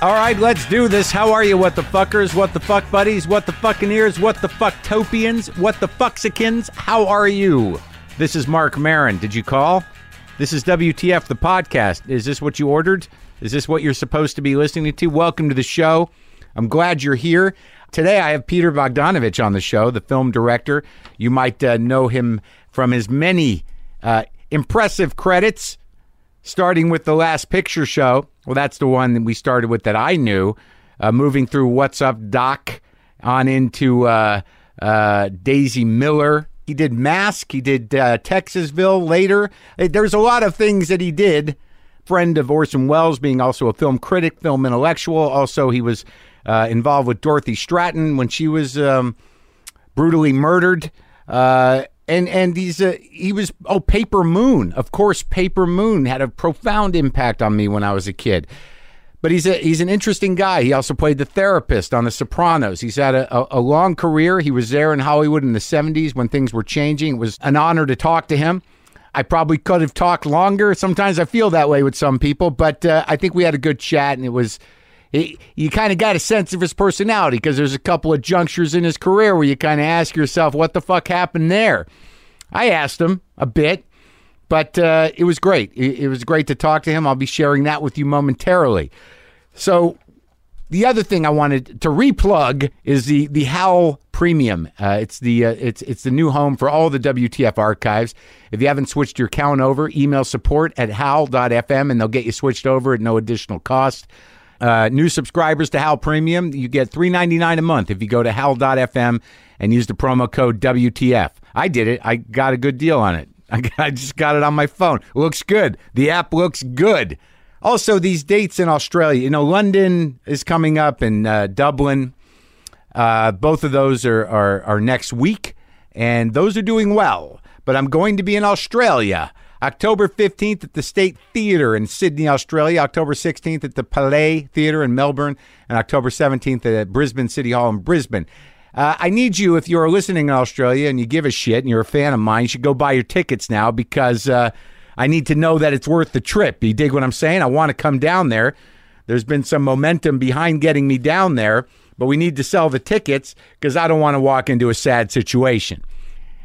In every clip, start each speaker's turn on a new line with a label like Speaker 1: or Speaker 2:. Speaker 1: All right, let's do this. How are you, what the fuckers? What the fuck buddies? What the fuckineers? What the fucktopians? What the fucksicans? How are you? This is Mark Marin. Did you call? This is WTF, the podcast. Is this what you ordered? Is this what you're supposed to be listening to? Welcome to the show. I'm glad you're here. Today, I have Peter Bogdanovich on the show, the film director. You might uh, know him from his many uh, impressive credits starting with the last picture show. Well, that's the one that we started with that I knew. Uh, moving through What's Up Doc on into uh, uh, Daisy Miller. He did Mask. He did uh, Texasville later. Uh, There's a lot of things that he did. Friend of Orson Welles, being also a film critic, film intellectual. Also, he was uh, involved with Dorothy Stratton when she was. Um, brutally murdered. Uh, and and these uh, he was oh Paper Moon of course Paper Moon had a profound impact on me when I was a kid. But he's a he's an interesting guy. He also played the therapist on The Sopranos. He's had a, a, a long career. He was there in Hollywood in the '70s when things were changing. It was an honor to talk to him. I probably could have talked longer. Sometimes I feel that way with some people, but uh, I think we had a good chat, and it was he, you kind of got a sense of his personality because there's a couple of junctures in his career where you kind of ask yourself, what the fuck happened there? I asked him a bit, but uh, it was great. It, it was great to talk to him. I'll be sharing that with you momentarily. So, the other thing I wanted to replug is the the Howl Premium. Uh, it's the uh, it's it's the new home for all the WTF archives. If you haven't switched your account over, email support at howl.fm and they'll get you switched over at no additional cost. Uh, new subscribers to Howl Premium, you get three ninety nine a month if you go to howl.fm and use the promo code WTF. I did it. I got a good deal on it. I, got, I just got it on my phone. Looks good. The app looks good. Also, these dates in Australia, you know, London is coming up and uh, Dublin. Uh, both of those are, are, are next week, and those are doing well. But I'm going to be in Australia October 15th at the State Theatre in Sydney, Australia, October 16th at the Palais Theatre in Melbourne, and October 17th at Brisbane City Hall in Brisbane. Uh, I need you, if you're listening in Australia and you give a shit and you're a fan of mine, you should go buy your tickets now because uh, I need to know that it's worth the trip. You dig what I'm saying? I want to come down there. There's been some momentum behind getting me down there, but we need to sell the tickets because I don't want to walk into a sad situation.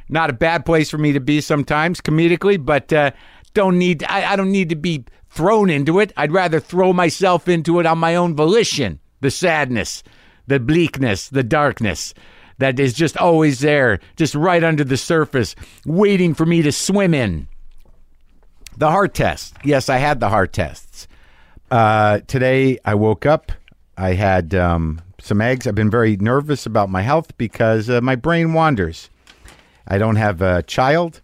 Speaker 1: Not a bad place for me to be sometimes comedically, but uh, don't need I, I don't need to be thrown into it. I'd rather throw myself into it on my own volition. The sadness, the bleakness, the darkness that is just always there, just right under the surface, waiting for me to swim in. The heart test. Yes, I had the heart tests. Uh, today I woke up. I had um, some eggs. I've been very nervous about my health because uh, my brain wanders. I don't have a child.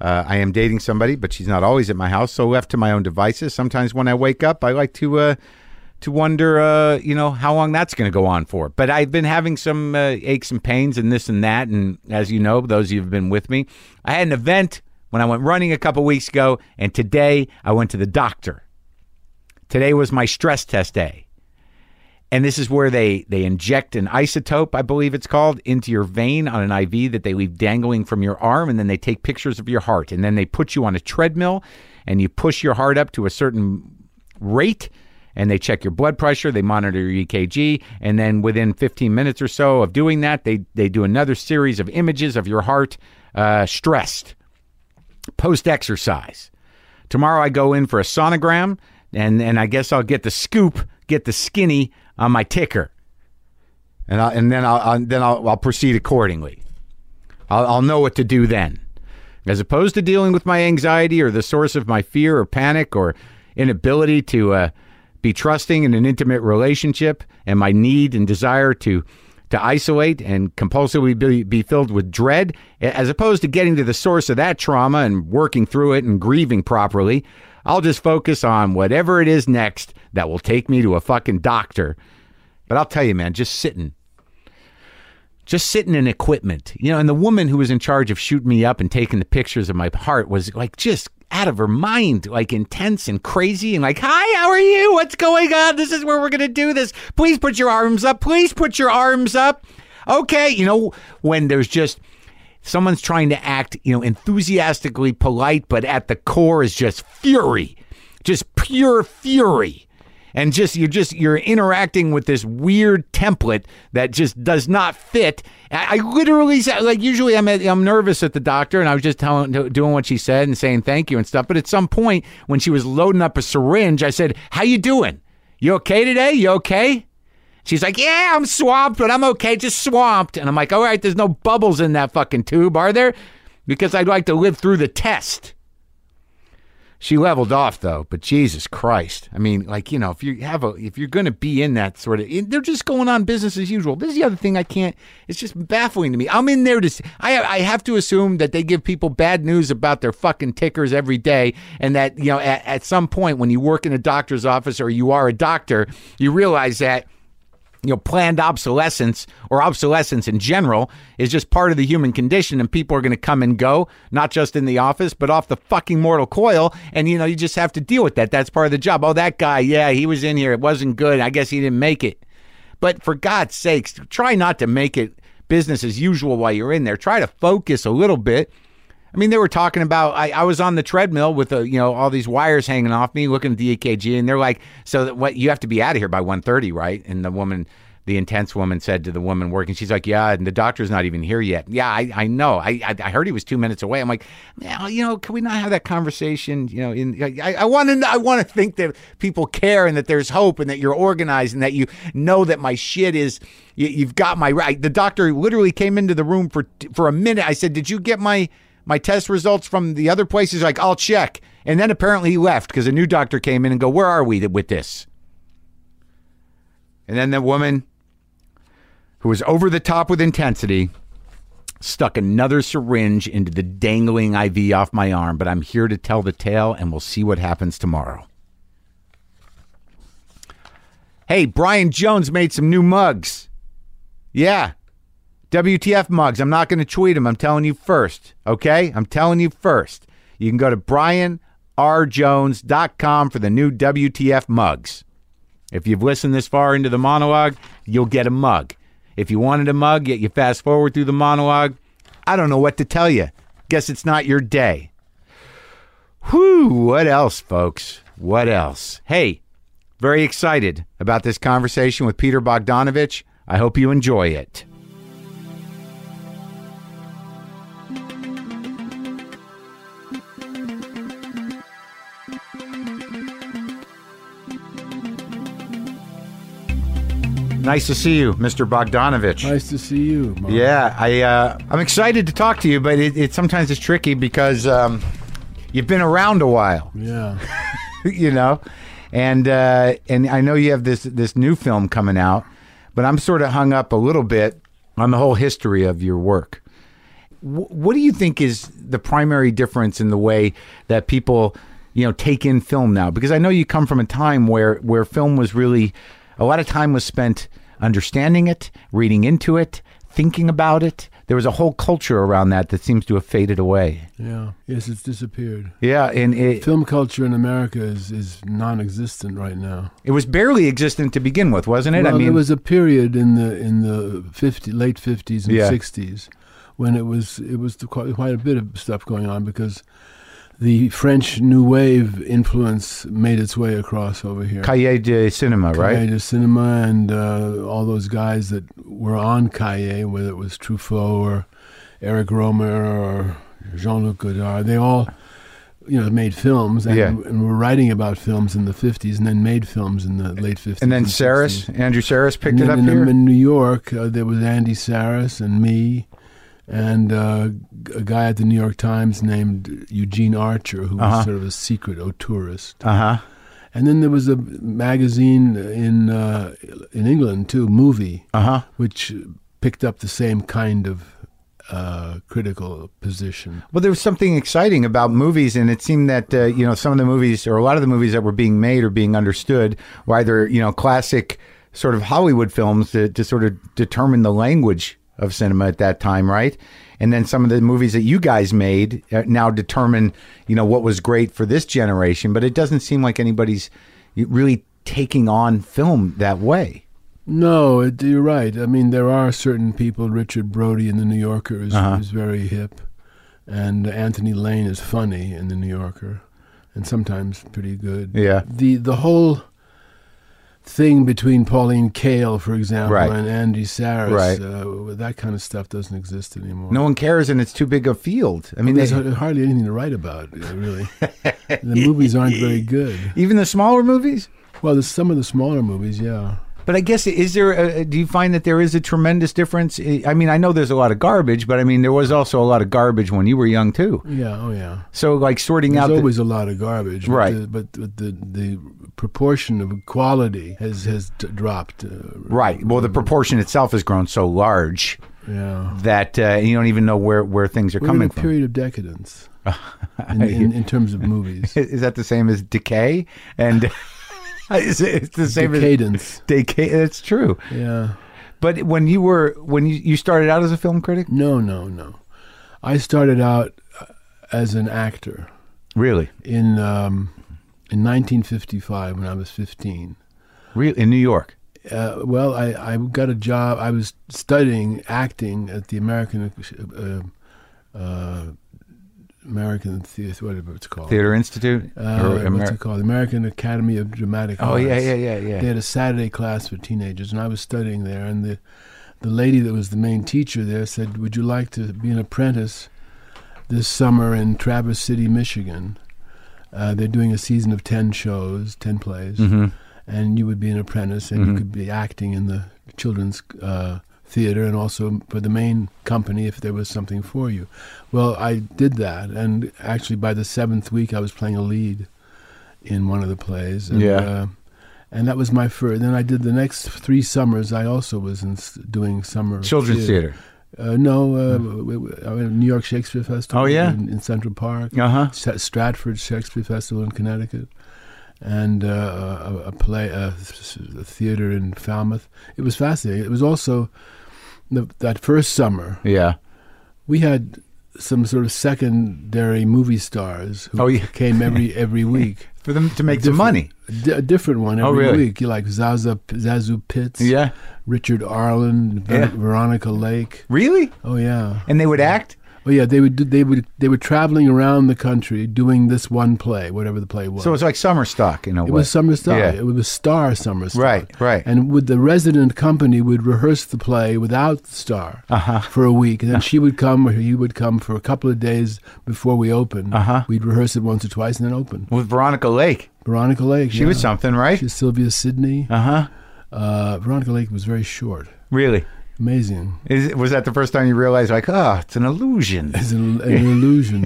Speaker 1: Uh, I am dating somebody, but she's not always at my house. So left to my own devices. Sometimes when I wake up, I like to uh, to wonder, uh, you know, how long that's going to go on for. But I've been having some uh, aches and pains and this and that. And as you know, those of you who've been with me, I had an event when I went running a couple weeks ago, and today I went to the doctor. Today was my stress test day and this is where they they inject an isotope, I believe it's called, into your vein on an IV that they leave dangling from your arm, and then they take pictures of your heart, and then they put you on a treadmill, and you push your heart up to a certain rate, and they check your blood pressure, they monitor your EKG, and then within 15 minutes or so of doing that, they they do another series of images of your heart uh, stressed post exercise. Tomorrow I go in for a sonogram, and and I guess I'll get the scoop, get the skinny on my ticker, and I, and then I'll, I'll then I'll, I'll proceed accordingly. I'll, I'll know what to do then, as opposed to dealing with my anxiety or the source of my fear or panic or inability to uh, be trusting in an intimate relationship, and my need and desire to to isolate and compulsively be, be filled with dread, as opposed to getting to the source of that trauma and working through it and grieving properly, I'll just focus on whatever it is next that will take me to a fucking doctor. But I'll tell you, man, just sitting, just sitting in equipment, you know. And the woman who was in charge of shooting me up and taking the pictures of my heart was like just out of her mind, like intense and crazy, and like, "Hi, how are you? What's going on? This is where we're gonna do this. Please put your arms up. Please put your arms up." Okay, you know when there's just someone's trying to act, you know, enthusiastically polite, but at the core is just fury, just pure fury. and just you're just you're interacting with this weird template that just does not fit. I, I literally said like usually I'm at, I'm nervous at the doctor and I was just telling doing what she said and saying thank you and stuff. But at some point when she was loading up a syringe, I said, "How you doing? You okay today? You okay?" She's like, "Yeah, I'm swamped, but I'm okay, just swamped." And I'm like, "All right, there's no bubbles in that fucking tube, are there?" Because I'd like to live through the test. She leveled off though, but Jesus Christ! I mean, like you know, if you have a, if you're going to be in that sort of, they're just going on business as usual. This is the other thing I can't. It's just baffling to me. I'm in there to, s- I I have to assume that they give people bad news about their fucking tickers every day, and that you know, at, at some point when you work in a doctor's office or you are a doctor, you realize that you know, planned obsolescence or obsolescence in general is just part of the human condition, and people are going to come and go, not just in the office, but off the fucking mortal coil. And you know, you just have to deal with that. That's part of the job. Oh, that guy, yeah, he was in here. It wasn't good. I guess he didn't make it. But for God's sakes, try not to make it business as usual while you're in there. Try to focus a little bit. I mean, they were talking about. I, I was on the treadmill with a, you know all these wires hanging off me, looking at the EKG, and they're like, "So that what you have to be out of here by 1.30, right?" And the woman, the intense woman, said to the woman working, "She's like, yeah, and the doctor's not even here yet. Yeah, I, I know. I, I I heard he was two minutes away. I'm like, now you know, can we not have that conversation? You know, in I want to I want to think that people care and that there's hope and that you're organized and that you know that my shit is you, you've got my right. The doctor literally came into the room for for a minute. I said, "Did you get my?" my test results from the other places like i'll check and then apparently he left because a new doctor came in and go where are we th- with this and then the woman who was over the top with intensity stuck another syringe into the dangling iv off my arm but i'm here to tell the tale and we'll see what happens tomorrow hey brian jones made some new mugs yeah WTF mugs. I'm not going to tweet them. I'm telling you first. Okay? I'm telling you first. You can go to brianrjones.com for the new WTF mugs. If you've listened this far into the monologue, you'll get a mug. If you wanted a mug, yet you fast forward through the monologue, I don't know what to tell you. Guess it's not your day. Whew, what else, folks? What else? Hey, very excited about this conversation with Peter Bogdanovich. I hope you enjoy it. Nice to see you, Mr. Bogdanovich.
Speaker 2: Nice to see you. Mark.
Speaker 1: Yeah, I uh, I'm excited to talk to you, but it, it sometimes is tricky because um, you've been around a while,
Speaker 2: Yeah.
Speaker 1: you know, and uh, and I know you have this this new film coming out, but I'm sort of hung up a little bit on the whole history of your work. Wh- what do you think is the primary difference in the way that people you know take in film now because i know you come from a time where where film was really a lot of time was spent understanding it reading into it thinking about it there was a whole culture around that that seems to have faded away
Speaker 2: Yeah. Yes, it's disappeared.
Speaker 1: yeah and it,
Speaker 2: Film culture in America is, is non existent right now.
Speaker 1: it was barely existent to begin with wasn't it
Speaker 2: well,
Speaker 1: i mean
Speaker 2: there was a period in the in the 50, late 50s and
Speaker 1: Yeah.
Speaker 2: 60s when it was it was quite, quite a bit of stuff going on because the French New Wave influence made its way across over here.
Speaker 1: cahiers de cinema right
Speaker 2: Cahiers de Cinema and uh, all those guys that were on Cahiers, whether it was Truffaut or Eric Romer or Jean-Luc Godard, they all, you know, made films and,
Speaker 1: Yeah.
Speaker 2: and were writing about films in the 50s and then made films in the late 50s.
Speaker 1: and then
Speaker 2: 60s.
Speaker 1: saris andrew saris picked
Speaker 2: And
Speaker 1: it
Speaker 2: then
Speaker 1: up
Speaker 2: in,
Speaker 1: here
Speaker 2: in New York, uh, there was Andy Saris and me, and uh, g- a guy at the New York Times named Eugene Archer, who
Speaker 1: Uh-huh.
Speaker 2: was sort of a secret auteurist.
Speaker 1: uh-huh
Speaker 2: And then there was a magazine in uh, in England too, Movie,
Speaker 1: uh-huh
Speaker 2: which picked up the same kind of uh, critical position.
Speaker 1: Well, there was something exciting about movies, and it seemed that uh, you know some of the movies, or a lot of the movies that were being made or being understood, were either you know classic sort of Hollywood films to, to sort of determine the language of cinema at that time, right? And then some of the movies that you guys made uh, now determine you know what was great for this generation, but it doesn't seem like anybody's really taking on film that way.
Speaker 2: No, it, you're right. I mean, there are certain people. Richard Brody in the New Yorker is,
Speaker 1: Uh-huh.
Speaker 2: is very hip, and Anthony Lane is funny in the New Yorker, and sometimes pretty good.
Speaker 1: Yeah.
Speaker 2: the the whole thing between Pauline Kael, for example,
Speaker 1: Right.
Speaker 2: and Andy Saris.
Speaker 1: Right.
Speaker 2: Uh, that kind of stuff doesn't exist anymore.
Speaker 1: No one cares, and it's too big a field. I mean,
Speaker 2: There's
Speaker 1: they-
Speaker 2: hardly anything to write about, uh, really. the movies aren't very good.
Speaker 1: even the smaller movies.
Speaker 2: Well, there's some of the smaller movies, yeah.
Speaker 1: But I guess is there? A, do you find that there is a tremendous difference? I I mean, I know there's a lot of garbage, but I mean, there was also a lot of garbage when you were young too.
Speaker 2: Yeah, oh, yeah.
Speaker 1: So like sorting
Speaker 2: There's
Speaker 1: out. the-
Speaker 2: always a lot of garbage, but
Speaker 1: Right.
Speaker 2: The, but but the the proportion of quality has has d- dropped. Uh,
Speaker 1: Right. Well, the proportion itself has grown so large
Speaker 2: yeah,
Speaker 1: that uh, you don't even know where, where things are
Speaker 2: we're in
Speaker 1: coming
Speaker 2: a
Speaker 1: from.
Speaker 2: period of decadence in, in, in terms of movies.
Speaker 1: Is that the same as decay? And is it it's the same as
Speaker 2: Decadence.
Speaker 1: decay? That's true.
Speaker 2: Yeah.
Speaker 1: But when you were when you, you started out as a film critic,
Speaker 2: No, no, no. I started out uh, as an actor.
Speaker 1: really,
Speaker 2: in um, in 1955 when I was 15.
Speaker 1: really in New York,
Speaker 2: Uh, well, I, I got a job. I was studying acting at the American uh, uh, American Theater, whatever it's called.
Speaker 1: Theater Institute.
Speaker 2: Uh,
Speaker 1: Or Amer-
Speaker 2: what's it called? American Academy of Dramatic
Speaker 1: oh
Speaker 2: Arts.
Speaker 1: yeah, yeah, yeah, yeah.
Speaker 2: They had a Saturday class for teenagers, and I was studying there. And the the lady that was the main teacher there said, "Would you like to be an apprentice this summer in Traverse City, Michigan? Uh, they're doing a season of ten shows, ten plays,
Speaker 1: hmm
Speaker 2: and you would be an apprentice, and
Speaker 1: Mm-hmm.
Speaker 2: you could be acting in the children's." Uh, Theater and also for the main company if there was something for you. Well, I did that, and actually by the seventh week I was playing a lead in one of the plays. And,
Speaker 1: Yeah.
Speaker 2: uh, and that was my first. Then I did the next three summers. I also was in, s- doing summer
Speaker 1: Children's Theater. Hmm.
Speaker 2: Uh, no, uh, w- w- I went to New York Shakespeare Festival.
Speaker 1: Oh, yeah?
Speaker 2: in, in Central Park,
Speaker 1: Uh huh.
Speaker 2: Sa- Stratford Shakespeare Festival in Connecticut, and uh, a, a play, a, s- a theater in Falmouth. It was fascinating. It was also the, that first summer
Speaker 1: Yeah.
Speaker 2: we had some sort of secondary movie stars who
Speaker 1: Oh, yeah.
Speaker 2: came every every week.
Speaker 1: For them to make the
Speaker 2: Different-
Speaker 1: money.
Speaker 2: D- a different one every
Speaker 1: Oh, really?
Speaker 2: week. You like Zaza Zazu Pitts,
Speaker 1: Yeah.
Speaker 2: Richard Arlen, Ver-
Speaker 1: Yeah.
Speaker 2: Veronica Lake.
Speaker 1: Really?
Speaker 2: Oh yeah,
Speaker 1: And they would act.
Speaker 2: oh yeah. They would do, they would they were traveling around the country doing this one play, whatever the play was.
Speaker 1: So it's like summer stock in a
Speaker 2: it
Speaker 1: way.
Speaker 2: was summer stock.
Speaker 1: Yeah.
Speaker 2: It was star summer stock.
Speaker 1: Right, right.
Speaker 2: And with the resident company would rehearse the play without the star
Speaker 1: Uh-huh.
Speaker 2: for a week, and then she would come or he would come for a couple of days before we opened.
Speaker 1: Uh-huh.
Speaker 2: We'd rehearse it once or twice and then open.
Speaker 1: With Veronica Lake,
Speaker 2: Veronica Lake.
Speaker 1: she was something, right?
Speaker 2: She's Sylvia Sidney.
Speaker 1: Uh huh.
Speaker 2: Uh, Veronica Lake was very short.
Speaker 1: Really?
Speaker 2: Amazing.
Speaker 1: Is, was that the first time you realized, like, oh, it's an illusion?
Speaker 2: It's an, an illusion.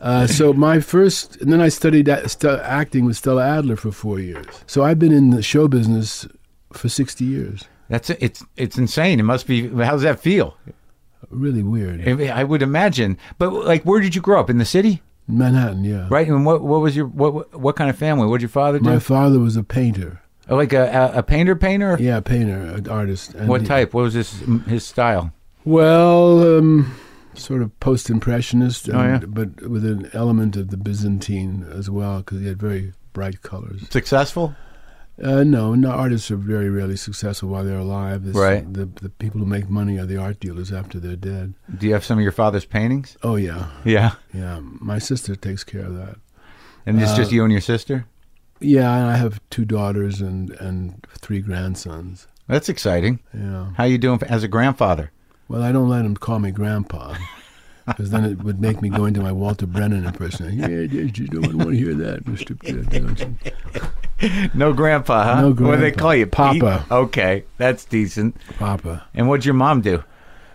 Speaker 2: Uh, so my first, and then I studied a- stu- acting with Stella Adler for four years. So I've been in the show business for 60 years.
Speaker 1: That's it's it's insane. It must be. How does that feel?
Speaker 2: Really weird.
Speaker 1: I mean, I would imagine. But like, where did you grow up in the city,
Speaker 2: Manhattan, yeah.
Speaker 1: right? And what what was your what what kind of family? What did your father do?
Speaker 2: My father was a painter.
Speaker 1: Oh, like a, a a painter, painter.
Speaker 2: Yeah, a painter, an artist. And
Speaker 1: What
Speaker 2: he-
Speaker 1: type? What was his his style?
Speaker 2: Well, um, sort of post-impressionist, and,
Speaker 1: Oh, yeah.
Speaker 2: but with an element of the Byzantine as well, because he had very bright colors.
Speaker 1: Successful.
Speaker 2: Uh, no, no, artists are very rarely successful while they're alive. It's-
Speaker 1: Right.
Speaker 2: The, the people who make money are the art dealers after they're dead.
Speaker 1: Do you have some of your father's paintings?
Speaker 2: Oh, yeah.
Speaker 1: Yeah.
Speaker 2: Yeah. My sister takes care of that.
Speaker 1: And it's just
Speaker 2: Uh,
Speaker 1: you and your sister.
Speaker 2: Yeah, and I have two daughters and, and three grandsons.
Speaker 1: That's exciting.
Speaker 2: Yeah.
Speaker 1: How you doing as a grandfather?
Speaker 2: Well, I don't let him call me grandpa. Because then it would make me go into my Walter Brennan impersonation. Yeah, yeah, you don't want to hear that, Mr. Pitt, don't you?
Speaker 1: No grandpa, huh?
Speaker 2: No
Speaker 1: What do they
Speaker 2: grandpa.
Speaker 1: call you? Pete?
Speaker 2: Papa.
Speaker 1: Okay, that's decent.
Speaker 2: Papa.
Speaker 1: And what'd your mom do?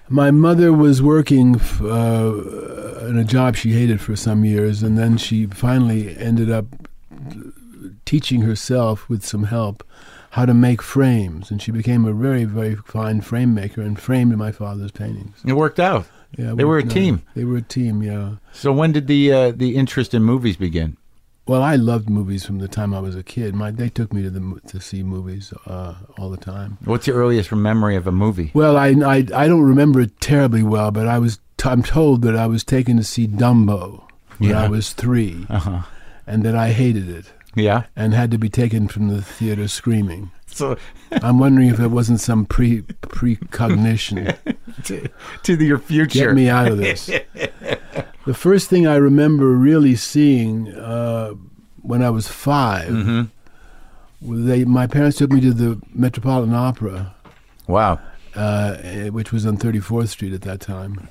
Speaker 2: My mother was working f- uh, in a job she hated for some years, and then she finally ended up teaching herself with some help how to make frames. And she became a very, very fine frame maker and framed my father's paintings.
Speaker 1: It worked out.
Speaker 2: Yeah,
Speaker 1: They were a
Speaker 2: no,
Speaker 1: team.
Speaker 2: They were a team, yeah.
Speaker 1: So when did the uh, the interest in movies begin?
Speaker 2: Well, I loved movies from the time I was a kid. My they took me to the mo- to see movies uh, all the time.
Speaker 1: What's your earliest memory of a movie?
Speaker 2: Well, I, I I don't remember it terribly well, but I was t- I'm told that I was taken to see Dumbo when
Speaker 1: Yeah.
Speaker 2: I was 3
Speaker 1: Uh-huh.
Speaker 2: and that I hated it
Speaker 1: Yeah.
Speaker 2: and had to be taken from the theater screaming.
Speaker 1: So
Speaker 2: I'm wondering if it wasn't some pre precognition.
Speaker 1: to, to the- your
Speaker 2: Get
Speaker 1: future.
Speaker 2: me out of this. the first thing I remember really seeing uh, when I was 5
Speaker 1: Mhm.
Speaker 2: They, my parents took me to the Metropolitan Opera,
Speaker 1: Wow.
Speaker 2: uh, eh, which was on 34th Street at that time,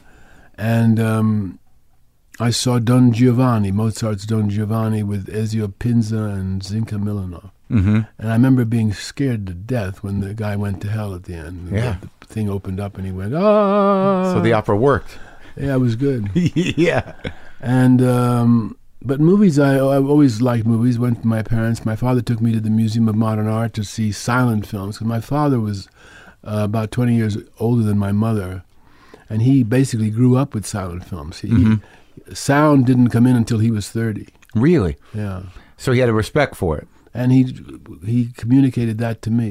Speaker 2: and um, I saw Don Giovanni, Mozart's Don Giovanni, with Ezio Pinza and Zinka Milanov.
Speaker 1: Mm-hmm.
Speaker 2: And I remember being scared to death when the guy went to hell at the end. The-
Speaker 1: Yeah.
Speaker 2: The thing opened up and he went, ah.
Speaker 1: So the opera worked.
Speaker 2: yeah, it was good.
Speaker 1: yeah.
Speaker 2: And um, but movies, I I always liked movies. Went to my parents. My father took me to the Museum of Modern Art to see silent films because my father was uh, about twenty years older than my mother, and he basically grew up with silent films. He,
Speaker 1: Mm-hmm.
Speaker 2: Sound didn't come in until he was thirty.
Speaker 1: Really?
Speaker 2: Yeah,
Speaker 1: So he had a respect for it.
Speaker 2: and he he communicated that to me.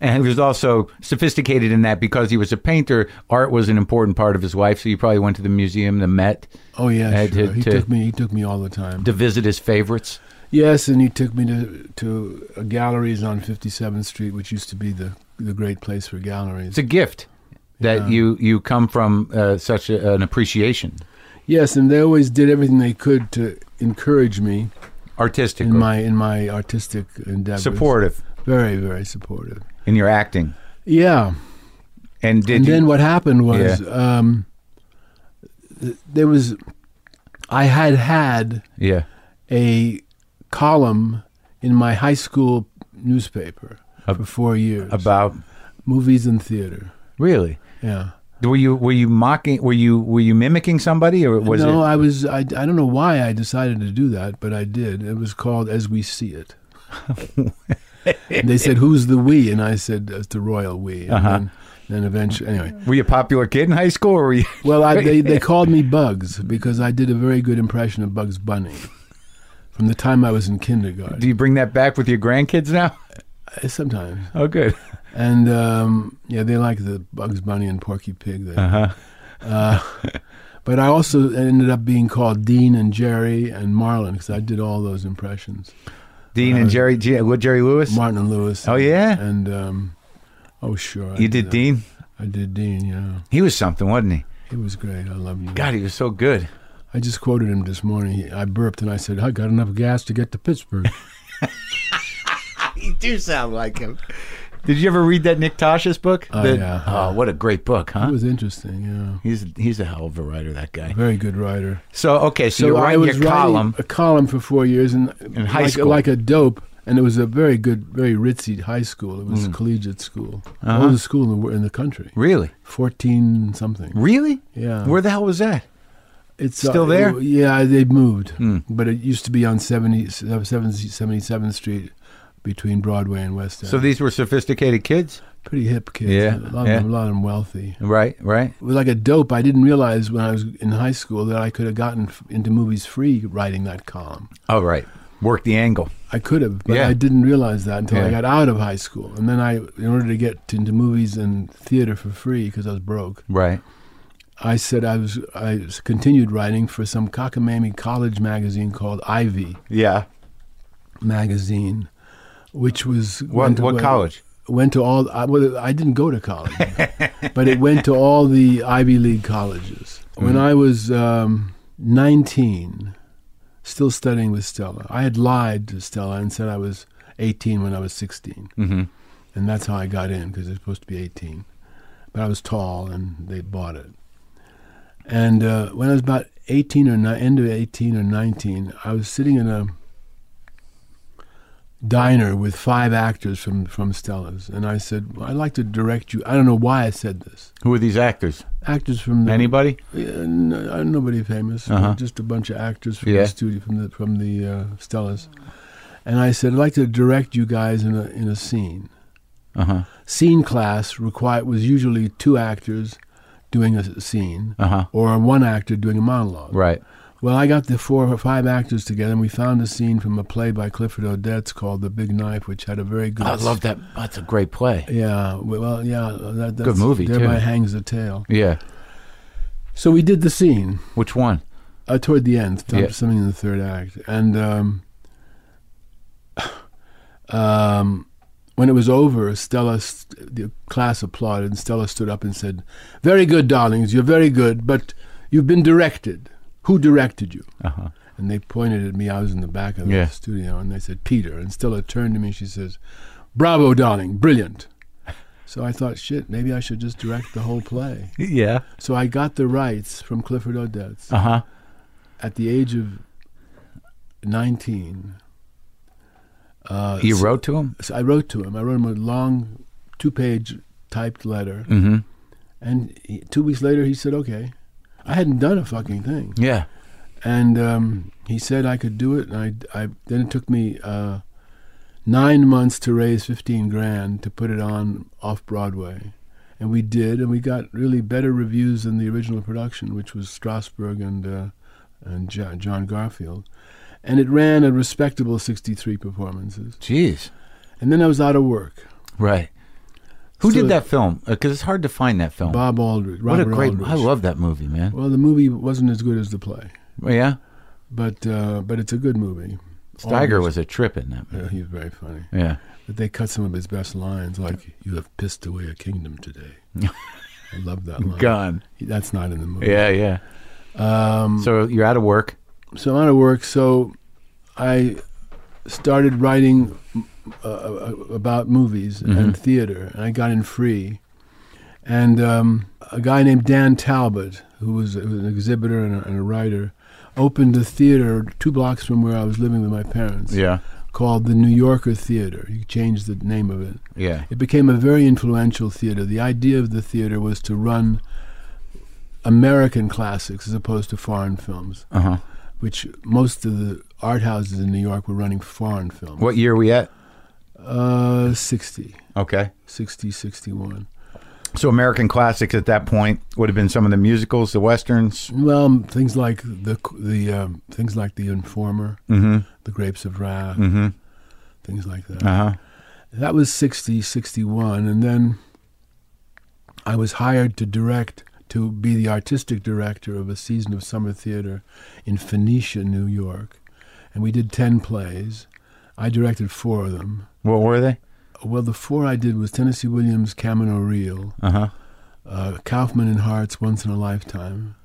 Speaker 1: And he was also sophisticated in that because he was a painter, art was an important part of his life. So you probably went to the museum, the Met,
Speaker 2: Oh yeah,
Speaker 1: Uh,
Speaker 2: sure.
Speaker 1: to-
Speaker 2: he
Speaker 1: to-
Speaker 2: took me. He took me all the time.
Speaker 1: to visit his favorites.
Speaker 2: Yes, and he took me to to uh, galleries on Fifty Seventh Street, which used to be the the great place for galleries.
Speaker 1: It's a gift that you, you come from uh, such a, an appreciation
Speaker 2: Yes, and they always did everything they could to encourage me
Speaker 1: artistically,
Speaker 2: in my in my artistic endeavors.
Speaker 1: supportive
Speaker 2: very very supportive.
Speaker 1: in your acting.
Speaker 2: Yeah,
Speaker 1: And did
Speaker 2: and
Speaker 1: you,
Speaker 2: then what happened was um, th- there was I had had
Speaker 1: yeah.
Speaker 2: a column in my high school newspaper for four years
Speaker 1: About
Speaker 2: movies and theater.
Speaker 1: really?
Speaker 2: Yeah.
Speaker 1: Were you were you mocking? Were you were you mimicking somebody, or was
Speaker 2: no,
Speaker 1: it?
Speaker 2: I was. I, I don't know why I decided to do that, but I did. It was called As We See It. And they said, "Who's the we?" And I said, "Uh, "It's the royal we." And
Speaker 1: Uh-huh.
Speaker 2: then, then eventually, anyway.
Speaker 1: Were you a popular kid in high school, or were you?
Speaker 2: Well, I, they they called me Bugs because I did a very good impression of Bugs Bunny from the time I was in kindergarten.
Speaker 1: Do you bring that back with your grandkids now?
Speaker 2: Uh, Sometimes,
Speaker 1: Oh, good.
Speaker 2: and um, yeah, they like the Bugs Bunny and Porky Pig. They,
Speaker 1: Uh-huh.
Speaker 2: Uh, but I also ended up being called Dean and Jerry and Marlon because I did all those impressions.
Speaker 1: Dean
Speaker 2: Uh,
Speaker 1: and Jerry, G- what Jerry Lewis?
Speaker 2: Martin and Lewis.
Speaker 1: Oh,
Speaker 2: and-
Speaker 1: yeah?
Speaker 2: and um, oh sure. I
Speaker 1: you did
Speaker 2: that.
Speaker 1: Dean.
Speaker 2: I did Dean. Yeah,
Speaker 1: He was something, wasn't he?
Speaker 2: he was great. I loved him.
Speaker 1: God, he was so good.
Speaker 2: I just quoted him this morning. He, I burped and I said, "I got enough gas to get to Pittsburgh."
Speaker 1: You do sound like him. Did you ever read that Nick Tosh's book?
Speaker 2: Oh,
Speaker 1: The-
Speaker 2: yeah.
Speaker 1: Oh, what a great book,
Speaker 2: it
Speaker 1: huh?
Speaker 2: was interesting. Yeah,
Speaker 1: He's he's a hell of a writer, that guy.
Speaker 2: very good writer.
Speaker 1: So okay, so
Speaker 2: You
Speaker 1: you're
Speaker 2: know, I
Speaker 1: writing
Speaker 2: was
Speaker 1: your
Speaker 2: writing
Speaker 1: column.
Speaker 2: a column for four years in,
Speaker 1: In high
Speaker 2: like,
Speaker 1: school.
Speaker 2: like a dope. And it was a very good, very ritzy high school. It was collegiate school,
Speaker 1: Hmm. Uh-huh.
Speaker 2: oldest school in the, wor- in the country,
Speaker 1: Really,
Speaker 2: fourteen something.
Speaker 1: really?
Speaker 2: Yeah,
Speaker 1: Where the hell was that?
Speaker 2: It's uh,
Speaker 1: Still there?
Speaker 2: yeah, they've moved,
Speaker 1: Hmm.
Speaker 2: but it used to be on 70, 77th Street between Broadway and West End.
Speaker 1: So these were sophisticated kids,
Speaker 2: pretty hip kids.
Speaker 1: Yeah,
Speaker 2: a lot,
Speaker 1: yeah.
Speaker 2: Of, a lot of them wealthy.
Speaker 1: right? Right?
Speaker 2: It was like a dope. I didn't realize when I was in high school that I could have gotten f- into movies free writing that column.
Speaker 1: Oh, right. Work the angle.
Speaker 2: I could have, but
Speaker 1: Yeah.
Speaker 2: I didn't realize that until
Speaker 1: Yeah.
Speaker 2: I got out of high school. And then I, in order to get into movies and theater for free because I was broke,
Speaker 1: Right.
Speaker 2: I said I was I continued writing for some cockamamie college magazine called Ivy.
Speaker 1: Yeah.
Speaker 2: magazine, which was
Speaker 1: What,
Speaker 2: went to-
Speaker 1: what
Speaker 2: went-
Speaker 1: college?
Speaker 2: Went to all. I, well, I didn't go to college, but it went to all the Ivy League colleges. When
Speaker 1: Mm.
Speaker 2: I was um, nineteen, still studying with Stella, I had lied to Stella and said I was eighteen when I was sixteen,
Speaker 1: Mm-hmm.
Speaker 2: and that's how I got in because it's supposed to be eighteen. But I was tall, and they bought it. And uh, when I was about eighteen or ni- end of eighteen or nineteen, I was sitting in a diner with five actors from from Stella's, and I said, well, "I'd like to direct you." I don't know why I said this.
Speaker 1: Who are these actors?
Speaker 2: Actors from the,
Speaker 1: Anybody?
Speaker 2: Yeah, n- uh, nobody famous,
Speaker 1: Uh-huh.
Speaker 2: just a bunch of actors from
Speaker 1: Yeah.
Speaker 2: the studio from the from the uh, Stella's, and I said, "I'd like to direct you guys in a in a scene."
Speaker 1: Uh huh.
Speaker 2: Scene class required was usually two actors doing a s- scene,
Speaker 1: Uh huh.
Speaker 2: or one actor doing a monologue.
Speaker 1: Right.
Speaker 2: Well, I got the four or five actors together, and we found a scene from a play by Clifford Odets called "The Big Knife," which had a very good.
Speaker 1: I love that. That's a great play.
Speaker 2: Yeah, well, yeah, that, that's,
Speaker 1: movie, too.
Speaker 2: Thereby hangs the tale.
Speaker 1: Yeah.
Speaker 2: So we did the scene
Speaker 1: Which one?
Speaker 2: uh, toward the end, some-
Speaker 1: Yeah.
Speaker 2: something in the third act, and um, um, when it was over, Stella, st- the class applauded, and Stella stood up and said, "Very good, darlings, you're very good, but you've been directed. Who directed you?"
Speaker 1: Uh huh.
Speaker 2: and they pointed at me. I was in the back of the
Speaker 1: Yeah.
Speaker 2: studio, and they said, Peter. And Stella turned to me. She says, Bravo, darling, brilliant. So I thought, shit, maybe I should just direct the whole play.
Speaker 1: Yeah.
Speaker 2: So I got the rights from Clifford Odets
Speaker 1: Uh huh.
Speaker 2: at the age of 19. Uh,
Speaker 1: You
Speaker 2: so-
Speaker 1: wrote to him.
Speaker 2: so I wrote to him. I wrote him a long, two page typed letter.
Speaker 1: Mm
Speaker 2: And he, two weeks later, he said, okay. I hadn't done a fucking thing.
Speaker 1: hmm. Yeah.
Speaker 2: and um, he said I could do it. And I, I then it took me uh, nine months to raise fifteen grand to put it on off Broadway, and we did, and we got really better reviews than the original production, which was Strasberg and uh, and jo- John Garfield, and it ran a respectable sixty-three performances.
Speaker 1: Jeez.
Speaker 2: And then I was out of work.
Speaker 1: Right. Who
Speaker 2: So-
Speaker 1: did that film? Because it's hard to find that film.
Speaker 2: Bob Aldrich,
Speaker 1: what
Speaker 2: Robert
Speaker 1: a great!
Speaker 2: Aldrich.
Speaker 1: I love that movie, man.
Speaker 2: Well, the movie wasn't as good as the play,
Speaker 1: yeah.
Speaker 2: but uh, but it's a good movie.
Speaker 1: Steiger
Speaker 2: Aldrich-
Speaker 1: was a trip in that movie.
Speaker 2: Yeah, he was very funny.
Speaker 1: Yeah.
Speaker 2: But they cut some of his best lines, like "You have pissed away a kingdom today." I love that line.
Speaker 1: Gone.
Speaker 2: That's not in the movie.
Speaker 1: Yeah. Yeah.
Speaker 2: Um,
Speaker 1: So you're out of work.
Speaker 2: so I'm out of work. So I started writing uh, uh, about movies
Speaker 1: Mm-hmm.
Speaker 2: and theater, and I got in free. And um, a guy named Dan Talbot, who was, who was an exhibitor and a, and a writer, opened a theater two blocks from where I was living with my parents.
Speaker 1: Yeah.
Speaker 2: Called the New Yorker Theater. He changed the name of it.
Speaker 1: Yeah.
Speaker 2: It became a very influential theater. The idea of the theater was to run American classics as opposed to foreign films,
Speaker 1: Uh huh.
Speaker 2: which most of the art houses in New York were running foreign films.
Speaker 1: What year are we at?
Speaker 2: Uh, 60,
Speaker 1: Okay.
Speaker 2: 60, 61.
Speaker 1: So American classics at that point would have been some of the musicals, the westerns.
Speaker 2: Well, um, things like the the um, things like the Informer,
Speaker 1: Mm
Speaker 2: the Grapes of Wrath,
Speaker 1: hmm. Mm
Speaker 2: things like that.
Speaker 1: hmm. Uh huh.
Speaker 2: That was 60, 61. And then I was hired to direct, to be the artistic director of a season of summer theater in Phoenicia, New York. And we did 10 plays. I directed four of them.
Speaker 1: What were they?
Speaker 2: Well, the four I did was Tennessee Williams' Camino Real,
Speaker 1: Uh huh.
Speaker 2: uh, Kaufman and Hart's Once in a Lifetime,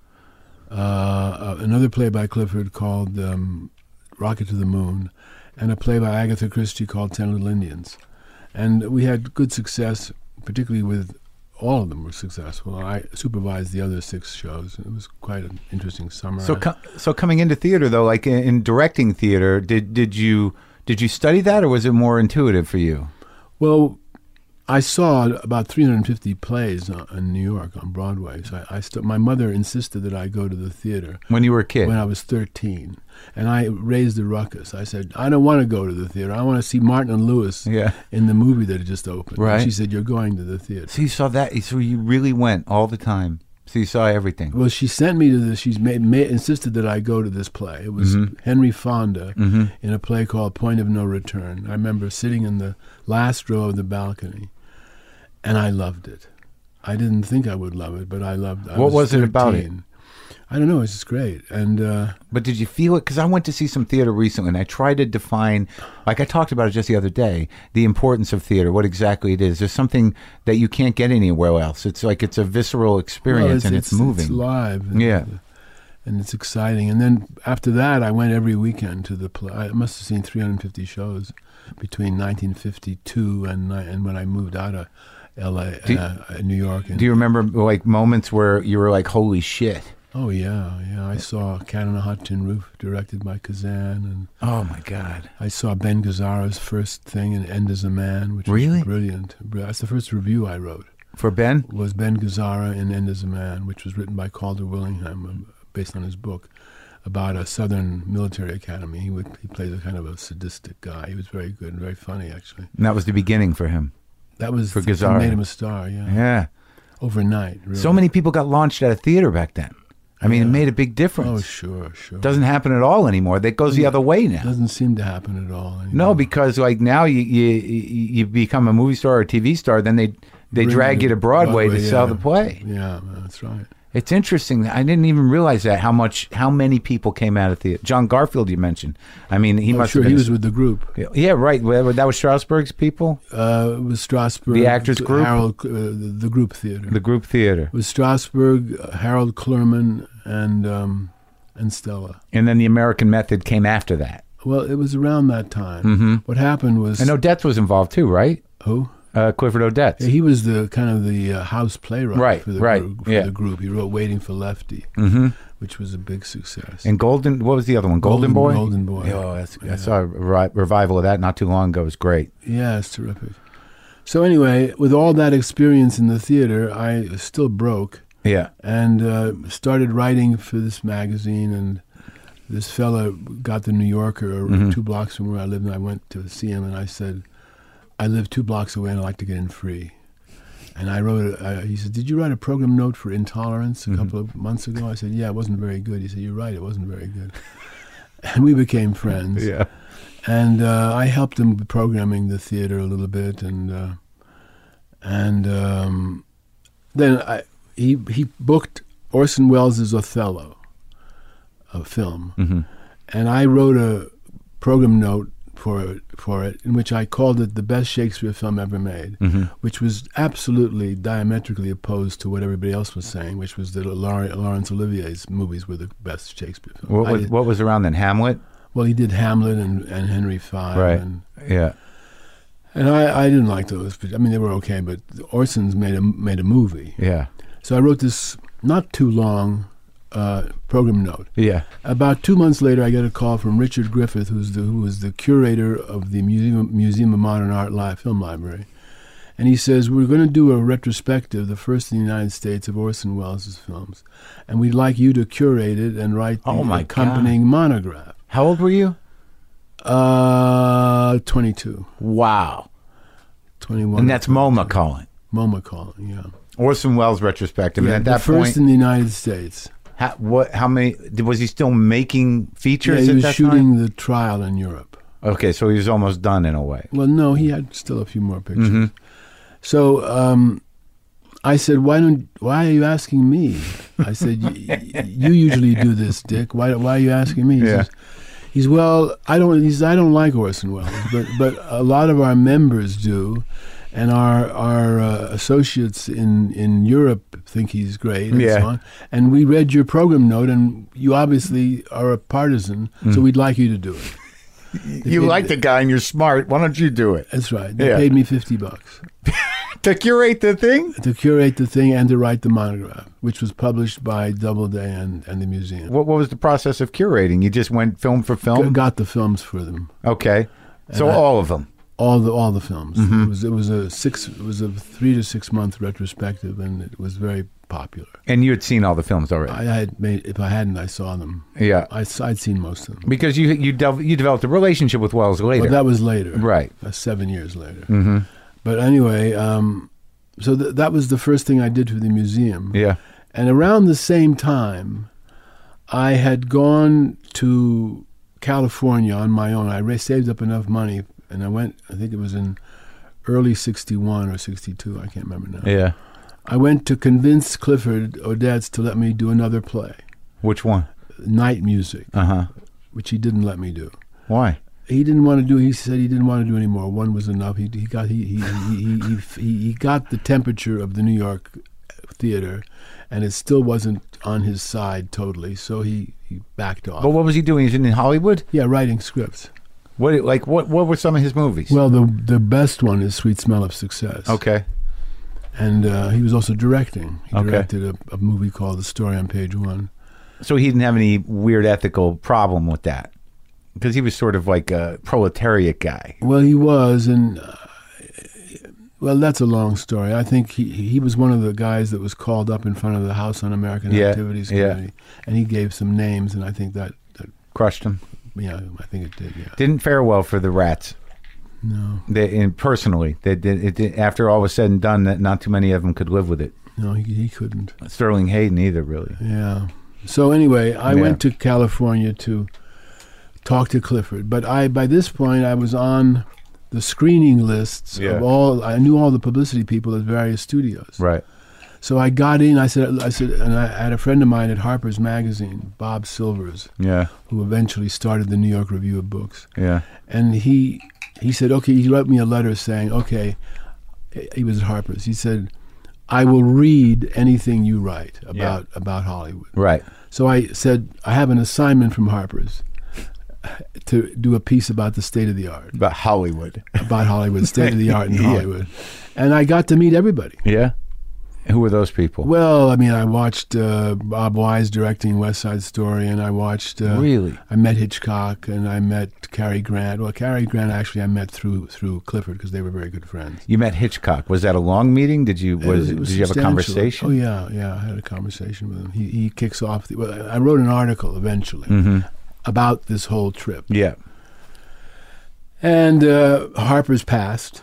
Speaker 2: uh, uh, another play by Clifford called um, Rocket to the Moon, and a play by Agatha Christie called Ten Little Indians. And we had good success, particularly with all of them were successful. I supervised the other six shows. It was quite an interesting summer.
Speaker 1: So, co- so coming into theater though, like in, in directing theater, did did you did you study that, or was it more intuitive for you?
Speaker 2: Well, I saw about 350 plays uh, in New York on Broadway. So I, I st- my mother insisted that I go to the theater.
Speaker 1: When you were a kid,
Speaker 2: when I was 13. And I raised the ruckus. I said, I don't want to go to the theater. I want to see Martin and Lewis
Speaker 1: yeah.
Speaker 2: in the movie that had just opened. And
Speaker 1: Right.
Speaker 2: she said, You're going to the theater.
Speaker 1: So you saw that. So you really went all the time. So you saw everything.
Speaker 2: Well, she sent me to this. She's made, made, insisted that I go to this play. It was
Speaker 1: Mm-hmm.
Speaker 2: Henry Fonda in a play called Point of No Return. I remember sitting in the last row of the balcony, and I loved it. I didn't think I would love it, but I loved. I
Speaker 1: What was it about it?
Speaker 2: 13. I don't know. It's just great, and uh,
Speaker 1: But did you feel it? Because I went to see some theater recently, and I tried to define, like I talked about it just the other day, the importance of theater. What exactly it is? There's something that you can't get anywhere else. It's like it's a visceral
Speaker 2: well,
Speaker 1: experience, and it's, moving.
Speaker 2: It's live. and-
Speaker 1: yeah.
Speaker 2: and it's exciting. And then after that, I went every weekend to the play. I must have seen 350 shows between 1952 and ni- and when I moved out of L.A.
Speaker 1: Do you-
Speaker 2: uh, uh, New York. And,
Speaker 1: Do you remember like moments where you were like, "Holy shit!
Speaker 2: oh yeah, yeah. I saw Cat on a Hot Tin Roof, directed by Kazan, and
Speaker 1: Oh my god!"
Speaker 2: I saw Ben Gazzara's first thing in End as a Man, which
Speaker 1: Really?
Speaker 2: was brilliant. Br- That's the first review I wrote.
Speaker 1: For Ben,
Speaker 2: was Ben Gazzara in End as a Man, which was written by Calder Willingham, um, based on his book about a Southern military academy. He, would, he plays a kind of a sadistic guy. He was very good, very funny, actually.
Speaker 1: And that was the beginning for him.
Speaker 2: That was
Speaker 1: For
Speaker 2: that
Speaker 1: Gazzara.
Speaker 2: made him a star, yeah.
Speaker 1: Yeah.
Speaker 2: Overnight, really.
Speaker 1: So many people got launched out of theater back then. I mean, it
Speaker 2: Yeah.
Speaker 1: made a big
Speaker 2: Oh,
Speaker 1: difference.
Speaker 2: sure, sure.
Speaker 1: Doesn't happen at all anymore. That goes the other way now.
Speaker 2: Doesn't seem to happen at all.
Speaker 1: No,
Speaker 2: anymore.
Speaker 1: because like now you you you become a movie star or TV star, then they they
Speaker 2: Bring
Speaker 1: drag
Speaker 2: it
Speaker 1: you to Broadway, to
Speaker 2: yeah.
Speaker 1: sell the play.
Speaker 2: Yeah, that's right.
Speaker 1: It's interesting. I didn't even realize that how much how many people came out of theater. John Garfield, you mentioned. I mean, he
Speaker 2: Oh,
Speaker 1: must
Speaker 2: sure,
Speaker 1: have
Speaker 2: he
Speaker 1: been.
Speaker 2: was with the group.
Speaker 1: yeah, right. Well, That was Strasbourg's people,
Speaker 2: Uh, it was Strasbourg.
Speaker 1: The actors group?
Speaker 2: Harold, uh, the, the group theater.
Speaker 1: the group theater.
Speaker 2: It was Strasbourg, uh, Harold Klerman, and um, and Stella.
Speaker 1: And then the American Method came after that.
Speaker 2: Well, it was around that time.
Speaker 1: Mm-hmm.
Speaker 2: What happened was
Speaker 1: And Odette was involved too, right?
Speaker 2: who?
Speaker 1: Uh, Clifford Odette.
Speaker 2: He was the kind of the uh, house playwright
Speaker 1: Right,
Speaker 2: for the
Speaker 1: right,
Speaker 2: group. For
Speaker 1: yeah.
Speaker 2: the group, he wrote "Waiting for Lefty," mm-hmm. which was a big success.
Speaker 1: and Golden, what was the other one?
Speaker 2: Golden-
Speaker 1: Golden, Boy?
Speaker 2: Golden Boy.
Speaker 1: Oh, that's, I saw a re- revival of that not too long ago. It was great.
Speaker 2: yeah, it's terrific. So anyway, with all that experience in the theater, I was still broke
Speaker 1: Yeah.
Speaker 2: and uh, started writing for this magazine. And this fella got the New Yorker uh, two blocks from where I lived, and I went to see him, and I said, "I live two blocks away, and I'd like to get in free." And I wrote. A, I, he said, "Did you write a program note for Intolerance a couple of months ago?" I said, "Yeah, it wasn't very good." He said, "You're right, it wasn't very good." And we became friends. And uh, I helped him with programming the theater a little bit, and uh, and um, then I, he he booked Orson Welles' Othello, a film,
Speaker 1: Mm-hmm.
Speaker 2: and I wrote a program note for it, for it, in which I called it the best Shakespeare film ever made,
Speaker 1: Mm-hmm.
Speaker 2: which was absolutely diametrically opposed to what everybody else was saying, which was that Laure- Laurence Olivier's movies were the best Shakespeare film.
Speaker 1: What
Speaker 2: I
Speaker 1: was,
Speaker 2: did-
Speaker 1: what was around then? Hamlet?
Speaker 2: well, he did Hamlet and, and Henry V.
Speaker 1: Right.
Speaker 2: And,
Speaker 1: Yeah.
Speaker 2: and I, I didn't like those. but- I mean, they were okay, but Orson's made a made a movie.
Speaker 1: Yeah.
Speaker 2: So I wrote this not too long uh, program note.
Speaker 1: Yeah.
Speaker 2: About two months later, I get a call from Richard Griffith, who's the, who was the curator of the Museum, Museum of Modern Art Live Film Library. And he says, We're going to do a retrospective, the first in the United States, of Orson Welles' films. And we'd like you to curate it and write the
Speaker 1: Oh, my
Speaker 2: accompanying monograph.
Speaker 1: How old were you?
Speaker 2: Uh, 22,
Speaker 1: Wow.
Speaker 2: 21.
Speaker 1: And that's MoMA calling.
Speaker 2: MoMA calling, yeah.
Speaker 1: Orson Welles retrospective.
Speaker 2: Yeah,
Speaker 1: and
Speaker 2: the
Speaker 1: at that
Speaker 2: first
Speaker 1: point,
Speaker 2: in the United States.
Speaker 1: how, what? How many? Was he still making
Speaker 2: Yeah,
Speaker 1: features
Speaker 2: he
Speaker 1: at
Speaker 2: was
Speaker 1: that
Speaker 2: shooting
Speaker 1: time?
Speaker 2: the trial in Europe.
Speaker 1: Okay, so he was almost done in a way.
Speaker 2: Well, no, he had still a few more pictures.
Speaker 1: Mm-hmm.
Speaker 2: So um, I said, "Why don't? Why are you asking me?" I said, "Y- "You usually do this, Dick. Why? Why are you asking me?" He
Speaker 1: Yeah.
Speaker 2: says, He's well. I don't. He's. I don't like Orson Welles, but but a lot of our members do, and our our uh, associates in in Europe think he's great. And
Speaker 1: Yeah.
Speaker 2: So on. And we read your program note, and you obviously are a partisan, so
Speaker 1: Mm.
Speaker 2: we'd like you to do it.
Speaker 1: You like the guy and you're smart. Why don't you do it?
Speaker 2: That's right. They
Speaker 1: Yeah.
Speaker 2: paid me fifty bucks.
Speaker 1: To curate the thing?
Speaker 2: to curate the thing and to write the monograph, which was published by Doubleday and, and the museum.
Speaker 1: What, what was the process of curating? You just went film for
Speaker 2: G-
Speaker 1: film?
Speaker 2: got the films for them,
Speaker 1: Okay. So all of them.
Speaker 2: all the all the films.
Speaker 1: Mm-hmm.
Speaker 2: It was it was a six it was a three to six month retrospective, and it was very popular.
Speaker 1: And you had seen all the films already.
Speaker 2: I had made if I hadn't, I saw them.
Speaker 1: yeah.
Speaker 2: I, would seen most of them,
Speaker 1: Because you you, dev- you developed a relationship with Wells later.
Speaker 2: but that was later,
Speaker 1: Right.
Speaker 2: Uh, seven years later. Mm-hmm. But anyway, um, so th- that was the first thing I did for the museum.
Speaker 1: yeah.
Speaker 2: And around the same time, I had gone to California on my own. I ra- saved up enough money, and I went. I think it was in early '61 or '62. I can't remember now.
Speaker 1: Yeah.
Speaker 2: I went to convince Clifford Odets to let me do another play,
Speaker 1: Which one?
Speaker 2: Night Music,
Speaker 1: Uh huh.
Speaker 2: which he didn't let me do.
Speaker 1: Why?
Speaker 2: He didn't want to do. He said he didn't want to do anymore. One was enough. He, he got he he, he, he he he got the temperature of the New York theater, and it still wasn't on his side totally. So he, he backed off.
Speaker 1: But what was he doing? He was in Hollywood?
Speaker 2: yeah, writing scripts.
Speaker 1: What like what what were some of his movies?
Speaker 2: Well, the the best one is "Sweet Smell of Success."
Speaker 1: okay.
Speaker 2: and uh, he was also directing. He
Speaker 1: Okay.
Speaker 2: directed a, a movie called "The Story on Page One."
Speaker 1: So he didn't have any weird ethical problem with that. Because he was sort of like a proletariat guy.
Speaker 2: Well, he was, and uh, well, that's a long story. I think he he was one of the guys that was called up in front of the House on American
Speaker 1: Yeah,
Speaker 2: Activities
Speaker 1: yeah.
Speaker 2: Committee, and he gave some names, and I think that, that
Speaker 1: Crushed him.
Speaker 2: yeah, I think it did. Yeah,
Speaker 1: Didn't fare well for the rats.
Speaker 2: no,
Speaker 1: They, and personally, they did, it did, after all was said and done, that not too many of them could live with it.
Speaker 2: no, he he couldn't.
Speaker 1: Sterling Hayden either, really.
Speaker 2: Yeah. So anyway, I
Speaker 1: Yeah.
Speaker 2: went to California to talk to Clifford, but I by this point I was on the screening lists
Speaker 1: Yeah.
Speaker 2: of all. I knew all the publicity people at various studios.
Speaker 1: Right.
Speaker 2: So I got in. I said, I said, and I had a friend of mine at Harper's Magazine, Bob Silvers,
Speaker 1: Yeah.
Speaker 2: who eventually started the New York Review of Books,
Speaker 1: Yeah.
Speaker 2: and he he said, okay, he wrote me a letter saying, okay, he was at Harper's. He said, I will read anything you write about about Hollywood.
Speaker 1: Right.
Speaker 2: So I said, I have an assignment from Harper's to do a piece about the state of the art,
Speaker 3: About Hollywood.
Speaker 2: about Hollywood, state of the art in Hollywood. And I got to meet everybody.
Speaker 1: Yeah. Who were those people?
Speaker 2: Well, I mean, I watched uh, Bob Wise directing West Side Story, and I watched. Uh,
Speaker 1: Really?
Speaker 2: I met Hitchcock, and I met Cary Grant. Well, Cary Grant actually I met through through Clifford because they were very good friends.
Speaker 1: You met Hitchcock. Was that a long meeting? Did you was,
Speaker 2: It was
Speaker 1: did you have a
Speaker 2: substantial.
Speaker 1: conversation?
Speaker 2: Oh yeah, yeah. I had a conversation with him. He he kicks off. The, well, I wrote an article eventually
Speaker 1: Mm-hmm.
Speaker 2: about this whole trip,
Speaker 1: yeah.
Speaker 2: and uh, Harper's passed.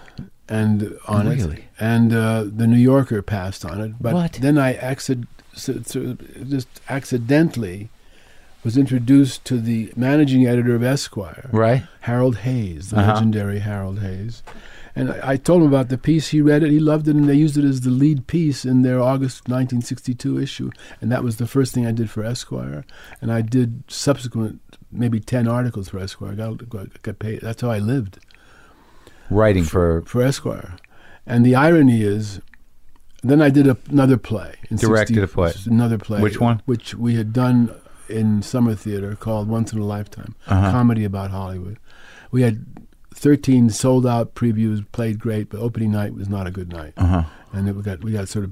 Speaker 2: And on it,
Speaker 1: Really?
Speaker 2: and uh, the New Yorker passed on it. But
Speaker 1: What?
Speaker 2: then I acci- so- so- just accidentally was introduced to the managing editor of Esquire,
Speaker 1: Right.
Speaker 2: Harold Hayes, the
Speaker 1: Uh-huh.
Speaker 2: legendary Harold Hayes. And I, I told him about the piece. He read it, he loved it, and they used it as the lead piece in their August 1962 issue. And that was the first thing I did for Esquire. And I did subsequent, maybe 10 articles for Esquire. I got, got, got paid. That's how I lived
Speaker 1: Writing for
Speaker 2: for Esquire. And the irony is, then I did a, another play. In
Speaker 1: Directed a play.
Speaker 2: Another play.
Speaker 1: Which one?
Speaker 2: Which we had done in summer theater called Once in a Lifetime,
Speaker 1: Uh-huh.
Speaker 2: comedy about Hollywood. We had 13 sold out previews, played great, but opening night was not a good night.
Speaker 1: uh-huh.
Speaker 2: And it, we, got, we got sort of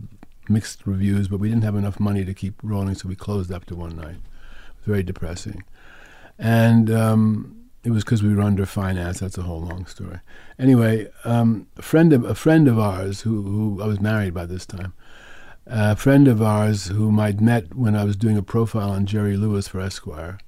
Speaker 2: mixed reviews, but we didn't have enough money to keep rolling, so we closed after one night. It was very depressing. And um, it was because we were under finance. That's a whole long story. Anyway, um, a friend of a friend of ours who, who I was married by this time, a friend of ours whom I'd met when I was doing a profile on Jerry Lewis for Esquire.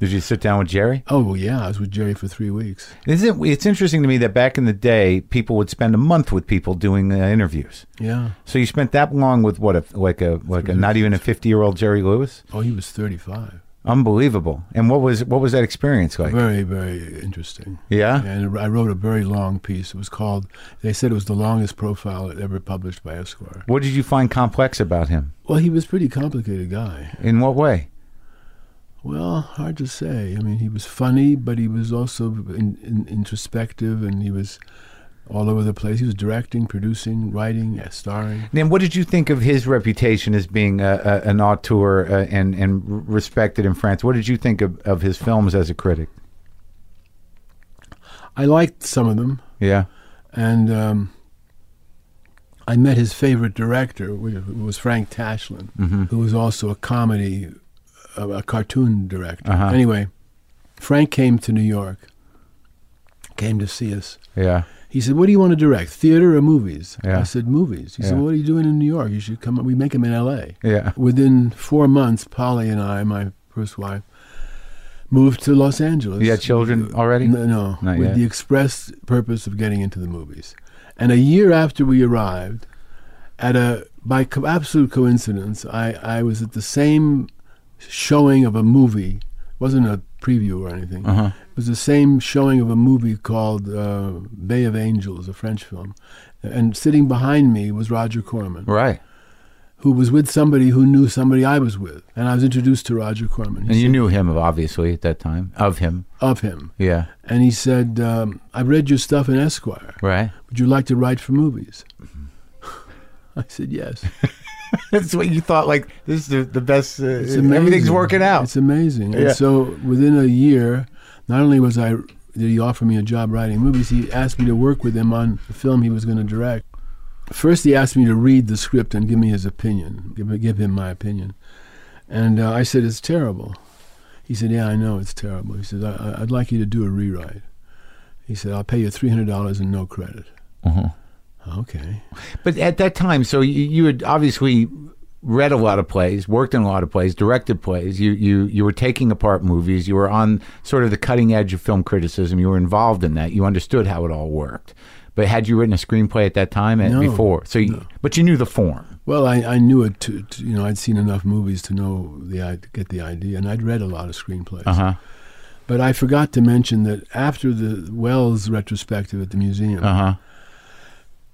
Speaker 1: Did you sit down with Jerry?
Speaker 2: Oh well, yeah, I was with Jerry for three weeks.
Speaker 1: Isn't it, it's interesting to me that back in the day, people would spend a month with people doing uh, interviews.
Speaker 2: Yeah.
Speaker 1: So you spent that long with what a like a like a not even a fifty year old Jerry Lewis.
Speaker 2: Oh, he was thirty-five.
Speaker 1: Unbelievable. And what was what was that experience like?
Speaker 2: Very, very interesting.
Speaker 1: Yeah.
Speaker 2: And I wrote a very long piece. It was called, they said it was the longest profile ever published by Esquire.
Speaker 1: What did you find complex about him?
Speaker 2: Well, he was a pretty complicated guy.
Speaker 1: In what way?
Speaker 2: Well, hard to say. I mean, he was funny, but he was also in, in, introspective and he was all over the place. He was directing, producing, writing, uh, starring.
Speaker 1: Then what did you think of his reputation as being a, a, an auteur uh, and and respected in France? What did you think of, of his films as a critic?
Speaker 2: I liked some of them.
Speaker 1: Yeah.
Speaker 2: And um, I met his favorite director, wh- who was Frank Tashlin,
Speaker 1: Mm-hmm.
Speaker 2: who was also a comedy, uh, a, a cartoon director.
Speaker 1: Uh-huh.
Speaker 2: Anyway, Frank came to New York, came to see us.
Speaker 1: Yeah.
Speaker 2: He said, "What do you want to direct, theater or movies?"
Speaker 1: Yeah.
Speaker 2: I said, "Movies." He said,
Speaker 1: Yeah.
Speaker 2: "What are you doing in New York? You should come. up- We make them in L.A."
Speaker 1: Yeah.
Speaker 2: Within four months, Polly and I, my first wife, moved to Los Angeles.
Speaker 1: You had children already?
Speaker 2: No, no
Speaker 1: Not
Speaker 2: with
Speaker 1: yet.
Speaker 2: the express purpose of getting into the movies. And a year after we arrived, at a by co- absolute coincidence, I, I was at the same showing of a movie. It wasn't a preview or anything.
Speaker 1: Uh-huh.
Speaker 2: It was the same showing of a movie called uh, Bay of Angels, a French film. And sitting behind me was Roger Corman
Speaker 1: Right.
Speaker 2: who was with somebody who knew somebody I was with, and I was introduced to Roger Corman. He
Speaker 1: And you
Speaker 2: said-
Speaker 1: knew him obviously at that time. Of him.
Speaker 2: of him,
Speaker 1: Yeah.
Speaker 2: and he said, um, "I've read your stuff in Esquire.
Speaker 1: Right.
Speaker 2: Would you like to write for movies?" I said, "Yes."
Speaker 1: That's what you thought. Like this is the, the best. Uh,
Speaker 2: It's amazing.
Speaker 1: everything's working out.
Speaker 2: It's amazing.
Speaker 1: Yeah.
Speaker 2: And so within a year, not only was I did he offer me a job writing movies, he asked me to work with him on the film he was going to direct. First, he asked me to read the script and give me his opinion, give, give him my opinion, and uh, I said it's terrible. He said, "Yeah, I know it's terrible." He said, I, I- "I'd like you to do a rewrite." He said, "I'll pay you three hundred dollars and no credit."
Speaker 1: Mhm.
Speaker 2: Okay.
Speaker 1: But at that time, so you, you had obviously read a lot of plays, worked in a lot of plays, directed plays. You you you were taking apart movies. You were on sort of the cutting edge of film criticism. You were involved in that. You understood how it all worked. But had you written a screenplay at that time and
Speaker 2: No,
Speaker 1: before? So, you, but you knew the form.
Speaker 2: Well, I, I knew it. To, to, you know, I'd seen enough movies to know the i- get the idea, and I'd read a lot of screenplays.
Speaker 1: huh.
Speaker 2: But I forgot to mention that after the Wells retrospective at the museum,
Speaker 1: huh.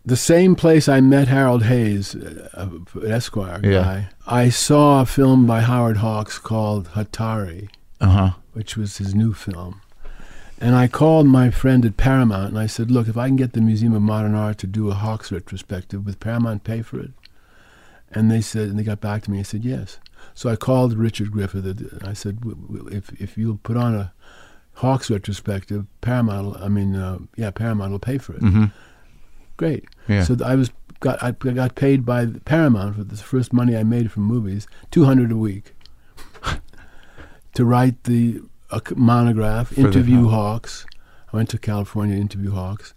Speaker 2: the same place I met Harold Hayes, uh, uh, Esquire guy,
Speaker 1: Yeah.
Speaker 2: I saw a film by Howard Hawks called Hatari,
Speaker 1: Uh huh.
Speaker 2: which was his new film. And I called my friend at Paramount and I said, Look, if I can get the Museum of Modern Art to do a Hawks retrospective, would Paramount pay for it? And they said, and they got back to me and said, Yes. So I called Richard Griffith. and I said, "W- w- if if you'll put on a Hawks retrospective, Paramount. will- I mean, uh, yeah, Paramount will pay for it.
Speaker 1: Mm.
Speaker 2: Great.
Speaker 1: Mm-hmm. Yeah.
Speaker 2: So th- I was got I got paid by Paramount for the first money I made from movies, two hundred a week, to write the uh, c- monograph,
Speaker 1: the
Speaker 2: interview
Speaker 1: film.
Speaker 2: Hawks. I went to California, to interview Hawks,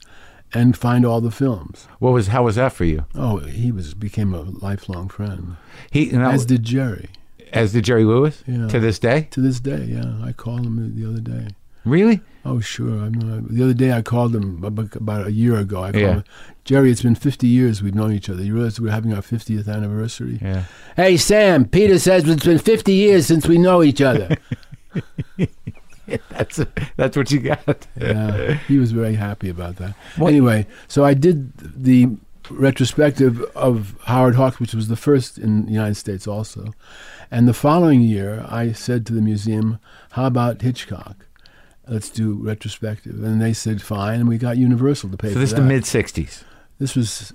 Speaker 2: and find all the films.
Speaker 1: What was how was that for you?
Speaker 2: Oh, he was became a lifelong friend,
Speaker 1: He now,
Speaker 2: as
Speaker 1: as,
Speaker 2: did Jerry.
Speaker 1: did Jerry Lewis
Speaker 2: Yeah.
Speaker 1: to this day.
Speaker 2: To this day, yeah, I called him the other day.
Speaker 1: Really?
Speaker 2: Oh, sure. I know. The other day I called him ab- about a year ago. I called
Speaker 1: Yeah.
Speaker 2: him, Jerry, it's been 50 years we've known each other. You realize we're having our 50th anniversary?
Speaker 1: Yeah.
Speaker 2: Hey, Sam, Peter says it's been 50 years since we know each other.
Speaker 1: That's that's what you got.
Speaker 2: yeah, he was very happy about that.
Speaker 1: What-
Speaker 2: Anyway, so I did the retrospective of Howard Hawks, which was the first in the United States also. And the following year, I said to the museum, how about Hitchcock? Let's do retrospective. And they said, fine. And we got Universal to pay
Speaker 1: So
Speaker 2: for
Speaker 1: this is
Speaker 2: that.
Speaker 1: the mid '60s.
Speaker 2: This was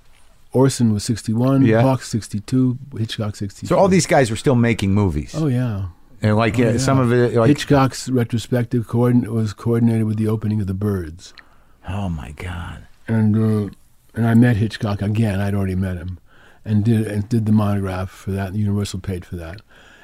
Speaker 2: Orson was 61,
Speaker 1: Yeah.
Speaker 2: Hawks 62, Hitchcock 62.
Speaker 1: So all these guys were still making movies,
Speaker 2: Oh yeah.
Speaker 1: and like
Speaker 2: Oh,
Speaker 1: uh,
Speaker 2: yeah.
Speaker 1: some of it, like
Speaker 2: Hitchcock's retrospective coordin- was coordinated with the opening of The Birds.
Speaker 1: oh my god,
Speaker 2: And uh, and I met Hitchcock again. I'd already met him and did and did the monograph for that. Universal paid for that.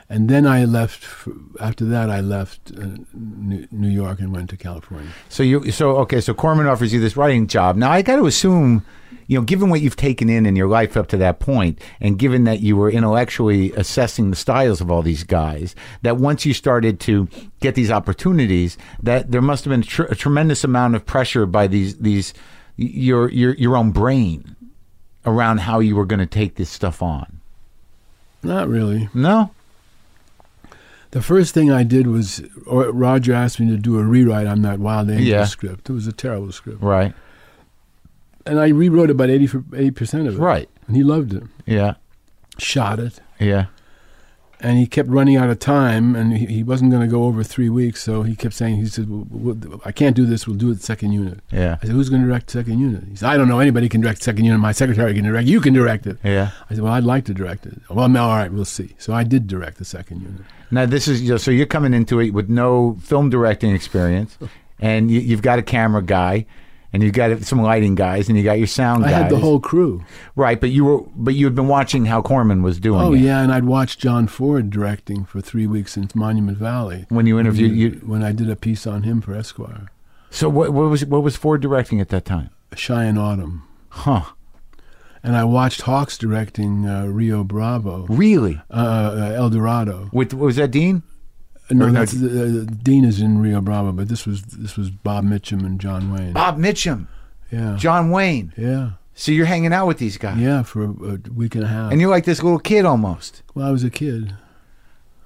Speaker 2: And then I left for, after that I left uh, New, New York and went to California.
Speaker 1: So you so okay, so Corman offers you this writing job. Now I got to assume, you know, given what you've taken in in your life up to that point and given that you were intellectually assessing the styles of all these guys, that once you started to get these opportunities, that there must have been tr- a tremendous amount of pressure by these these your your your own brain around how you were going to take this stuff on.
Speaker 2: Not really.
Speaker 1: No?
Speaker 2: The first thing I did was or Roger asked me to do a rewrite on that Wild Angel
Speaker 1: Yeah.
Speaker 2: script. It was a terrible script.
Speaker 1: Right.
Speaker 2: and I rewrote about 80 percent of it.
Speaker 1: Right.
Speaker 2: and he loved it.
Speaker 1: Yeah.
Speaker 2: Shot it,
Speaker 1: Yeah.
Speaker 2: and he kept running out of time, and he, he wasn't going to go over three weeks. So he kept saying, "He said, well, we'll- I can't do this. We'll do it second unit."
Speaker 1: Yeah.
Speaker 2: I said, "Who's going to direct second unit?" He said, "I don't know. Anybody can direct second unit. My secretary can direct. You can direct it."
Speaker 1: Yeah.
Speaker 2: I said, "Well, I'd like to direct it." Well, no, all right, we'll see. So I did direct the second unit.
Speaker 1: Now this is you know, so you're coming into it with no film directing experience, and you, you've got a camera guy, and you've got some lighting guys, and you got your sound
Speaker 2: I
Speaker 1: guys.
Speaker 2: had the whole crew.
Speaker 1: right, but you were but you had been watching how Corman was doing.
Speaker 2: Oh
Speaker 1: it.
Speaker 2: yeah, and I'd watched John Ford directing for three weeks in Monument Valley
Speaker 1: When you interviewed you,
Speaker 2: when I did a piece on him for Esquire,
Speaker 1: so what, what was what was Ford directing at that time?
Speaker 2: Cheyenne Autumn.
Speaker 1: Huh?
Speaker 2: and I watched Hawks directing uh, Rio Bravo,
Speaker 1: Really?
Speaker 2: uh, uh, El Dorado.
Speaker 1: With was that Dean?
Speaker 2: No,
Speaker 1: Or no,
Speaker 2: that's, uh, Dean is in Rio Bravo, but this was this was Bob Mitchum and John Wayne.
Speaker 1: Bob Mitchum,
Speaker 2: yeah,
Speaker 1: John Wayne.
Speaker 2: yeah,
Speaker 1: So you're hanging out with these guys,
Speaker 2: yeah, for a, a week and a half.
Speaker 1: and you're like this little kid almost.
Speaker 2: well, I was a kid.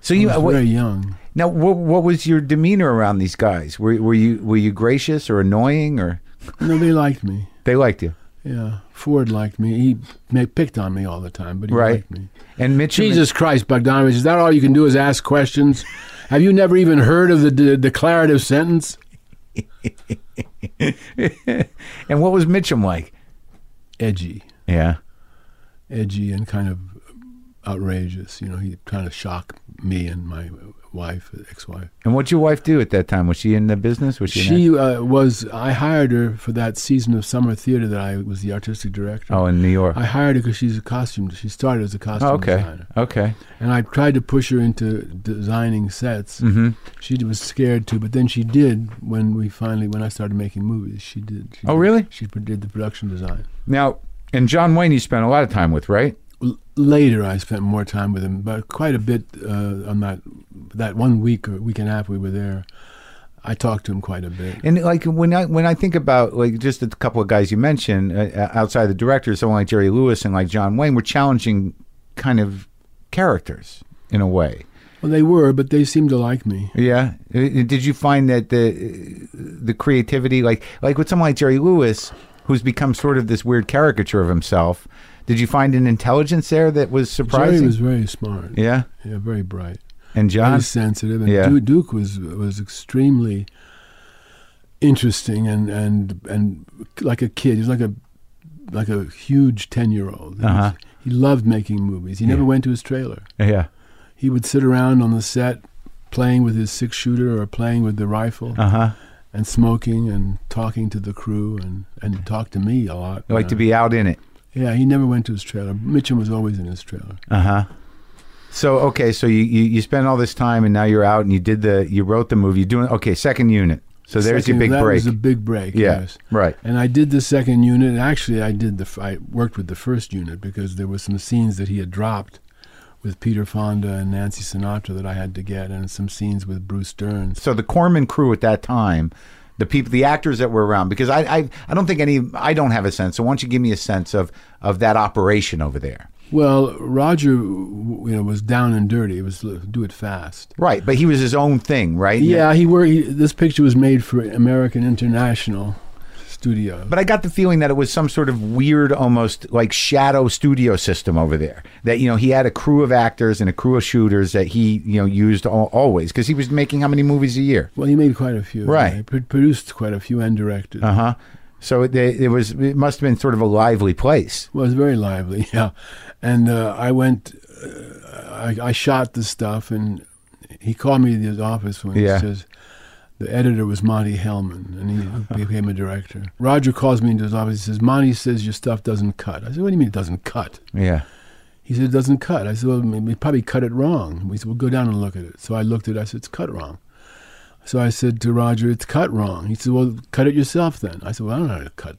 Speaker 1: So
Speaker 2: I
Speaker 1: you
Speaker 2: was
Speaker 1: what-
Speaker 2: very young.
Speaker 1: now what, what was your demeanor around these guys? Were were you were you gracious or annoying or
Speaker 2: No, they liked me.
Speaker 1: they liked you?
Speaker 2: Yeah, Ford liked me. He ma- picked on me all the time, but he
Speaker 1: Right.
Speaker 2: liked me.
Speaker 1: And Mitchum
Speaker 2: Jesus Christ, Bogdanovich, is that all you can do is ask questions? Have you never even heard of the de- declarative sentence?
Speaker 1: And what was Mitchum like?
Speaker 2: Edgy.
Speaker 1: Yeah.
Speaker 2: edgy and kind of outrageous. You know, he kind of shocked me and my wife, ex-wife.
Speaker 1: And what'd your wife do at that time? Was she in the business? Was she? in
Speaker 2: She uh, was. I hired her for that season of summer theater that I was the artistic director.
Speaker 1: that- oh, in New York.
Speaker 2: I hired her because she's a costume. She started as a costume
Speaker 1: Oh, okay.
Speaker 2: designer,
Speaker 1: Okay.
Speaker 2: and I tried to push her into designing sets.
Speaker 1: Mm-hmm.
Speaker 2: She was scared to, but then she did when we finally, when I started making movies, she did. She
Speaker 1: Oh,
Speaker 2: did-
Speaker 1: really?
Speaker 2: She did the production design.
Speaker 1: Now, and John Wayne, you spent a lot of time with, right?
Speaker 2: L- later I spent more time with him, but quite a bit uh, on that that one week or week and a half we were there. I talked to him quite a bit.
Speaker 1: And like when I when I think about like just a couple of guys you mentioned uh, outside the directors, someone like Jerry Lewis and like John Wayne were challenging kind of characters in a way.
Speaker 2: Well, they were, but they seemed to like me.
Speaker 1: Yeah. Uh, Did you find that the uh, the creativity, like like with someone like Jerry Lewis, who's become sort of this weird caricature of himself, did you find an intelligence there that was surprising?
Speaker 2: Jerry was very smart. Yeah,
Speaker 1: yeah.
Speaker 2: very bright,
Speaker 1: And
Speaker 2: very
Speaker 1: John.
Speaker 2: sensitive, and
Speaker 1: yeah.
Speaker 2: Du- Duke was was extremely interesting and and and like a kid. He was like a like a huge ten year old.
Speaker 1: Uh-huh.
Speaker 2: He loved making movies. He never
Speaker 1: Yeah.
Speaker 2: went to his trailer.
Speaker 1: Yeah.
Speaker 2: he would sit around on the set playing with his six shooter or playing with the rifle
Speaker 1: Uh huh.
Speaker 2: and smoking and talking to the crew and and talk to me a lot.
Speaker 1: You like to
Speaker 2: Uh,
Speaker 1: be out in it.
Speaker 2: Yeah, he never went to his trailer. Mitchum was always in his trailer.
Speaker 1: Uh huh. So okay, so you, you you spent all this time and now you're out and you did the you wrote the movie. You're doing okay. Second unit. So there's
Speaker 2: Second-
Speaker 1: your big
Speaker 2: that
Speaker 1: break.
Speaker 2: was a big break.
Speaker 1: yeah.
Speaker 2: Yes.
Speaker 1: Right.
Speaker 2: And I did the second unit. And actually, I did the f- I worked with the first unit because there were some scenes that he had dropped with Peter Fonda and Nancy Sinatra that I had to get, and some scenes with Bruce Stearns.
Speaker 1: So the Corman crew at that time, the people, the actors that were around, because I I, I don't think any I don't have a sense. So why don't you give me a sense of of that operation over there?
Speaker 2: Well, Roger, w- you know, was down and dirty. It was l- do it fast.
Speaker 1: Right. But he was his own thing, right?
Speaker 2: Yeah, he were. He, this picture was made for American International Studios.
Speaker 1: But I got the feeling that it was some sort of weird, almost like shadow studio system over there. That you know he had a crew of actors and a crew of shooters that he you know used al always because he was making how many movies a year?
Speaker 2: Well, he made quite a few.
Speaker 1: Right.
Speaker 2: He pro- produced quite a few and directed.
Speaker 1: Uh huh. So it, it was it must have been sort of a lively place.
Speaker 2: Well, it was very lively, yeah. And uh, I went, uh, I, I shot the stuff, and he called me to his office when
Speaker 1: Yeah.
Speaker 2: he says, the editor was Monty Hellman, and he became a director. Roger calls me into his office. He says, Monty says your stuff doesn't cut. I said, What do you mean it doesn't cut?
Speaker 1: Yeah.
Speaker 2: He said, It doesn't cut. I said, Well, we we probably cut it wrong. We said, Well, go down and look at it. So I looked at it. I said, It's cut wrong. So I said to Roger, It's cut wrong. He said, Well, cut it yourself then. I said, Well, I don't know how to cut.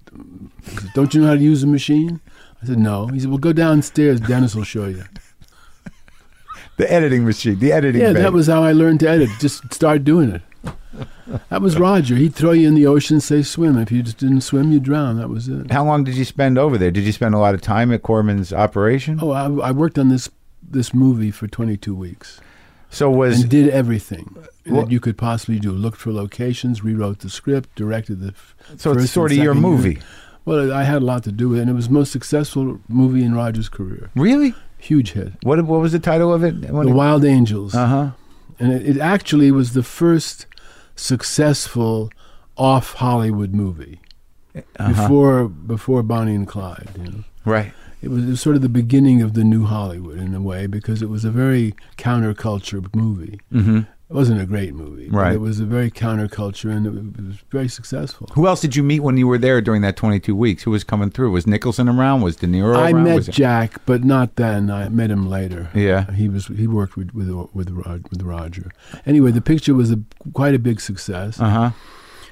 Speaker 2: He said, Don't you know how to use a machine? I said, No. He said, Well, go downstairs. Dennis will show you.
Speaker 1: The editing machine. The editing.
Speaker 2: Yeah,
Speaker 1: bay.
Speaker 2: that was how I learned to edit. Just start doing it. That was Roger. He'd throw you in the ocean, say, Swim. If you just didn't swim, you'd drown. That was it.
Speaker 1: How long did you spend over there? Did you spend a lot of time at Corman's operation?
Speaker 2: Oh, I, I worked on this this movie for 22 weeks.
Speaker 1: So was
Speaker 2: and did everything
Speaker 1: Well-
Speaker 2: that you could possibly do. Looked for locations, rewrote the script, directed the. f-
Speaker 1: so it's
Speaker 2: first
Speaker 1: sort of
Speaker 2: and
Speaker 1: your
Speaker 2: second
Speaker 1: movie.
Speaker 2: unit. Well, I had a lot to do with it, and it was the most successful movie in Roger's career.
Speaker 1: Really?
Speaker 2: Huge hit.
Speaker 1: What what was the title of it?
Speaker 2: The Wild Angels,
Speaker 1: Uh huh.
Speaker 2: and it, it actually was the first successful off Hollywood movie
Speaker 1: Eh, uh-huh.
Speaker 2: before before Bonnie and Clyde. You know.
Speaker 1: Right.
Speaker 2: It was, it was sort of the beginning of the new Hollywood in a way because it was a very counterculture movie.
Speaker 1: Mm-hmm.
Speaker 2: It wasn't a great movie. but
Speaker 1: Right.
Speaker 2: It was a very counterculture and it was very successful.
Speaker 1: Who else did you meet when you were there during that 22 weeks? Who was coming through? Was Nicholson around? Was De Niro
Speaker 2: I
Speaker 1: around?
Speaker 2: met
Speaker 1: Was it-
Speaker 2: Jack, but not then. I met him later.
Speaker 1: Yeah.
Speaker 2: He was he worked with with with, Rod, with Roger. Anyway, the picture was a quite a big success,
Speaker 1: Uh huh.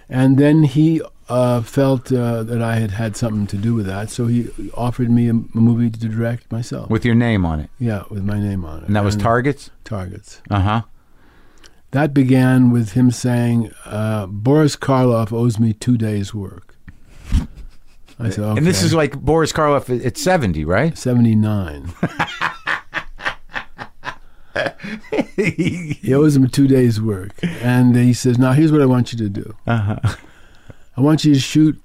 Speaker 2: and then he uh, felt uh, that I had had something to do with that, so he offered me a, m- a movie to direct myself.
Speaker 1: With your name on it.
Speaker 2: yeah, with my name on it.
Speaker 1: And that was Targets?
Speaker 2: Targets.
Speaker 1: Uh huh.
Speaker 2: That began with him saying, uh, "Boris Karloff owes me two days' work." I said, okay.
Speaker 1: And this is like Boris Karloff at- at 70, right?
Speaker 2: 79.
Speaker 1: uh Uh-huh.
Speaker 2: He owes him two days' work. And he says, Now, here's what I want you to do
Speaker 1: huh.
Speaker 2: I want you to shoot.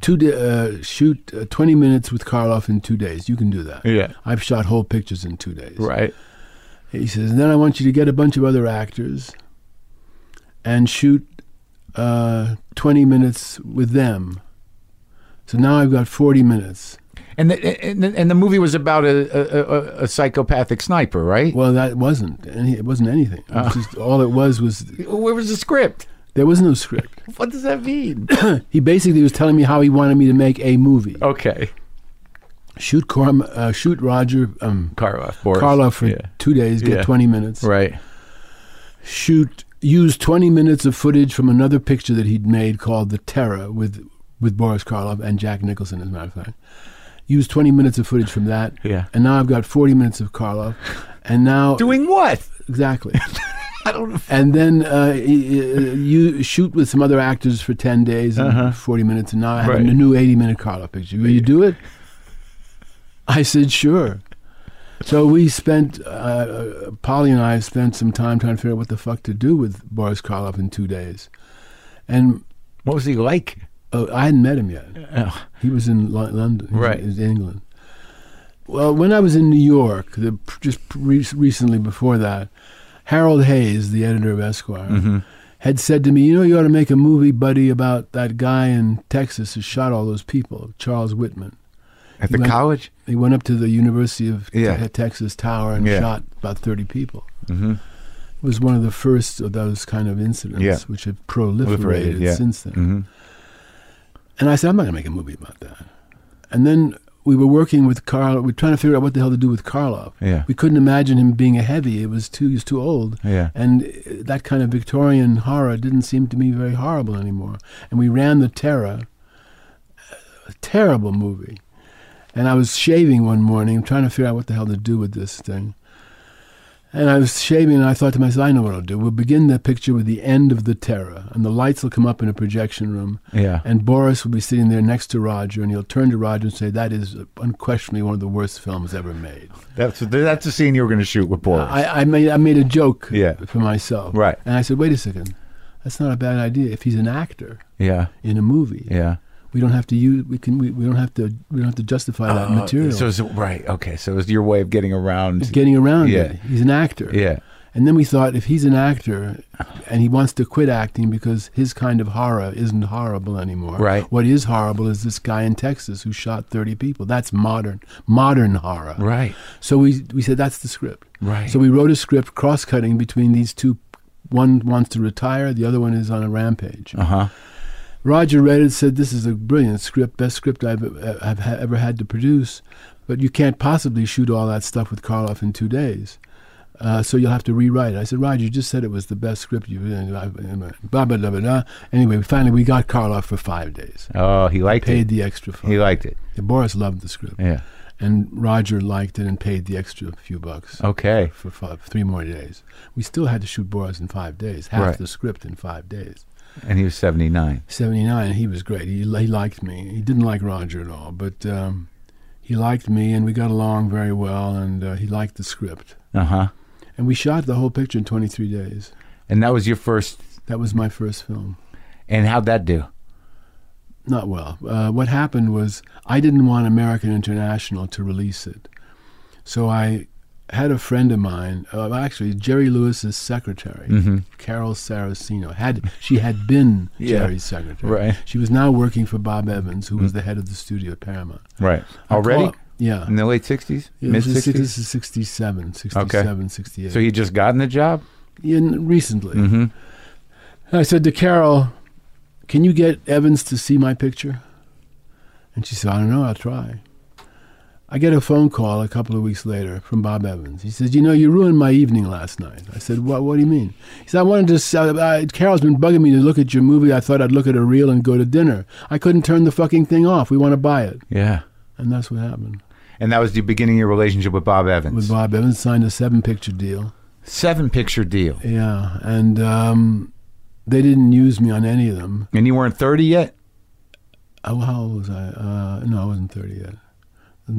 Speaker 2: Two da uh, shoot uh, twenty minutes with Karloff in two days. You can do that.
Speaker 1: Yeah.
Speaker 2: I've shot whole pictures in two days.
Speaker 1: Right.
Speaker 2: He says, then I want you to get a bunch of other actors and shoot uh, twenty minutes with them. So now I've got forty minutes.
Speaker 1: And the, and, the, and the movie was about a, a, a, a psychopathic sniper, right?
Speaker 2: Well, that wasn't any. It wasn't anything. It
Speaker 1: Uh.
Speaker 2: was just, all it was was
Speaker 1: Where was the script?
Speaker 2: there was no script.
Speaker 1: What does that mean?
Speaker 2: He basically was telling me how he wanted me to make a movie.
Speaker 1: Oh. okay.
Speaker 2: Shoot Corm, uh, shoot Roger um,
Speaker 1: Karloff. Boris.
Speaker 2: Karloff for two days, get
Speaker 1: Yeah.
Speaker 2: 20 minutes.
Speaker 1: Right.
Speaker 2: Shoot, use 20 minutes of footage from another picture that he'd made called The Terror with with Boris Karloff and Jack Nicholson, as a matter of fact. Use 20 minutes of footage from that.
Speaker 1: Yeah.
Speaker 2: And now I've got 40 minutes of Karloff. And now
Speaker 1: Doing what?
Speaker 2: exactly.
Speaker 1: I don't know.
Speaker 2: and then uh, y- y- you shoot with some other actors for 10 days and 40 minutes and now i have
Speaker 1: Uh-huh. Right.
Speaker 2: a new 80 minute Carla picture will you do it i said sure so we spent uh, uh, polly and i spent some time trying to figure out what the fuck to do with boris karloff in two days and
Speaker 1: What was he like?
Speaker 2: uh, i hadn't met him yet
Speaker 1: Oh,
Speaker 2: he was in Lo- London, He was-
Speaker 1: Right.
Speaker 2: He was in England. Well, when I was in New York, the, just re- recently before that, Harold Hayes, the editor of Esquire,
Speaker 1: Mm-hmm.
Speaker 2: had said to me, "You know, you ought to make a movie, buddy, about that guy in Texas who shot all those people, Charles Whitman."
Speaker 1: at the
Speaker 2: He went-
Speaker 1: college?
Speaker 2: He went up to the University of Te-
Speaker 1: Yeah.
Speaker 2: Texas Tower and
Speaker 1: Yeah.
Speaker 2: shot about 30 people.
Speaker 1: hmm
Speaker 2: It was one of the first of those kind of incidents,
Speaker 1: Yeah.
Speaker 2: which have proliferated
Speaker 1: yeah.
Speaker 2: since then.
Speaker 1: hmm
Speaker 2: And I said, I'm not going to make a movie about that. And then we were working with Carl. We were trying to figure out what the hell to do with Karloff.
Speaker 1: Yeah.
Speaker 2: We couldn't imagine him being a heavy. It was too. He was too old.
Speaker 1: Yeah.
Speaker 2: And uh, that kind of Victorian horror didn't seem to me very horrible anymore. And we ran the Terror, uh, a terrible movie. And I was shaving one morning, trying to figure out what the hell to do with this thing. And I was shaving, and I thought to myself, I know what I'll do. We'll begin the picture with the end of the Terror, and the lights will come up in a projection room,
Speaker 1: Yeah.
Speaker 2: and Boris will be sitting there next to Roger, and he'll turn to Roger and say, "That is unquestionably one of the worst films ever made."
Speaker 1: That's that's the scene you were going to shoot with Boris.
Speaker 2: I, I made I made a joke
Speaker 1: Yeah.
Speaker 2: for myself,
Speaker 1: Right.
Speaker 2: And I said, "Wait a second, that's not a bad idea. If he's an actor
Speaker 1: yeah.
Speaker 2: in a movie,
Speaker 1: Yeah.
Speaker 2: we don't have to use we can we, we don't have to we don't have to justify that Uh, material.
Speaker 1: Uh, So it's, right. Okay. So it was your way of getting around.
Speaker 2: Getting around
Speaker 1: Yeah.
Speaker 2: it, he's an actor.
Speaker 1: yeah.
Speaker 2: And then we thought, if he's an actor and he wants to quit acting because his kind of horror isn't horrible anymore.
Speaker 1: Right.
Speaker 2: What is horrible is this guy in Texas who shot 30 people. That's modern, modern horror.
Speaker 1: Right.
Speaker 2: So we, we said, that's the script.
Speaker 1: Right.
Speaker 2: So we wrote a script cross cutting between these two. One wants to retire, the other one is on a rampage.
Speaker 1: Uh huh.
Speaker 2: Roger read it, said, This is a brilliant script, best script I've, uh, I've ha- ever had to produce, but you can't possibly shoot all that stuff with Karloff in two days. Uh, so you'll have to rewrite it. I said, Roger, you just said it was the best script you've and I- and I- blah, blah, blah, blah, blah. Anyway, finally, we got Karloff for five days.
Speaker 1: Oh, he liked
Speaker 2: Paid
Speaker 1: it.
Speaker 2: the extra
Speaker 1: He
Speaker 2: five.
Speaker 1: liked it.
Speaker 2: Yeah, Boris loved the script.
Speaker 1: Yeah.
Speaker 2: And Roger liked it and paid the extra few
Speaker 1: Oh.
Speaker 2: bucks
Speaker 1: Okay.
Speaker 2: for five, three more days. We still had to shoot Boris in five days, half
Speaker 1: Right.
Speaker 2: the script in five days.
Speaker 1: And he was seventy nine.
Speaker 2: 79 he was great he, he liked me he didn't like roger at all but um, he liked me and we got along very well and uh, he liked the script
Speaker 1: Uh huh.
Speaker 2: and we shot the whole picture in 23 days
Speaker 1: And that was your first.
Speaker 2: that was my first film
Speaker 1: And how'd that do?
Speaker 2: not well uh, what happened was i didn't want american international to release it so i had a friend of mine uh, actually jerry lewis's secretary
Speaker 1: Hmm. Mm-hmm.
Speaker 2: carol saraceno had she had been
Speaker 1: Yeah.
Speaker 2: jerry's secretary
Speaker 1: Right. Hmm.
Speaker 2: she was now working for bob evans who was the head of the studio at paramount
Speaker 1: Right.
Speaker 2: I
Speaker 1: Already.
Speaker 2: call- yeah.
Speaker 1: In the late sixties,
Speaker 2: It
Speaker 1: mid
Speaker 2: was a-
Speaker 1: sixties.
Speaker 2: This is 67, 67, 68.
Speaker 1: So he just gotten the job.
Speaker 2: In, recently.
Speaker 1: Mm-hmm.
Speaker 2: And I said to Carol, Can you get Evans to see my picture? And she said, I don't know, I'll try. I get a phone call a couple of weeks later from Bob Evans. He says, You know, you ruined my evening last night. I said, What, what do you mean? He said, I wanted to. s- Uh, uh, Carol's been bugging me to look at your movie. I thought I'd look at a reel and go to dinner. I couldn't turn the fucking thing off. We want to buy it.
Speaker 1: Yeah.
Speaker 2: And that's what happened.
Speaker 1: And that was the beginning of your relationship with Bob Evans.
Speaker 2: With Bob Evans, signed a seven picture deal.
Speaker 1: Seven picture deal.
Speaker 2: Yeah, and um, they didn't use me on any of them.
Speaker 1: And you weren't thirty yet.
Speaker 2: Oh, how old was I? Uh, no, I wasn't 30 yet.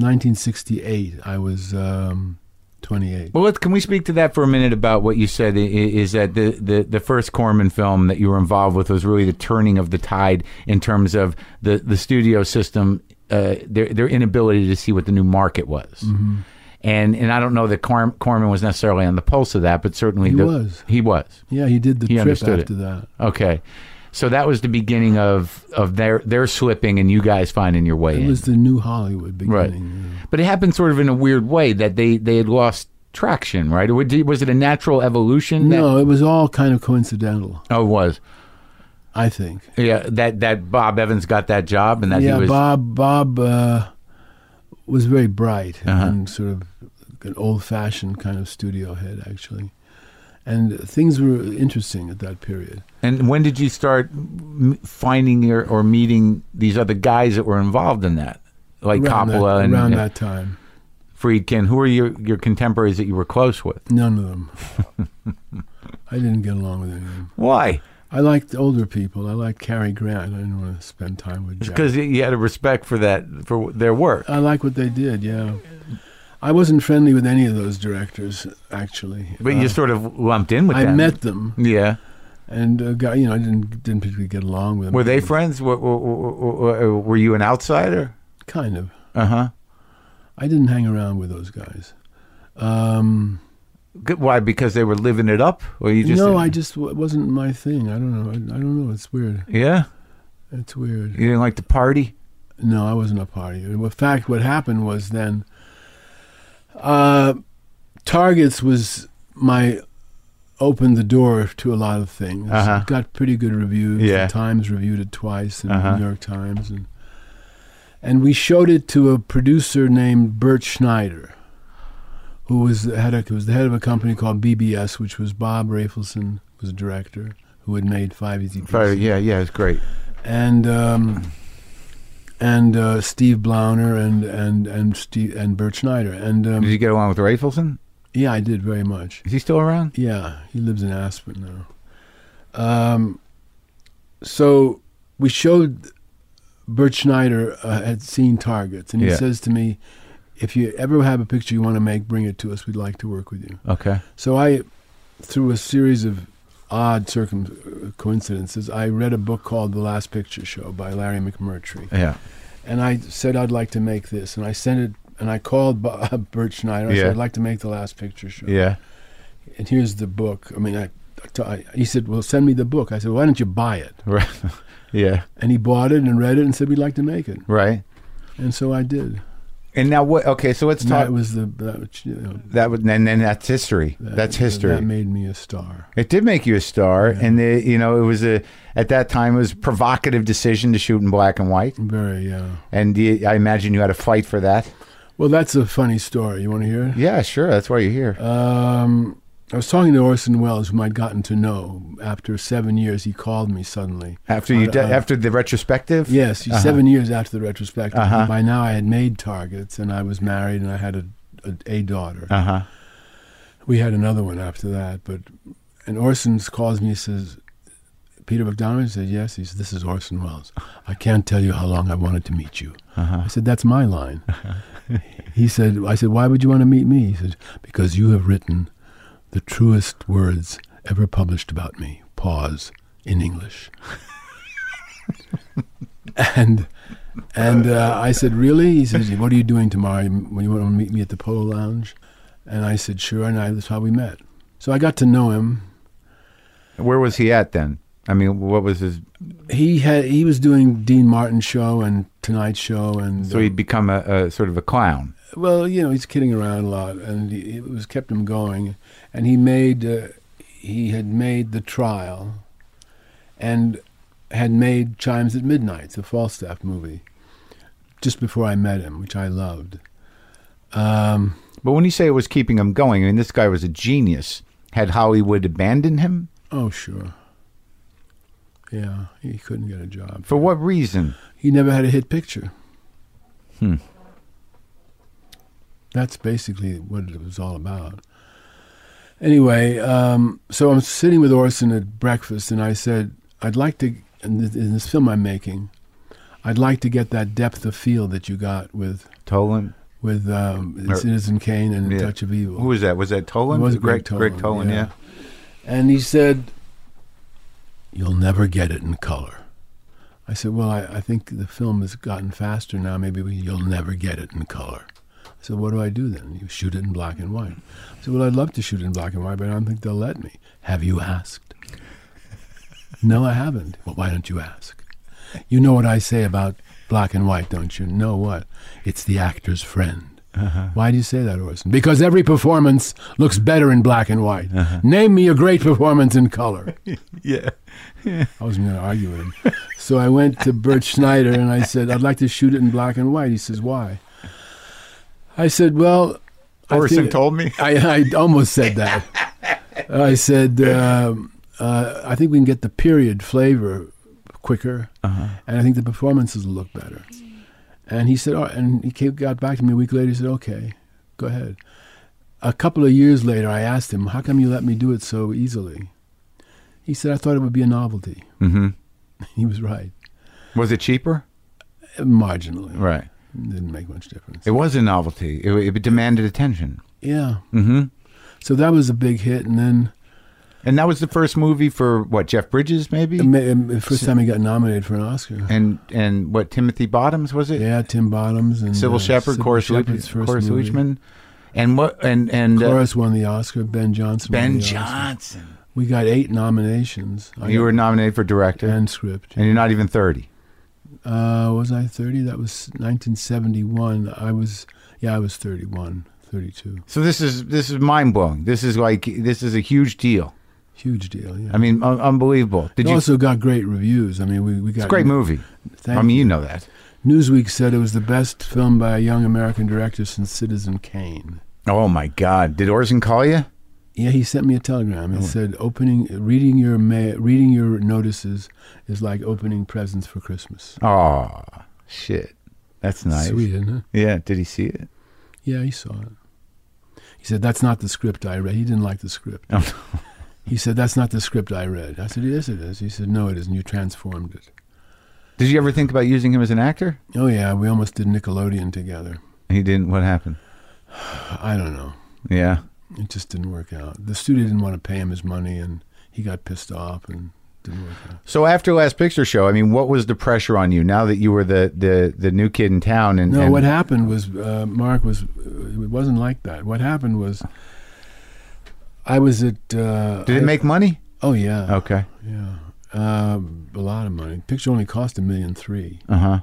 Speaker 2: 1968, I was um, 28.
Speaker 1: Well, let can we speak to that for a minute about what you said? i- i- Is that the, the, the first Corman film that you were involved with was really the turning of the tide in terms of the, the studio system, uh, their, their inability to see what the new market was.
Speaker 2: Mm-hmm.
Speaker 1: And and I don't know that Corm, Corman was necessarily on the pulse of that, but certainly
Speaker 2: He
Speaker 1: the-
Speaker 2: was.
Speaker 1: He was.
Speaker 2: Yeah, he did the
Speaker 1: He
Speaker 2: trip
Speaker 1: understood it.
Speaker 2: after that.
Speaker 1: Okay. So that was the beginning of, of their, their slipping and you guys finding your way
Speaker 2: It
Speaker 1: in.
Speaker 2: was the new Hollywood
Speaker 1: Right.
Speaker 2: beginning.
Speaker 1: But it happened sort of in a weird way that they, they had lost traction, right? Or did- was it a natural evolution? that-
Speaker 2: No, it was all kind of coincidental,
Speaker 1: Oh, it was.
Speaker 2: I think.
Speaker 1: Yeah, that that Bob Evans got that job, and that
Speaker 2: yeah,
Speaker 1: he was.
Speaker 2: Bob Bob uh, was very bright
Speaker 1: Uh-huh.
Speaker 2: and sort of an old-fashioned kind of studio head, actually. And things were interesting at that period.
Speaker 1: And when did you start m- finding your, or meeting these other guys that were involved in that, like
Speaker 2: around
Speaker 1: Coppola
Speaker 2: that,
Speaker 1: and
Speaker 2: around
Speaker 1: uh,
Speaker 2: that time.
Speaker 1: Friedkin? Who are your your contemporaries that you were close with?
Speaker 2: None of them. I didn't get along with any of them.
Speaker 1: Why?
Speaker 2: I liked older people. I liked Cary Grant. I didn't want to spend time with Jack.
Speaker 1: Because you had a respect for that for their work.
Speaker 2: I like what they did. Yeah, I wasn't friendly with any of those directors actually.
Speaker 1: But
Speaker 2: Uh,
Speaker 1: you sort of lumped in with
Speaker 2: I
Speaker 1: them.
Speaker 2: met them
Speaker 1: Yeah.
Speaker 2: and uh, got, you know I didn't didn't particularly get along with them.
Speaker 1: Were they friends? Were, were, were, uh, were you an outsider?
Speaker 2: kind of?
Speaker 1: Uh huh.
Speaker 2: I didn't hang around with those guys. Um,
Speaker 1: Why? Because they were living it up, or you just
Speaker 2: no, I just it wasn't my thing. I don't know. I, I don't know. It's weird.
Speaker 1: yeah.
Speaker 2: It's weird.
Speaker 1: You didn't like to party.
Speaker 2: No, I wasn't a party. In fact, what happened was then uh, Targets was my opened the door to a lot of things.
Speaker 1: Uh-huh.
Speaker 2: It got pretty good reviews.
Speaker 1: Yeah.
Speaker 2: The Times reviewed it twice, and
Speaker 1: Uh-huh.
Speaker 2: New York Times, and and we showed it to a producer named Bert Schneider, who was the head of, who was the head of a company called BBS, which was Bob Rafelson was a director who had made Five Easy Pieces
Speaker 1: Probably- yeah, yeah, it's great.
Speaker 2: and um, and uh, Steve Blauner and and and Steve and Bert Schneider and
Speaker 1: Did
Speaker 2: um,
Speaker 1: you get along with Rafelson?
Speaker 2: yeah, I did very much.
Speaker 1: Is he still around?
Speaker 2: Yeah, he lives in Aspen now. Um, so we showed Bert Schneider uh, had seen targets, and he
Speaker 1: Yeah.
Speaker 2: says to me, "If you ever have a picture you want to make, bring it to us. We'd like to work with you."
Speaker 1: Okay.
Speaker 2: So I, through a series of odd circum uh, coincidences, I read a book called The Last Picture Show by Larry McMurtry.
Speaker 1: Yeah.
Speaker 2: and I said I'd like to make this, and I sent it, and I called Bob Bert Schneider. I
Speaker 1: Yeah.
Speaker 2: said I'd like to make the last picture show.
Speaker 1: Yeah.
Speaker 2: And here's the book. I mean, I, I t- I- he said, "Well, send me the book." I said, "Why don't you buy it?"
Speaker 1: Right. yeah.
Speaker 2: And he bought it and read it and said, "We'd like to make it."
Speaker 1: Right.
Speaker 2: And so I did.
Speaker 1: And now what? Okay, so let's
Speaker 2: And
Speaker 1: talk.
Speaker 2: that was the that, was, you know,
Speaker 1: That would, and then that's history.
Speaker 2: that-
Speaker 1: that's history.
Speaker 2: That made me a star.
Speaker 1: It did make you a star, and it, you know it was a at that time it was a provocative decision to shoot in black and white,
Speaker 2: Very yeah.
Speaker 1: and you, I imagine you had to fight for that.
Speaker 2: Well, that's a funny story. You want to hear it?
Speaker 1: Yeah, sure, that's why you're here.
Speaker 2: Um, I was talking to Orson Welles, whom I'd gotten to know. After seven years, he called me suddenly.
Speaker 1: After you,
Speaker 2: I-
Speaker 1: de-
Speaker 2: I-
Speaker 1: after the retrospective,
Speaker 2: Yes,
Speaker 1: Uh-huh.
Speaker 2: seven years after the retrospective.
Speaker 1: Uh-huh.
Speaker 2: And By now, I had made targets, and I was married, and I had a a, a daughter.
Speaker 1: uh huh,
Speaker 2: We had another one after that, but and Orson calls me. He says, "Peter McDonald." He says, "Yes." He says, "This is Orson Welles. I can't tell you how long I wanted to meet you."
Speaker 1: uh huh,
Speaker 2: I said, "That's my line." he said, "I said, why would you want to meet me?" He said, "Because you have written the truest words ever published about me." Pause in English. and and uh, I said, "Really?" He says, "What are you doing tomorrow? When you want to meet me at the Polo Lounge?" And I said, "Sure." And I, that's how we met. So I got to know him.
Speaker 1: Where was he at then? I mean, what was his?
Speaker 2: He had he was doing Dean Martin show and Tonight Show and uh,
Speaker 1: So he'd become a, a sort of a clown.
Speaker 2: Well, you know, he's kidding around a lot, and he- it was kept him going. And he made, uh, he had made the trial, and had made Chimes at Midnight, the Falstaff movie, just before I met him, which I loved. Um,
Speaker 1: But when you say it was keeping him going, I mean, this guy was a genius. Had Hollywood abandoned him
Speaker 2: oh sure, yeah, he couldn't get a job.
Speaker 1: for what reason?
Speaker 2: He never had a hit picture.
Speaker 1: Hmm.
Speaker 2: That's basically what it was all about. Anyway, um, so I'm sitting with Orson at breakfast, and I said, I'd like to, in this, in this film I'm making, I'd like to get that depth of field that you got with
Speaker 1: Tolan,
Speaker 2: with um,
Speaker 1: Or-
Speaker 2: Citizen Kane and
Speaker 1: Yeah.
Speaker 2: Touch of Evil.
Speaker 1: who was that? Was that Tolan?
Speaker 2: It was Greg
Speaker 1: Greg
Speaker 2: Tolan,
Speaker 1: Tolan,
Speaker 2: yeah.
Speaker 1: yeah.
Speaker 2: And he said, You'll never get it in color. I said, Well, I, I think the film has gotten faster now. Maybe we, you'll never get it in color. I said, What do I do then? You shoot it in black and white. I said, Well, I'd love to shoot it in black and white, but I don't think they'll let me. Have you asked? no, I haven't. Well, why don't you ask? You know what I say about black and white, don't you? Know what? It's the actor's friend. Why do you say that, Orson? Because every performance looks better in black and white. Name me a great performance in color.
Speaker 1: yeah.
Speaker 2: I wasn't going to argue with him. So I went to Bert Schneider and I said, I'd like to shoot it in black and white. He says, Why? I said, Well, I
Speaker 1: Orson
Speaker 2: think-
Speaker 1: told me.
Speaker 2: I, I almost said that. I said, um, uh, I think we can get the period flavor quicker, and I think the performances will look better. And he said, oh, and he came, got back to me a week later. He said, okay, go ahead. A couple of years later, I asked him, how come you let me do it so easily? He said, I thought it would be a novelty.
Speaker 1: hmm
Speaker 2: He was right,
Speaker 1: Was it cheaper?
Speaker 2: marginally.
Speaker 1: Right.
Speaker 2: Didn't make much difference.
Speaker 1: It was a novelty. It, it demanded attention.
Speaker 2: yeah.
Speaker 1: hmm
Speaker 2: So that was a big hit, and then.
Speaker 1: And that was the first movie for what Jeff Bridges, maybe,
Speaker 2: Ma- um, The first time he got nominated for an Oscar.
Speaker 1: and and what Timothy Bottoms was it?
Speaker 2: Yeah, Tim Bottoms and
Speaker 1: Sybil Shepherd, Cloris
Speaker 2: Shepard's
Speaker 1: Leach-
Speaker 2: first
Speaker 1: Cloris
Speaker 2: movie.
Speaker 1: Leachman, and what and and uh,
Speaker 2: Cloris won the Oscar. Ben Johnson. won
Speaker 1: Ben
Speaker 2: the Oscar.
Speaker 1: Johnson.
Speaker 2: We got eight nominations. I
Speaker 1: You
Speaker 2: got
Speaker 1: were nominated for director,
Speaker 2: and script.
Speaker 1: and you're not even thirty.
Speaker 2: Uh, was I 30? That was 1971. I was, yeah, I was 31, 32.
Speaker 1: So this is this is mind blowing. This is like this is a huge deal.
Speaker 2: Huge deal, yeah.
Speaker 1: I mean, un- unbelievable. Did
Speaker 2: it
Speaker 1: you?
Speaker 2: also got great reviews. I mean, we, we got
Speaker 1: it's a great movie.
Speaker 2: Thank
Speaker 1: I mean,
Speaker 2: you.
Speaker 1: you know that.
Speaker 2: Newsweek said it was the best film by a young American director since Citizen Kane.
Speaker 1: Oh my God! Did Orson call you?
Speaker 2: Yeah, he sent me a telegram. It
Speaker 1: Oh.
Speaker 2: said, "Opening, reading your ma- reading your notices is like opening presents for Christmas."
Speaker 1: Oh shit! That's nice.
Speaker 2: Sweet, isn't it?
Speaker 1: Yeah. Did he see it?
Speaker 2: Yeah, he saw it. He said, "That's not the script I read." He didn't like the script.
Speaker 1: Oh,
Speaker 2: He said, "That's not the script I read." I said, "Yes, it is." He said, "No, it isn't. You transformed it."
Speaker 1: Did you ever think about using him as an actor?
Speaker 2: Oh yeah, we almost did Nickelodeon together.
Speaker 1: He didn't. What happened?
Speaker 2: I don't know.
Speaker 1: Yeah.
Speaker 2: It just didn't work out. The studio didn't want to pay him his money, and he got pissed off and didn't work out.
Speaker 1: So after last picture show, I mean, what was the pressure on you now that you were the the, the new kid in town? And
Speaker 2: No,
Speaker 1: and-
Speaker 2: what happened was uh, Mark was it wasn't like that. What happened was I was at uh,
Speaker 1: Did
Speaker 2: I-
Speaker 1: it make money?
Speaker 2: Oh yeah,
Speaker 1: Okay.
Speaker 2: yeah, um, a lot of money. Picture only cost a million three,
Speaker 1: Uh huh.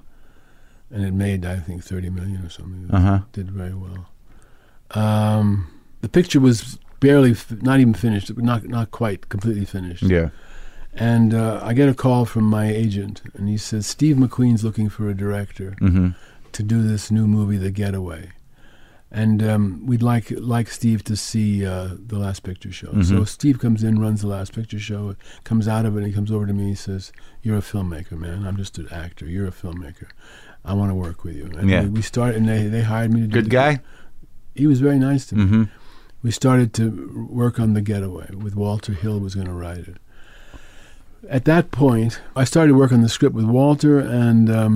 Speaker 2: and it made I think thirty million or something. It
Speaker 1: Uh huh.
Speaker 2: Did very well. Um, the picture was barely, f- not even finished, not not quite completely finished.
Speaker 1: Yeah.
Speaker 2: And uh, I get a call from my agent, and he says Steve McQueen's looking for a director.
Speaker 1: Mm-hmm.
Speaker 2: to do this new movie, The Getaway, and um, we'd like like Steve to see uh, the Last Picture Show.
Speaker 1: Mm-hmm.
Speaker 2: So Steve comes in, runs the Last Picture Show, comes out of it, and he comes over to me. He says, "You're a filmmaker, man. I'm just an actor. You're a filmmaker. I want to work with you." And
Speaker 1: Yeah.
Speaker 2: we, we started, and they they hired me to do
Speaker 1: Good
Speaker 2: the-
Speaker 1: guy.
Speaker 2: He was very nice to me
Speaker 1: Mm-hmm.
Speaker 2: we started to work on the getaway with walter hill was going to write it at that point i started work on the script with walter and um,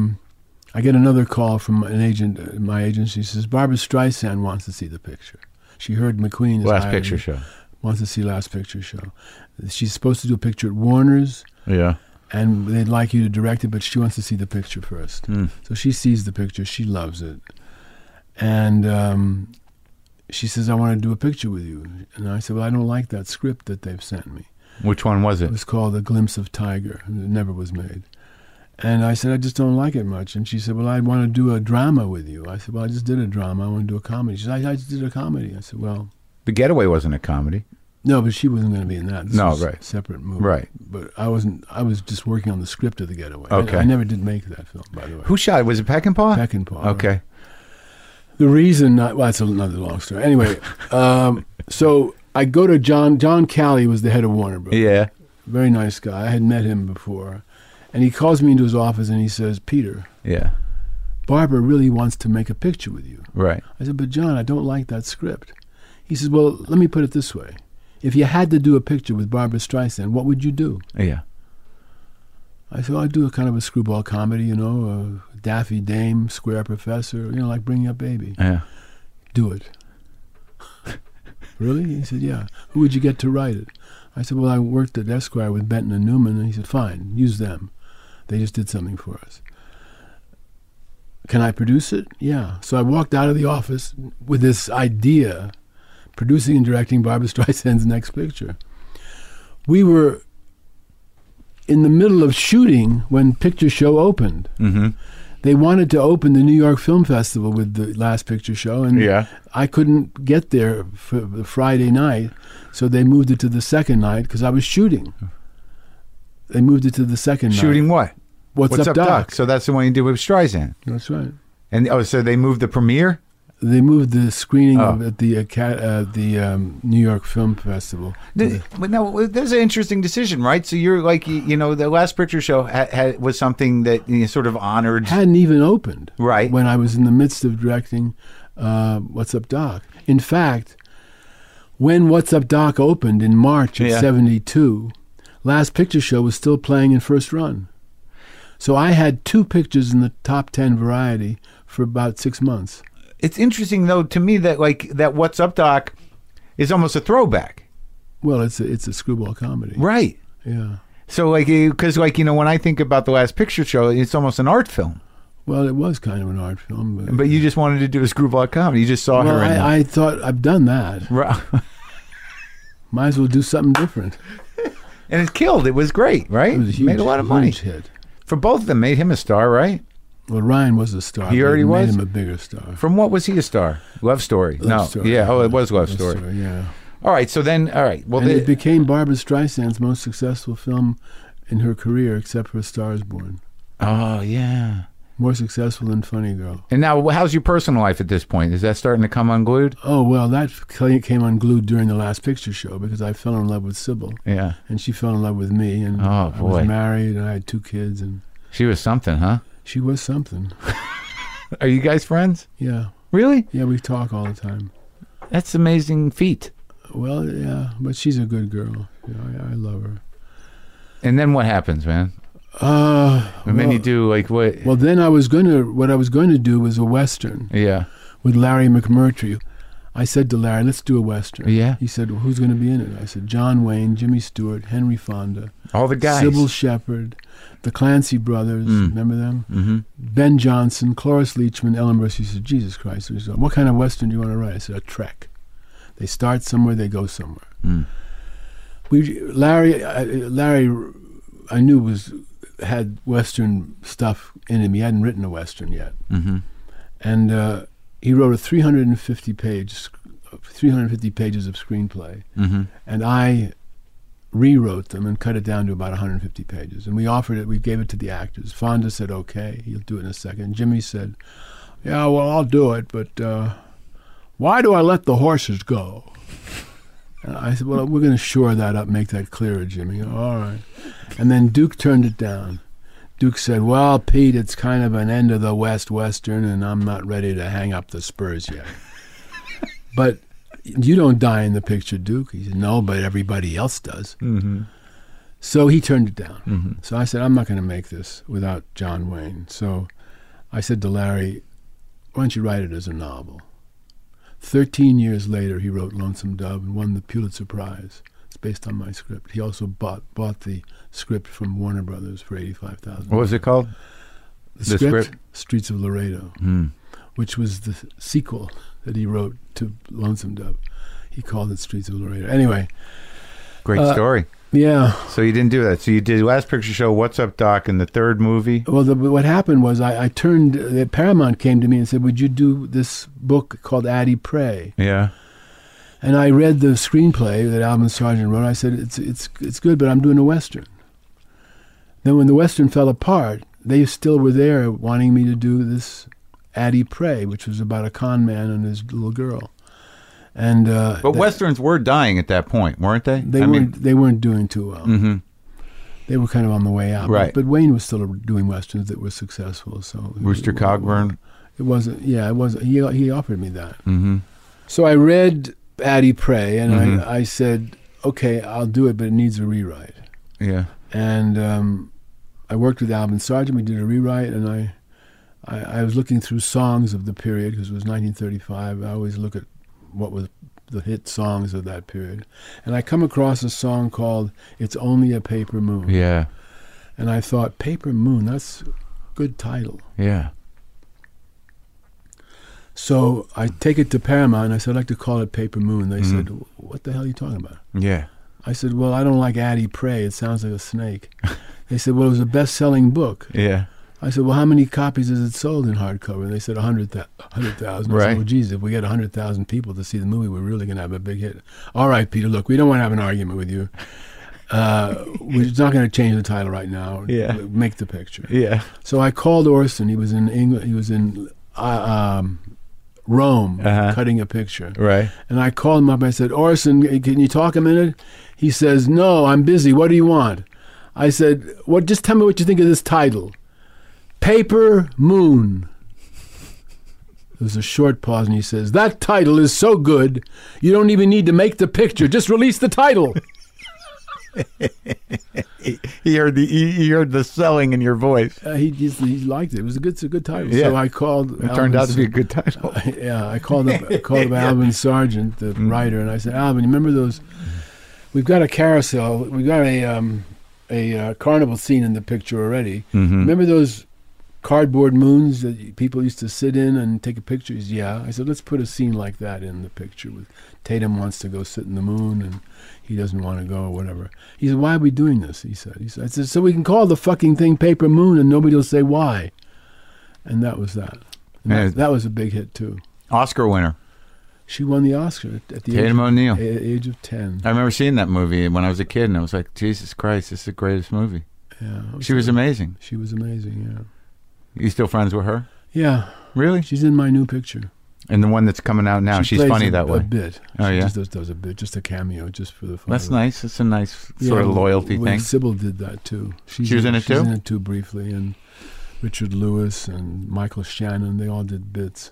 Speaker 2: i get another call from an agent uh, my agency says barbara streisand wants to see the picture she heard mcqueen is
Speaker 1: Last
Speaker 2: hiring-
Speaker 1: picture show.
Speaker 2: wants to see last picture show she's supposed to do a picture at warner's
Speaker 1: Yeah.
Speaker 2: and they'd like you to direct it, but she wants to see the picture first.
Speaker 1: Mm.
Speaker 2: So she sees the picture, she loves it, and um, she says, "I want to do a picture with you." And I said, "Well, I don't like that script that they've sent me.
Speaker 1: Which one was
Speaker 2: It
Speaker 1: it?
Speaker 2: was called A Glimpse of Tiger. and It never was made." And I said, "I just don't like it much." And she said, "Well, I want to do a drama with you." I said, "Well, I just did a drama. I want to do a comedy." She said, "I, I just did a comedy." I said, "Well."
Speaker 1: The Getaway wasn't a comedy.
Speaker 2: No, but she wasn't going to be in that. This
Speaker 1: No,
Speaker 2: was a
Speaker 1: right.
Speaker 2: Separate movie.
Speaker 1: Right.
Speaker 2: But I wasn't. I was just working on the script of The Getaway. I-
Speaker 1: Okay.
Speaker 2: I, never did make that film, by the way.
Speaker 1: Who shot it? Was it Peckinpah?
Speaker 2: Peckinpah.
Speaker 1: Okay.
Speaker 2: The reason, I, well, that's another long story. Anyway, um, so I go to John. John Calley was the head of Warner Brothers.
Speaker 1: Yeah.
Speaker 2: Very nice guy. I had met him before, and he calls me into his office and he says, "Peter,
Speaker 1: Yeah.
Speaker 2: Barbara really wants to make a picture with you."
Speaker 1: Right.
Speaker 2: I said, "But John, I don't like that script." He says, "Well, let me put it this way: If you had to do a picture with Barbara Streisand, what would you do?"
Speaker 1: Yeah.
Speaker 2: I said, well, I do a kind of a screwball comedy, you know, a Daffy Dame, Square Professor, you know, like Bringing Up Baby.
Speaker 1: Yeah.
Speaker 2: Do it. really? He said, yeah. Who would you get to write it? I said, well, I worked at Esquire with Benton and Newman. And he said, fine, use them. They just did something for us. Can I produce it? Yeah. So I walked out of the office with this idea, producing and directing Barbara Streisand's next picture. We were in the middle of shooting when Picture Show opened.
Speaker 1: Mm-hmm.
Speaker 2: They wanted to open the New York Film Festival with the last Picture Show, and
Speaker 1: Yeah.
Speaker 2: I couldn't get there for the Friday night, so they moved it to the second night because I was shooting. They moved it to the second night.
Speaker 1: Shooting what?
Speaker 2: What's, up, Doc?
Speaker 1: So that's the one you did with Streisand.
Speaker 2: That's right.
Speaker 1: And oh, so they moved the premiere.
Speaker 2: They moved the screening
Speaker 1: Oh.
Speaker 2: of at the uh, ca- uh, the um, New York Film Festival. to
Speaker 1: Th- But no, that's an interesting decision, right? So you're like, you you know, the last picture show ha- ha- was something that you know, sort of honored,
Speaker 2: the- hadn't even opened.
Speaker 1: right?
Speaker 2: when I was in the midst of directing uh, What's Up Doc. In fact, when What's Up Doc opened in March of
Speaker 1: Yeah.
Speaker 2: 72, Last Picture Show was still playing in first run. So I had two pictures in the top 10 variety for about six months.
Speaker 1: It's interesting though to me that like that What's Up Doc is almost a throwback,
Speaker 2: Well, it's a, it's a screwball comedy.
Speaker 1: right?
Speaker 2: Yeah.
Speaker 1: So like, because like you know, when I think about the last picture show, it's almost an art film.
Speaker 2: Well, it was kind of an art film. But,
Speaker 1: But you just wanted to do a screwball comedy. You just saw
Speaker 2: well,
Speaker 1: her. in
Speaker 2: I, I thought I've done that.
Speaker 1: Ri-
Speaker 2: Might as well do something different.
Speaker 1: and it killed. It was great, right?
Speaker 2: It was a huge,
Speaker 1: Made a lot of money.
Speaker 2: huge hit.
Speaker 1: For both of them, made him a star, right?
Speaker 2: Well, Ryan was a star.
Speaker 1: He
Speaker 2: but it
Speaker 1: already
Speaker 2: made
Speaker 1: was?
Speaker 2: him a bigger star.
Speaker 1: From what was he a star? Love Story.
Speaker 2: Love
Speaker 1: no,
Speaker 2: Story.
Speaker 1: yeah, oh, it was Love, Story.
Speaker 2: Yeah,
Speaker 1: All right, so then, all right, well,
Speaker 2: and
Speaker 1: the,
Speaker 2: it became Barbara Streisand's most successful film in her career, except for *A *Star Is Born*.
Speaker 1: oh yeah.
Speaker 2: More successful than *Funny Girl*.
Speaker 1: And now, how's your personal life at this point? Is that starting to come unglued?
Speaker 2: Oh well, that cl- came unglued during the last picture show because I fell in love with Sybil,
Speaker 1: Yeah,
Speaker 2: and she fell in love with me, and
Speaker 1: Oh,
Speaker 2: I
Speaker 1: boy.
Speaker 2: was married, and I had two kids, and
Speaker 1: she was something, huh?
Speaker 2: she was something.
Speaker 1: Are you guys friends?
Speaker 2: Yeah,
Speaker 1: Really?
Speaker 2: yeah, we talk all the time.
Speaker 1: That's amazing feat.
Speaker 2: Well, yeah, but she's a good girl. You know, I, I love her.
Speaker 1: And then what happens, man?
Speaker 2: Uh,
Speaker 1: And then
Speaker 2: well-
Speaker 1: you do like what?
Speaker 2: Well, then I was going to, what I was going to do was a Western
Speaker 1: yeah,
Speaker 2: with Larry McMurtry. I said to Larry, let's do a Western.
Speaker 1: Yeah.
Speaker 2: He said, well, who's going to be in it? I said, John Wayne, Jimmy Stewart, Henry Fonda,
Speaker 1: all the guys.
Speaker 2: Sybil Shepherd, the Clancy brothers,
Speaker 1: Mm.
Speaker 2: remember them?
Speaker 1: hmm
Speaker 2: Ben Johnson, Cloris Leachman, Ellen Burstyn. He said, Jesus Christ. He said, what kind of Western do you want to write? I said, a trek. They start somewhere, they go somewhere.
Speaker 1: Mm.
Speaker 2: We Larry I- Larry I knew was had Western stuff in him. He hadn't written a Western yet,
Speaker 1: hmm
Speaker 2: and uh, he wrote a 350 page sc- 350 pages of screenplay,
Speaker 1: hmm
Speaker 2: and I rewrote them and cut it down to about 150 pages. And we offered it. We gave it to the actors. Fonda said, "Okay, he'll do it in a second. Jimmy said, "Yeah, well, I'll do it, but uh, why do I let the horses go?" And I said, "Well, we're going to shore that up, make that clearer, Jimmy." All right. And then Duke turned it down. Duke said, "Well, Pete, it's kind of an end of the West Western, and I'm not ready to hang up the spurs yet." but you don't die in the picture, Duke. He said, "No, but everybody else does."
Speaker 1: hmm
Speaker 2: So he turned it down.
Speaker 1: hmm
Speaker 2: So I said, I'm not going to make this without John Wayne. So I said to Larry, why don't you write it as a novel? Thirteen years later, he wrote Lonesome Dove and won the Pulitzer Prize. It's based on my script. He also bought bought the script from Warner Brothers for eighty-five thousand.
Speaker 1: What was it called?
Speaker 2: The,
Speaker 1: the
Speaker 2: script,
Speaker 1: script?
Speaker 2: Streets of Laredo,
Speaker 1: Mm.
Speaker 2: which was the sequel that he wrote to Lonesome Dove. He called it Streets of Laredo. Anyway,
Speaker 1: Great
Speaker 2: Uh,
Speaker 1: story.
Speaker 2: yeah.
Speaker 1: So you didn't do that. So you did last picture show, What's Up, Doc, and the third movie.
Speaker 2: Well, the, what happened was I, I turned. Uh, Paramount came to me and said, "Would you do this book called Addie Prey?"
Speaker 1: Yeah.
Speaker 2: And I read the screenplay that Alvin Sargent wrote. I said, "It's it's it's good, but I'm doing a western." Then when the western fell apart, they still were there wanting me to do this Addie Prey, which was about a con man and his little girl. And uh,
Speaker 1: But
Speaker 2: they,
Speaker 1: westerns were dying at that point, weren't they?
Speaker 2: they
Speaker 1: I
Speaker 2: weren't they weren't doing too well.
Speaker 1: hmm
Speaker 2: They were kind of on the way out.
Speaker 1: Right.
Speaker 2: But, but Wayne was still doing westerns that were successful. So
Speaker 1: Rooster Cogburn.
Speaker 2: It wasn't. Yeah, it wasn't. He he offered me that.
Speaker 1: hmm
Speaker 2: So I read Addie Prey, and
Speaker 1: Mhm.
Speaker 2: I, I said, okay, I'll do it, but it needs a rewrite.
Speaker 1: Yeah.
Speaker 2: And um, I worked with Alvin Sargent. We did a rewrite, and I I, I was looking through songs of the period because it was 1935. I always look at what was the hit songs of that period, and I come across a song called "It's Only a Paper Moon,"
Speaker 1: Yeah.
Speaker 2: and I thought, "Paper Moon, that's a good title."
Speaker 1: Yeah.
Speaker 2: So I take it to Paramount and I said, I'd like to call it Paper Moon. They
Speaker 1: Mhm.
Speaker 2: said, What the hell are you talking about?
Speaker 1: Yeah.
Speaker 2: I said, Well, I don't like Addie Prey. It sounds like a snake. they said, Well, it was a best selling book.
Speaker 1: Yeah.
Speaker 2: I said, Well, how many copies is it sold in hardcover? And they said, 100,000. 100,000. I
Speaker 1: Right.
Speaker 2: said, Well, geez, if we get 100,000 people to see the movie, we're really going to have a big hit. All right, Peter, look, we don't want to have an argument with you. Uh, we're just not going to change the title right now.
Speaker 1: Yeah.
Speaker 2: Make the picture.
Speaker 1: Yeah.
Speaker 2: So I called Orson. He was in England. He was in uh, um, Rome
Speaker 1: Uh-huh.
Speaker 2: cutting a picture.
Speaker 1: Right.
Speaker 2: And I called him up. I said, Orson, can you talk a minute? He says, No, I'm busy. What do you want? I said, What? Just tell me what you think of this title, Paper Moon. There was a short pause, and he says, That title is so good, you don't even need to make the picture. Just release the title.
Speaker 1: He heard the he he heard the selling in your voice.
Speaker 2: Uh, he, just, he liked it. It was a good, it's a good title.
Speaker 1: Yeah.
Speaker 2: So I called.
Speaker 1: It turned out to be a good title.
Speaker 2: yeah, I called up I called up Alvin Sargent, the writer, and I said, Alvin, you remember those? We've got a carousel. We've got a um, a uh, carnival scene in the picture already.
Speaker 1: Mm-hmm.
Speaker 2: Remember those cardboard moons that people used to sit in and take pictures. Yeah, I said let's put a scene like that in the picture. With Tatum wants to go sit in the moon and he doesn't want to go or whatever. He said, "Why are we doing this?" He said. He said, I said "So we can call the fucking thing Paper Moon and nobody will say why." And that was that. And
Speaker 1: Yeah.
Speaker 2: that, that was a big hit too.
Speaker 1: Oscar winner.
Speaker 2: She won the Oscar at- at the age
Speaker 1: Tatum
Speaker 2: of-
Speaker 1: O'Neal.
Speaker 2: a- age of ten.
Speaker 1: I remember seeing that movie when I was a kid, and I was like, Jesus Christ, this is the greatest movie.
Speaker 2: Yeah,
Speaker 1: She was amazing.
Speaker 2: she was amazing.
Speaker 1: You still friends with her?
Speaker 2: Yeah, yeah.
Speaker 1: Really?
Speaker 2: She's in my new picture.
Speaker 1: And the one that's coming out now, she's
Speaker 2: plays
Speaker 1: funny
Speaker 2: a,
Speaker 1: that way.
Speaker 2: A bit.
Speaker 1: Oh,
Speaker 2: she
Speaker 1: yeah?
Speaker 2: Just does, does a bit, just a cameo, just for the fun.
Speaker 1: That's
Speaker 2: of it.
Speaker 1: nice. It's a nice
Speaker 2: Yeah,
Speaker 1: sort of loyalty
Speaker 2: well,
Speaker 1: thing.
Speaker 2: Sybil did that too. She's
Speaker 1: She was in it
Speaker 2: she's
Speaker 1: too?
Speaker 2: In it too briefly, and Richard Lewis and Michael Shannon. They all did bits.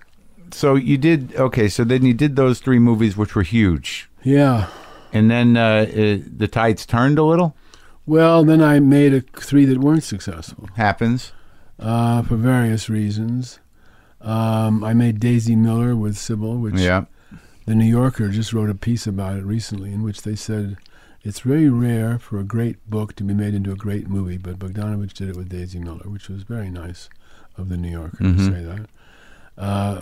Speaker 1: So you did okay. So then you did those three movies, which were huge,
Speaker 2: Yeah.
Speaker 1: and then uh, it, the tides turned a little.
Speaker 2: Well, then I made a, three that weren't successful
Speaker 1: Happens.
Speaker 2: uh, for various reasons. Um, I made Daisy Miller with Sybil, which
Speaker 1: Yeah.
Speaker 2: The New Yorker just wrote a piece about it recently in which they said it's very rare for a great book to be made into a great movie, but Bogdanovich did it with Daisy Miller, which was very nice of The New Yorker
Speaker 1: Mhm.
Speaker 2: to say that. Uh,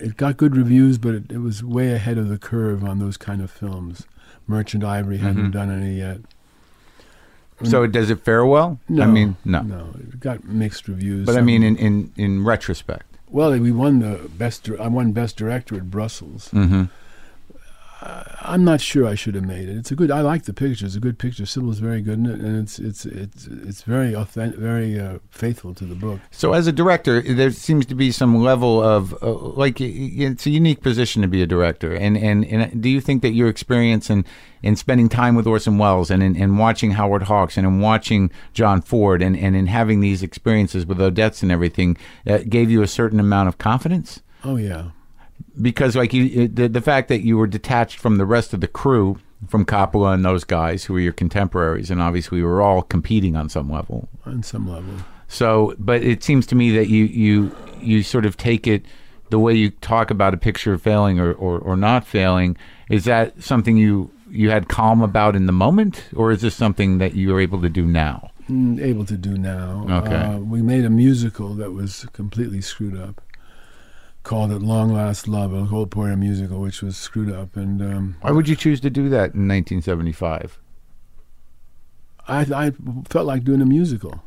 Speaker 2: it got good reviews, but it, it was way ahead of the curve on those kind of films. Merchant Ivory hadn't
Speaker 1: Mhm.
Speaker 2: done any yet.
Speaker 1: So does it fare well?
Speaker 2: No,
Speaker 1: I mean, no.
Speaker 2: no, it got mixed reviews.
Speaker 1: But I
Speaker 2: Some-
Speaker 1: mean, in in, in retrospect.
Speaker 2: well, we won the best. dir- I won best director at Brussels.
Speaker 1: Mm-hmm.
Speaker 2: I'm not sure I should have made it. It's a good. I like the picture. It's a good picture. Sybil's very good in it, and it's it's it's it's very authentic, very uh, faithful to the book.
Speaker 1: So as a director, there seems to be some level of uh, like y- y- it's a unique position to be a director. And and, and do you think that your experience in, in spending time with Orson Welles and in, in watching Howard Hawks and in watching John Ford and, and in having these experiences with Odets and everything uh, gave you a certain amount of confidence?
Speaker 2: Oh yeah,
Speaker 1: because like you the, the fact that you were detached from the rest of the crew from Coppola and those guys who were your contemporaries and obviously we were all competing on some level
Speaker 2: on some level.
Speaker 1: so but it seems to me that you you you sort of take it the way you talk about a picture failing or, or, or not failing is that something you you had calm about in the moment or is this something that you are able to do now
Speaker 2: Mm, Able to do now.
Speaker 1: Okay.
Speaker 2: Uh, we made a musical that was completely screwed up, called "At Long Last Love," a whole Puerto musical, which was screwed up, and um,
Speaker 1: why would you choose to do that in 1975
Speaker 2: I I felt like doing a musical,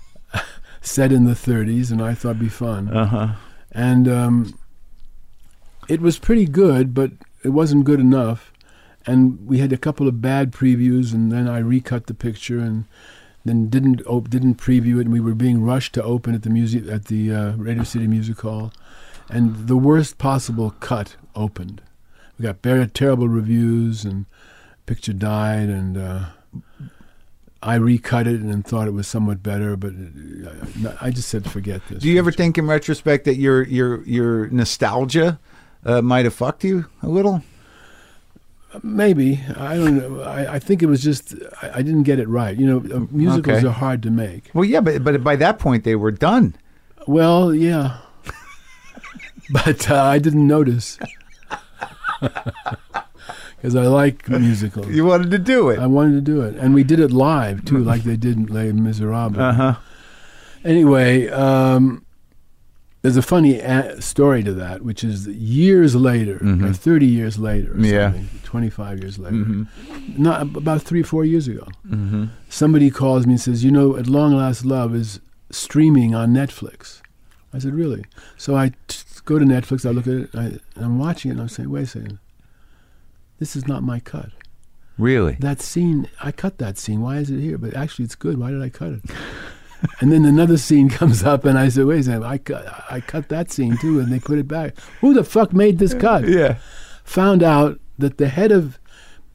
Speaker 2: set in the 30s, and I thought it'd be fun.
Speaker 1: uh-huh
Speaker 2: and um, it was pretty good, but it wasn't good enough. And we had a couple of bad previews, and then I recut the picture, and then didn't op- didn't preview it. And we were being rushed to open at the music at the uh, Radio City Music Hall, and the worst possible cut opened. We got very terrible reviews, and picture died, and. Uh, I recut it and thought it was somewhat better, but uh, I I just said, "Forget this."
Speaker 1: Do you ever
Speaker 2: picture."
Speaker 1: think, in retrospect, that your your your nostalgia uh, might have fucked you a little?
Speaker 2: Maybe I don't know. I, I think it was just I, I didn't get it right. You know, uh, musicals
Speaker 1: okay.
Speaker 2: are hard to make.
Speaker 1: Well, yeah, but but by that point they were done.
Speaker 2: Well, yeah, but uh, I didn't notice because I like musicals.
Speaker 1: You wanted to do
Speaker 2: I
Speaker 1: it.
Speaker 2: wanted to do it, and we did it live too, like they did in Les Miserables.
Speaker 1: Uh huh.
Speaker 2: Anyway, um, there's a funny a- story to that, which is that years later,
Speaker 1: Mhm.
Speaker 2: or 30 years later, or
Speaker 1: Yeah.
Speaker 2: something, 25 years later,
Speaker 1: Mm-hmm.
Speaker 2: not about three, four years ago.
Speaker 1: Mm-hmm.
Speaker 2: somebody calls me and says, "You know, At Long Last Love is streaming on Netflix." I said, "Really?" So I t- go to Netflix. I look at it. I, and I'm watching it. and I'm saying, "Wait a second. This is not my cut.
Speaker 1: Really?
Speaker 2: That scene. I cut that scene. Why is it here? But actually, it's good. Why did I cut it?" and then another scene comes up, and I said, "Wait a second. I cut. I cut that scene too." And they put it back. Who the fuck made this cut?
Speaker 1: Yeah.
Speaker 2: found out that the head of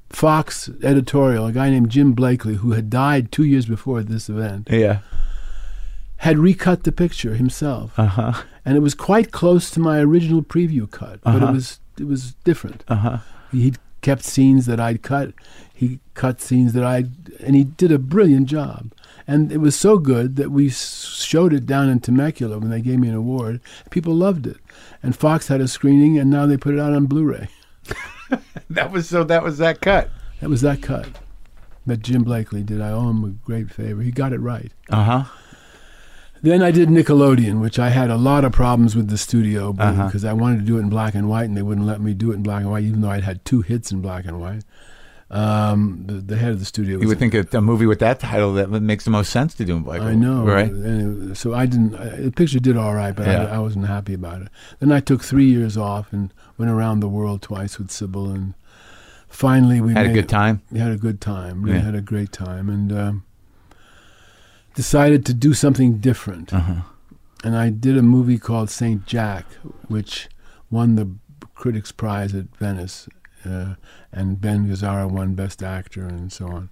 Speaker 2: Fox editorial, a guy named Jim Blakely, who had died two years before at this event,
Speaker 1: Yeah.
Speaker 2: had recut the picture himself,
Speaker 1: Uh huh.
Speaker 2: and it was quite close to my original preview cut, but
Speaker 1: Uh-huh.
Speaker 2: it was it was different.
Speaker 1: Uh huh.
Speaker 2: He kept scenes that I'd cut, he cut scenes that I, and he did a brilliant job. And it was so good that we s- showed it down in Temecula when they gave me an award. People loved it, and Fox had a screening, and now they put it out on Blu-ray.
Speaker 1: That was so. That was that cut.
Speaker 2: That was that cut Uh-huh. that Jim Blakely did. I owe him a great favor. He got it right.
Speaker 1: Uh huh.
Speaker 2: Then I did Nickelodeon, which I had a lot of problems with the studio
Speaker 3: Uh-huh.
Speaker 2: because I wanted to do it in black and white, and they wouldn't let me do it in black and white, even though I'd had two hits in black and white. Um, the, the head of the studio was
Speaker 3: You would think a, a movie with that title that would- makes the most sense to do in black.
Speaker 2: I
Speaker 3: and white,
Speaker 2: know,
Speaker 3: right?
Speaker 2: And it- so I didn't. I, the picture did all right, but
Speaker 3: Yeah.
Speaker 2: I, I wasn't happy about it. Then I took three years off and went around the world twice with Sybil, and finally we
Speaker 3: Had a
Speaker 2: made-
Speaker 3: good time.
Speaker 2: We had a good time. Really
Speaker 3: Yeah.
Speaker 2: had a great time, and um, decided to do something different.
Speaker 3: Uh-huh.
Speaker 2: And I did a movie called Saint Jack, which won the Critics' Prize at Venice, uh, and Ben Gazzara won Best Actor, and so on.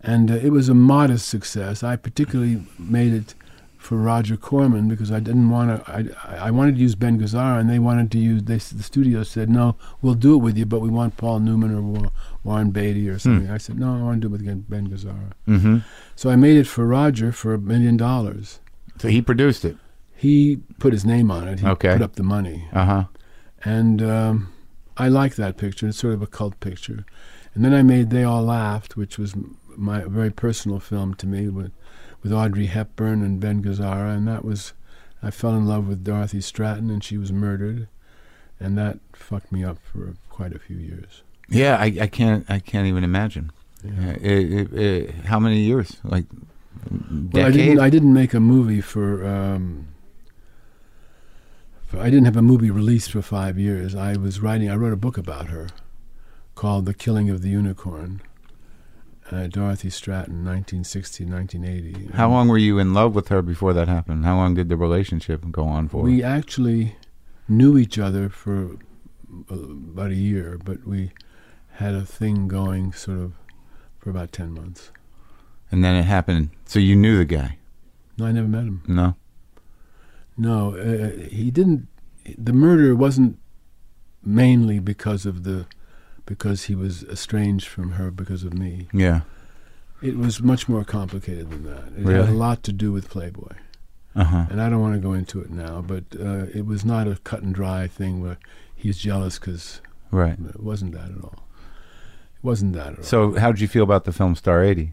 Speaker 2: And uh, it was a modest success. I particularly made it for Roger Corman because I didn't want to. I, I- I wanted to use Ben Gazzara, and they wanted to use. They, s- the studio said, "No, we'll do it with you, but we want Paul Newman or Wa- Warren Beatty or something." I said, "No, I want to do it with Ben Gazzara."
Speaker 3: hmm
Speaker 2: So I made it for Roger for a million dollars.
Speaker 3: So he produced it.
Speaker 2: He put his name on it. He
Speaker 3: Okay.
Speaker 2: put up the money.
Speaker 3: Uh huh.
Speaker 2: And um, I like that picture. It's sort of a cult picture. And then I made They All Laughed, which was m- my a very personal film to me with, with Audrey Hepburn and Ben Gazzara. And that was, I fell in love with Dorothy Stratton and she was murdered. And that fucked me up for quite a few years.
Speaker 3: Yeah, I, I can't. I can't even imagine. Yeah, it- it- it- how many years? Like
Speaker 2: Well, I
Speaker 3: decades.
Speaker 2: didn't, I didn't make a movie for, um, for. I didn't have a movie released for five years. I was writing, I wrote a book about her called The Killing of the Unicorn. Uh, Dorothy Stratton, 1960, 1980.
Speaker 3: how long were you in love with her before that happened? How long did the relationship go on for?
Speaker 2: We actually knew each other for uh, about a year, but we had a thing going sort of for about 10 months.
Speaker 3: and then it happened. So you knew the guy?
Speaker 2: No, I never met him.
Speaker 3: No.
Speaker 2: No, uh, he didn't. The murder wasn't mainly because of the because he was estranged from her because of me.
Speaker 3: Yeah.
Speaker 2: It was much more complicated than that. It had
Speaker 3: Really?
Speaker 2: a lot to do with Playboy,
Speaker 3: Uh huh.
Speaker 2: and I don't want to go into it now. But uh, it was not a cut and dry thing where he's jealous because
Speaker 3: Right.
Speaker 2: it wasn't that at all. It wasn't that at all.
Speaker 3: So how did you feel about the film Star 80?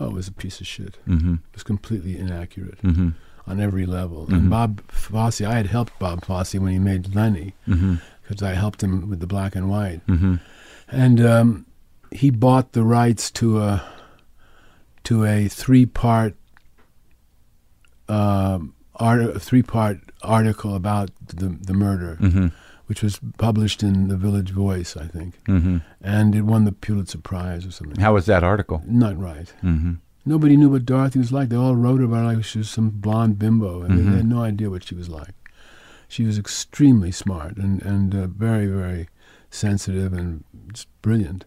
Speaker 2: oh, it was a piece of shit.
Speaker 3: Mm-hmm.
Speaker 2: It was completely inaccurate
Speaker 3: Mm-hmm.
Speaker 2: on every level. And Bob Fosse, I had helped Bob Fosse when he made Lenny.
Speaker 3: Mm-hmm.
Speaker 2: because I helped him with the black and white,
Speaker 3: Mm-hmm.
Speaker 2: and um, he bought the rights to a to a three part um art three part article about the the murder,
Speaker 3: Mm-hmm.
Speaker 2: which was published in the Village Voice, I think,
Speaker 3: Mm-hmm.
Speaker 2: and it won the Pulitzer Prize or something.
Speaker 3: How was that article?
Speaker 2: Not right.
Speaker 3: Mm-hmm.
Speaker 2: Nobody knew what Dorothy was like. They all wrote about her like she was some blonde bimbo, and they- they had no idea what she was like. She was extremely smart and and uh, very very sensitive and just brilliant.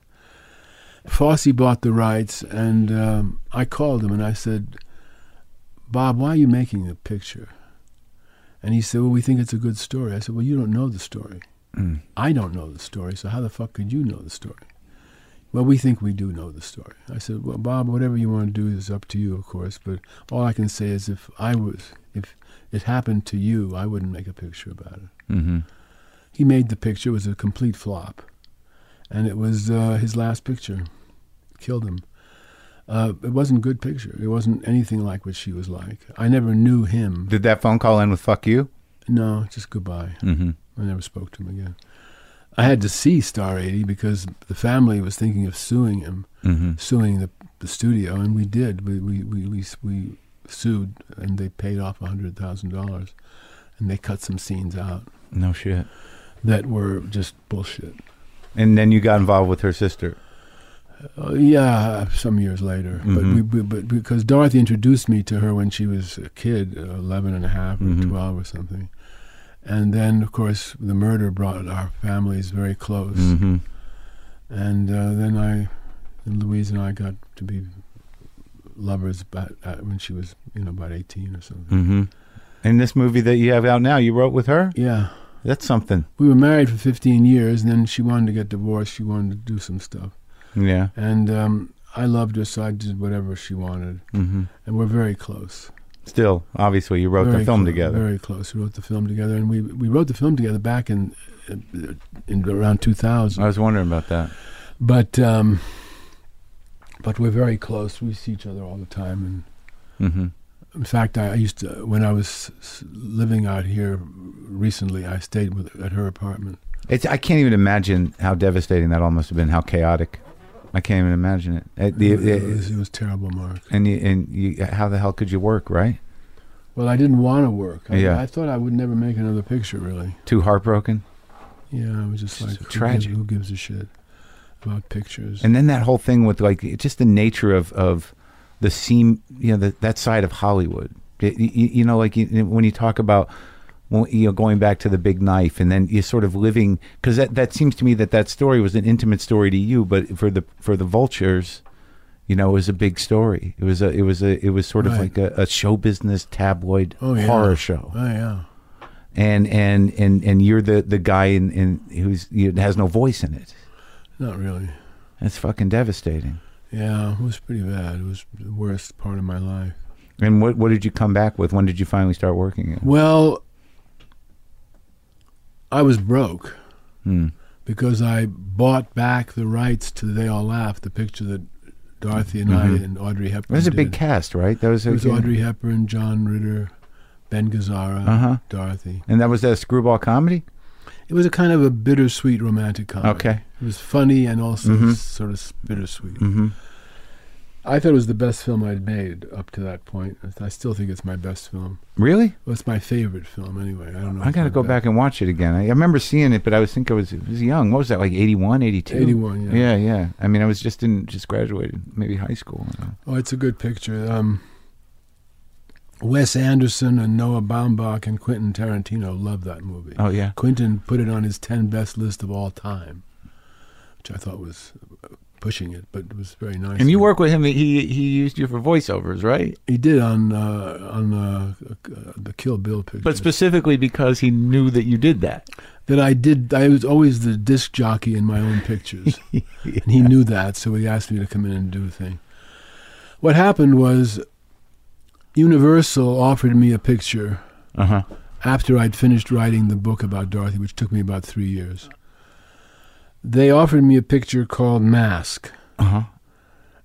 Speaker 2: Fosse bought the rights, and um, I called him and I said, "Bob, why are you making the picture?" And he said, "Well, we think it's a good story." I said, "Well, you don't know the story.
Speaker 3: Mm-hmm.
Speaker 2: I don't know the story, so how the fuck could you know the story?" Well, we think we do know the story. I said, Well, Bob, whatever you want to do is up to you, of course, but all I can say is if I was, if it happened to you, I wouldn't make a picture about it.
Speaker 3: Mm-hmm.
Speaker 2: He made the picture, it was a complete flop, and it was uh, his last picture. Killed him. Uh, it wasn't a good picture. It wasn't anything like what she was like. I never knew him.
Speaker 3: Did that phone call end with "fuck you"?
Speaker 2: No, just goodbye.
Speaker 3: Mm-hmm.
Speaker 2: I never spoke to him again. I had to see Star 80 because the family was thinking of suing him.
Speaker 3: Mm-hmm.
Speaker 2: suing the, the studio, and we did. We we we we, we sued, and they paid off hundred thousand dollars, and they cut some scenes out
Speaker 3: No shit.
Speaker 2: that were just bullshit.
Speaker 3: And then you got involved with her sister.
Speaker 2: Uh, yeah, some years later, but
Speaker 3: Mhm.
Speaker 2: we, we but because Dorothy introduced me to her when she was a kid, uh, 11 and a half or
Speaker 3: Mhm.
Speaker 2: twelve or something. And then, of course, the murder brought our families very close.
Speaker 3: Mm-hmm.
Speaker 2: And uh, then I, and Louise and I got to be lovers about, uh, when she was, you know, about 18 or something.
Speaker 3: Mm-hmm. And this movie that you have out now, you wrote with her.
Speaker 2: Yeah.
Speaker 3: That's something.
Speaker 2: We were married for 15 years, and then she wanted to get divorced. She wanted to do some stuff.
Speaker 3: Yeah.
Speaker 2: And um, I loved her, so I did whatever she wanted.
Speaker 3: Mm-hmm.
Speaker 2: And we're very close.
Speaker 3: Still, obviously, you wrote the
Speaker 2: Very
Speaker 3: film
Speaker 2: clo-
Speaker 3: together.
Speaker 2: Very close. We wrote the film together, and we, we wrote the film together back in, in around 2000.
Speaker 3: I was wondering about that.
Speaker 2: But, um, but we're very close. We see each other all the time, and
Speaker 3: Mm-hmm.
Speaker 2: in fact, I used to when I was s- living out here recently. I stayed with at her apartment.
Speaker 1: It's, I can't even imagine how devastating that all must have been. How chaotic. I can't even imagine it. It- the-
Speaker 2: it,
Speaker 1: the-
Speaker 2: was, it was terrible, Mark.
Speaker 1: and you, and you, how the hell could you work? Right?
Speaker 2: Well, I didn't want to work. I,
Speaker 1: Yeah.
Speaker 2: I thought I would never make another picture, really.
Speaker 1: Too heartbroken.
Speaker 2: Yeah, I was just
Speaker 1: It's
Speaker 2: like,
Speaker 1: so
Speaker 2: who
Speaker 1: tragic.
Speaker 2: Gives, who gives a shit about pictures?
Speaker 1: And then that whole thing with like it- just the nature of of the seam, you know, the, that side of Hollywood. It- you, you know, like you, when you talk about well, you know going back to the big knife, and then you sort of living because that that seems to me that that story was an intimate story to you, but for the for the vultures. You know, it was a big story. It was a, it was a, it was sort of
Speaker 2: Right.
Speaker 1: like a, a show business tabloid
Speaker 2: Oh, yeah.
Speaker 1: horror show.
Speaker 2: oh yeah,
Speaker 1: and and and and you're the the guy in, in who's you know, has no voice in it.
Speaker 2: not really.
Speaker 1: That's fucking devastating.
Speaker 2: Yeah, it was pretty bad. It was the worst part of my life.
Speaker 1: And what what did you come back with? When did you finally start working? It?
Speaker 2: Well, I was broke
Speaker 1: Hmm.
Speaker 2: because I bought back the rights to "They All Laugh," the picture that Dorothy and I
Speaker 1: Mhm.
Speaker 2: and Audrey Hepburn.
Speaker 1: That was a big
Speaker 2: did.
Speaker 1: cast, right? That was,
Speaker 2: It was Audrey Hepburn, John Ritter, Ben Gazzara,
Speaker 1: Uh huh.
Speaker 2: Dorothy.
Speaker 1: And that was that screwball comedy.
Speaker 2: It was a kind of a bittersweet romantic comedy.
Speaker 1: Okay.
Speaker 2: It was funny and also
Speaker 1: Mhm.
Speaker 2: s- sort of s- bittersweet.
Speaker 1: Mm-hmm.
Speaker 2: I thought it was the best film I'd made up to that point. I th- I still think it's my best film.
Speaker 1: Really?
Speaker 2: Well, it's my favorite film anyway. I don't know.
Speaker 1: I
Speaker 2: if
Speaker 1: got to
Speaker 2: my
Speaker 1: go
Speaker 2: best.
Speaker 1: back and watch it again. I, I remember seeing it, but I was think I was, I was young. What was that like? 81, 82?
Speaker 2: 81, yeah.
Speaker 1: Yeah, yeah. I mean, I was just in just graduated, maybe high school. you know.
Speaker 2: Oh, it's a good picture. Um, Wes Anderson and Noah Baumbach and Quentin Tarantino loved that movie.
Speaker 1: Oh yeah.
Speaker 2: Quentin put it on his 10 best list of all time, which I thought was uh, pushing it, but it was very nice.
Speaker 1: And you work with him. He he used you for voiceovers, right?
Speaker 2: He did on uh, on uh, uh, the Kill Bill picture.
Speaker 1: But specifically because he knew that you did that.
Speaker 2: that I did. I was always the disc jockey in my own pictures, and he knew that, so he asked me to come in and do a thing. What happened was, Universal offered me a picture
Speaker 1: Uh
Speaker 2: Uh-huh.
Speaker 1: huh.
Speaker 2: after I'd finished writing the book about Dorothy, which took me about three years. They offered me a picture called Mask,
Speaker 1: Uh huh.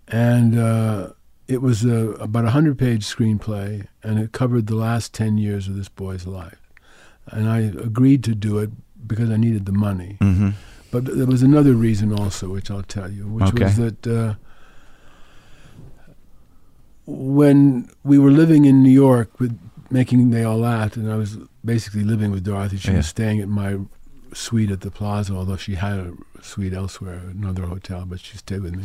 Speaker 2: and uh, it was a, about a hundred-page screenplay, and it covered the last ten years of this boy's life. And I agreed to do it because I needed the money.
Speaker 1: Mm-hmm.
Speaker 2: But there was another reason also, which I'll tell you, which
Speaker 1: Okay.
Speaker 2: was that uh, when we were living in New York with making They All Laugh, and I was basically living with Dorothy, she
Speaker 1: Yeah.
Speaker 2: was staying at my suite at the Plaza, although she had a suite elsewhere, another hotel, but she stayed with me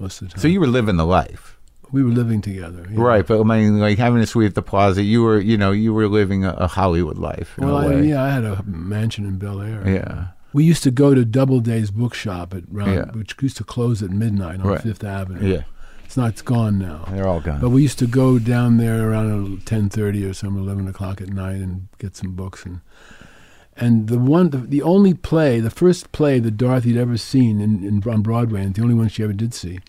Speaker 2: most of the time.
Speaker 1: So you were living the life,
Speaker 2: we were living together. yeah.
Speaker 1: right? But I mean, like having a suite at the Plaza, you were, you know, you were living a, a Hollywood life in
Speaker 2: Well,
Speaker 1: a
Speaker 2: I,
Speaker 1: way.
Speaker 2: yeah, I had a mansion in Bel Air.
Speaker 1: yeah.
Speaker 2: We used to go to Doubleday's bookshop at round,
Speaker 1: Yeah.
Speaker 2: which used to close at midnight on
Speaker 1: Right.
Speaker 2: Fifth Avenue.
Speaker 1: Yeah.
Speaker 2: It's not. It's gone now.
Speaker 1: They're all gone.
Speaker 2: But we used to go down there around ten thirty or some eleven o'clock at night and get some books and and the one the, the only play the first play that Dorothy had ever seen in, in on Broadway and the only one she ever did see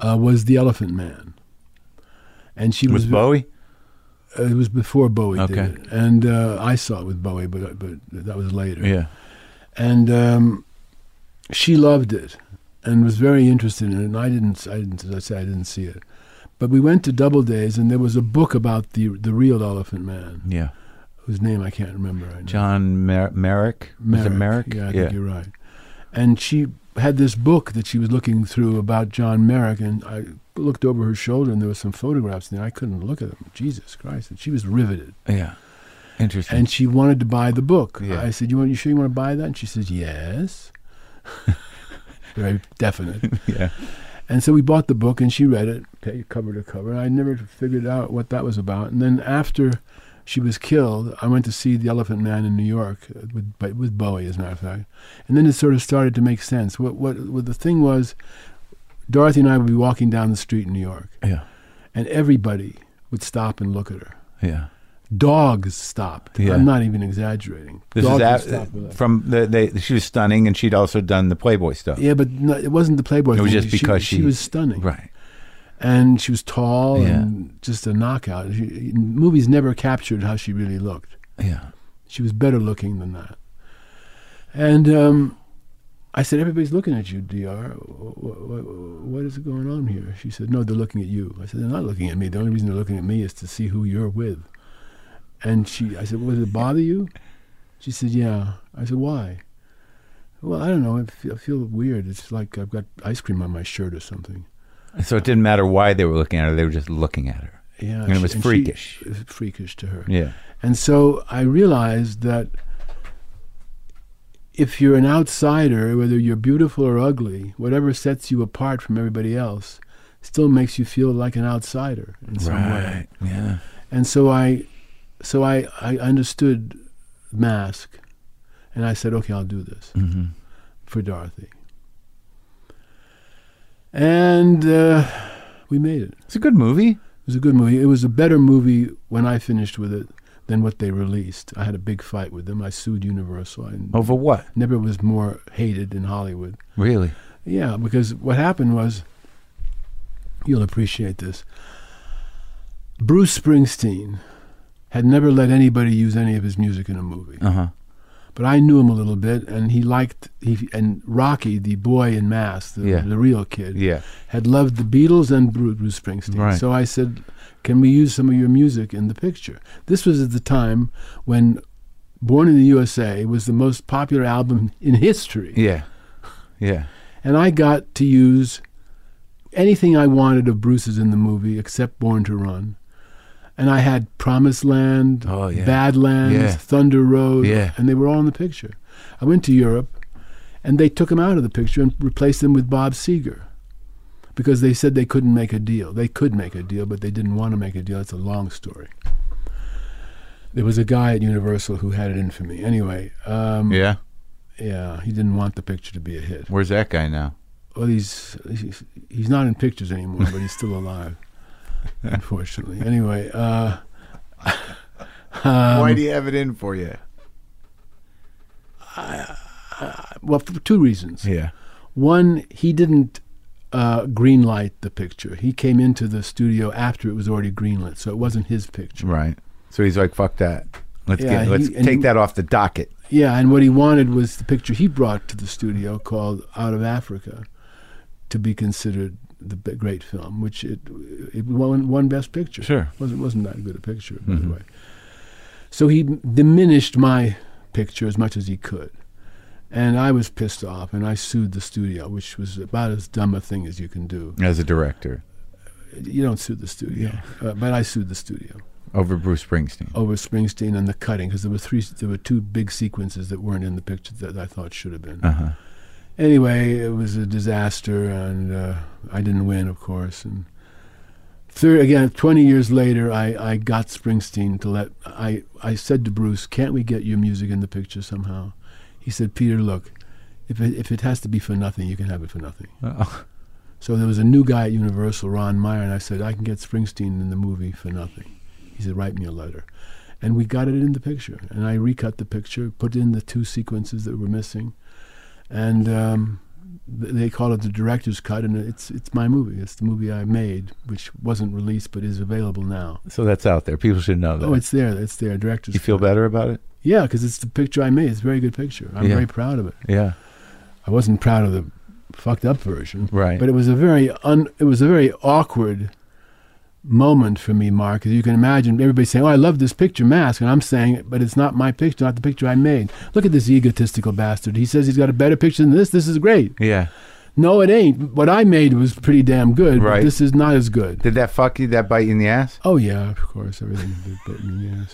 Speaker 2: uh, was The Elephant Man. And she was
Speaker 1: With Bowie,
Speaker 2: uh, it was before Bowie
Speaker 1: Okay.
Speaker 2: did it, and uh, I saw it with Bowie, but but that was later
Speaker 1: yeah.
Speaker 2: and um, she loved it and was very interested in it. And I didn't, I didn't, as I say, I didn't see it. But we went to Doubledays, and there was a book about the the real Elephant Man,
Speaker 1: Yeah.
Speaker 2: whose name I can't remember right now.
Speaker 1: John Mer- Merrick. Was it Merrick?
Speaker 2: Yeah, I think you're right. And she had this book that she was looking through about John Merrick, and I looked over her shoulder, and there were some photographs in there. I couldn't look at them. Jesus Christ! And she was riveted,
Speaker 1: Yeah. Interesting.
Speaker 2: and she wanted to buy the book.
Speaker 1: Yeah.
Speaker 2: I said, "You want? You sure you want to buy that?" And she said, "Yes." Very definite.
Speaker 1: yeah.
Speaker 2: And so we bought the book, and she read it pa- cover to cover. And I never figured out what that was about. And then after she was killed, I went to see The Elephant Man in New York uh, with but with Bowie, as a matter of fact. And then it sort of started to make sense. What what, what the thing was, Dorothy and I would be walking down the street in New York,
Speaker 1: Yeah.
Speaker 2: and everybody would stop and look at her.
Speaker 1: Yeah.
Speaker 2: Dogs stopped.
Speaker 1: Yeah.
Speaker 2: I'm not even exaggerating.
Speaker 1: This
Speaker 2: Dogs would
Speaker 1: is
Speaker 2: stop with
Speaker 1: at,
Speaker 2: us.
Speaker 1: from the they. She was stunning, and she'd also done the Playboy stuff.
Speaker 2: Yeah, but no, it wasn't the Playboy.
Speaker 1: It was
Speaker 2: thing.
Speaker 1: just because she-
Speaker 2: was stunning.
Speaker 1: Right.
Speaker 2: and she was tall
Speaker 1: Yeah.
Speaker 2: and just a knockout. She, movies never captured how she really looked.
Speaker 1: Yeah.
Speaker 2: She was better looking than that. And um, I said, everybody's looking at you, Dr. What, what, what is going on here? She said, no, they're looking at you. I said, they're not looking at me. The only reason they're looking at me is to see who you're with. And she, I said, well, does it bother you? She said, yeah. I said, why? Well, I don't know. I feel, I feel weird. It's like I've got ice cream on my shirt or something.
Speaker 3: So it didn't matter why they were looking at her; they were just looking at her.
Speaker 2: Yeah,
Speaker 3: And it
Speaker 2: she-
Speaker 3: was
Speaker 2: she-
Speaker 3: freakish.
Speaker 2: it was freakish to her.
Speaker 3: Yeah.
Speaker 2: And so I realized that if you're an outsider, whether you're beautiful or ugly, whatever sets you apart from everybody else still makes you feel like an outsider in some way.
Speaker 3: Yeah.
Speaker 2: And so I so I, I understood mask and I said, Okay, I'll do this
Speaker 1: Mm-hmm.
Speaker 3: hmm
Speaker 2: for Dorothy. And uh, we made it.
Speaker 3: It's a good movie.
Speaker 2: It was a good movie. It was a better movie when I finished with it than what they released. I had a big fight with them. I sued Universal. I
Speaker 1: Oh.
Speaker 3: Over what?
Speaker 2: never was more hated in Hollywood.
Speaker 3: Really?
Speaker 2: Yeah, because what happened was, you'll appreciate this. Bruce Springsteen had never let anybody use any of his music in a movie,
Speaker 3: Uh
Speaker 1: Uh-huh.
Speaker 3: huh.
Speaker 2: but I knew him a little bit, and he liked he and Rocky, the boy in Mask, the,
Speaker 3: Yeah.
Speaker 2: the real kid,
Speaker 3: Yeah.
Speaker 2: had loved the Beatles and Bru- Bruce Springsteen.
Speaker 3: Right.
Speaker 2: So I said, "Can we use some of your music in the picture?" This was at the time when "Born in the USA" was the most popular album in history,
Speaker 3: Yeah. Yeah.
Speaker 2: and I got to use anything I wanted of Bruce's in the movie except "Born to Run." And I had Promised Land,
Speaker 3: Oh, yeah.
Speaker 2: Badlands,
Speaker 3: Yeah.
Speaker 2: Thunder Road,
Speaker 3: Yeah.
Speaker 2: and they were all in the picture. I went to Europe, and they took him out of the picture and replaced him with Bob Seger because they said they couldn't make a deal. They could make a deal, but they didn't want to make a deal. It's a long story. There was a guy at Universal who had it in for me. Anyway, um,
Speaker 3: Yeah.
Speaker 2: yeah, he didn't want the picture to be a hit.
Speaker 3: Where's that guy now?
Speaker 2: Well, he's he's, he's not in pictures anymore, but he's still alive, unfortunately. Anyway, uh, Um,
Speaker 3: Why do you have it in for you?
Speaker 2: well, for two reasons.
Speaker 3: Yeah.
Speaker 2: One, he didn't uh, greenlight the picture. He came into the studio after it was already greenlit, so it wasn't his picture.
Speaker 3: Right. So he's like, "Fuck that. Let's
Speaker 2: Yeah,
Speaker 3: get let's
Speaker 2: he- and
Speaker 3: take
Speaker 2: he-
Speaker 3: that off the docket."
Speaker 2: Yeah, and what he wanted was the picture he brought to the studio called Out of Africa to be considered the b- great film, which it it won, won best picture.
Speaker 3: Sure.
Speaker 2: wasn't wasn't that good a picture by the way. So he diminished my picture as much as he could, and I was pissed off, and I sued the studio, which was about as dumb a thing as you can do.
Speaker 3: As a director,
Speaker 2: You don't sue the studio, uh, but I sued the studio
Speaker 3: over Bruce Springsteen.
Speaker 2: over Springsteen and the cutting because there were three, there were two big sequences that weren't in the picture that I thought should have been.
Speaker 3: Uh huh.
Speaker 2: Anyway, it was a disaster, and uh, I didn't win, of course. And third, again, twenty years later, I, I got Springsteen to let I I said to Bruce, "Can't we get your music in the picture somehow?" He said, "Peter, look, if it, if it has to be for nothing, you can have it for nothing."
Speaker 3: Oh.
Speaker 2: So there was a new guy at Universal, Ron Meyer, and I said, I can get Springsteen in the movie for nothing. He said, write me a letter. And we got it in the picture. And I recut the picture, put in the two sequences that were missing. And um, th- they call it the director's cut, and it's, it's my movie. It's the movie I made, which wasn't released but is available now.
Speaker 3: So that's out there. People should know that.
Speaker 2: Oh, it's there. It's there. Director's
Speaker 3: you feel
Speaker 2: cut.
Speaker 3: better about it?
Speaker 2: Yeah, because it's the picture I made. It's a very good picture. I'm
Speaker 3: Yeah.
Speaker 2: very proud of it.
Speaker 3: Yeah.
Speaker 2: I wasn't proud of the fucked up version.
Speaker 3: Right.
Speaker 2: But it was a very un, it was a very awkward moment for me, Mark. As you can imagine, everybody saying, "Oh, I love this picture mask," and I'm saying, "But it's not my picture, not the picture I made." Look at this egotistical bastard. He says he's got a better picture than this. This is great.
Speaker 3: yeah.
Speaker 2: No, it ain't. What I made was pretty damn good. but
Speaker 3: Right.
Speaker 2: this is not as good.
Speaker 3: Did that fuck you? That bite you in the ass?
Speaker 2: Oh yeah, of course, everything did bite me in the ass.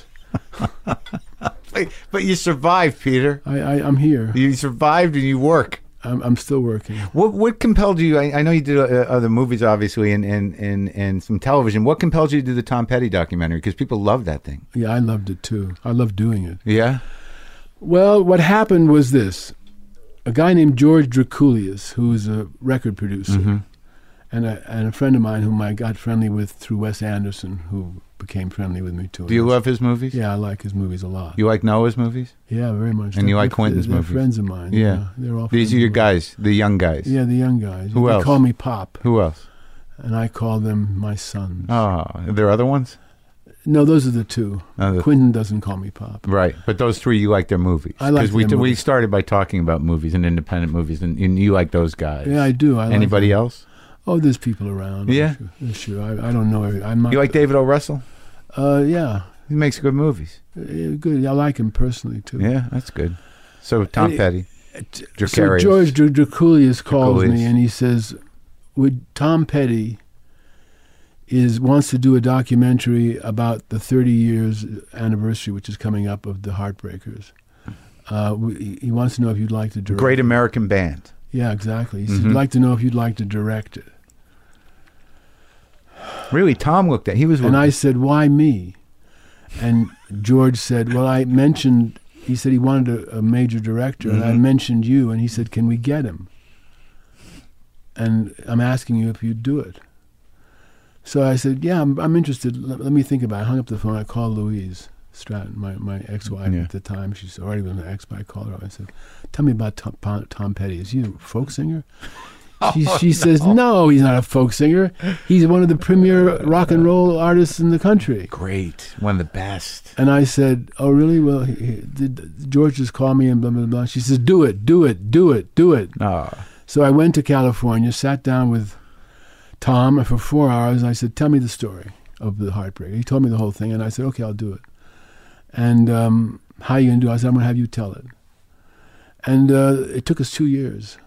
Speaker 3: But, but you survived, Peter.
Speaker 2: I, I I'm here.
Speaker 3: You survived and you work.
Speaker 2: I'm, I'm still working.
Speaker 3: What what compelled you? I, I know you did uh, other movies, obviously, and, and, and, and some television. What compelled you to do the Tom Petty documentary? Because people love that thing.
Speaker 2: Yeah, I loved it too. I love doing it.
Speaker 3: Yeah.
Speaker 2: Well, what happened was this: a guy named George Draculius, who was a record producer, and a and a friend of mine whom I got friendly with through Wes Anderson, who became friendly with me too.
Speaker 3: Do you love his movies?
Speaker 2: Yeah, I like his movies a lot.
Speaker 3: You like Noah's movies?
Speaker 2: yeah, very much.
Speaker 3: And you like
Speaker 2: They're-
Speaker 3: Quentin's
Speaker 2: they're
Speaker 3: movies?
Speaker 2: Friends of mine. Yeah,
Speaker 3: Yeah.
Speaker 2: they're all.
Speaker 3: These
Speaker 2: friends
Speaker 3: are your
Speaker 2: of mine.
Speaker 3: guys, the young guys.
Speaker 2: Yeah, the young guys.
Speaker 3: Who
Speaker 2: they
Speaker 3: else?
Speaker 2: call me Pop,
Speaker 3: Who else?
Speaker 2: and I call them my sons.
Speaker 3: Oh, are there other ones?
Speaker 2: No, those are the two.
Speaker 1: Uh, the-
Speaker 2: Quentin doesn't call me pop.
Speaker 1: Right, but those three, you like their movies.
Speaker 2: I like
Speaker 1: Because we
Speaker 2: their
Speaker 1: t- we
Speaker 2: movies.
Speaker 1: started by talking about movies and independent movies, and, and you like those guys.
Speaker 2: Yeah, I do. I like
Speaker 1: Anybody else?
Speaker 2: Oh, there's people around.
Speaker 1: Yeah.
Speaker 2: sure. sure. I, I don't know. every- I'm not.
Speaker 1: You like David O. Russell?
Speaker 2: Uh, yeah,
Speaker 1: He makes good movies.
Speaker 2: Yeah, good. I like him personally too.
Speaker 1: Yeah, that's good. So Tom
Speaker 2: Any- uh,
Speaker 1: Petty,
Speaker 2: T- So
Speaker 1: Dracarius.
Speaker 2: George Dr- Draculius calls
Speaker 1: Draculius.
Speaker 2: me and he says, "Would Tom Petty is wants to do a documentary about the 30 years anniversary, which is coming up of the Heartbreakers. Uh, w- he- he wants to know if you'd like to direct.
Speaker 1: Great American Band.
Speaker 2: Yeah, exactly. He said,
Speaker 1: Mhm.
Speaker 2: "I'd like to know if you'd like to direct it."
Speaker 1: Really, Tom looked at. He was.
Speaker 2: And I said, "Why me?" And George said, "Well, I mentioned." He said he wanted a, a major director, and I
Speaker 1: Mhm.
Speaker 2: mentioned you. And he said, "Can we get him?" And I'm asking you if you'd do it. So I said, "Yeah, I'm, I'm interested. Let, let me think about." it. I hung up the phone. I called Louise Stratton, my, my ex-wife
Speaker 1: Yeah.
Speaker 2: at the time. She's already been an ex, but I called her. up. I said, "Tell me about Tom, Pa- Tom Petty. Is he a folk singer?" She, she says, "No, he's not a folk singer. He's one of the premier rock and roll artists in the country."
Speaker 1: great. One of the best.
Speaker 2: And I said, "Oh, really? Well, he, he, did George just call me and blah blah blah?" She says, "Do it, do it, do it, do it."
Speaker 1: Oh,
Speaker 2: So I went to California, sat down with Tom for four hours, and I said, "Tell me the story of the heartbreak." He told me the whole thing, and I said, "Okay, I'll do it." And um, how you gonna do? it? I said, "I'm gonna have you tell it." And uh, it took us two years,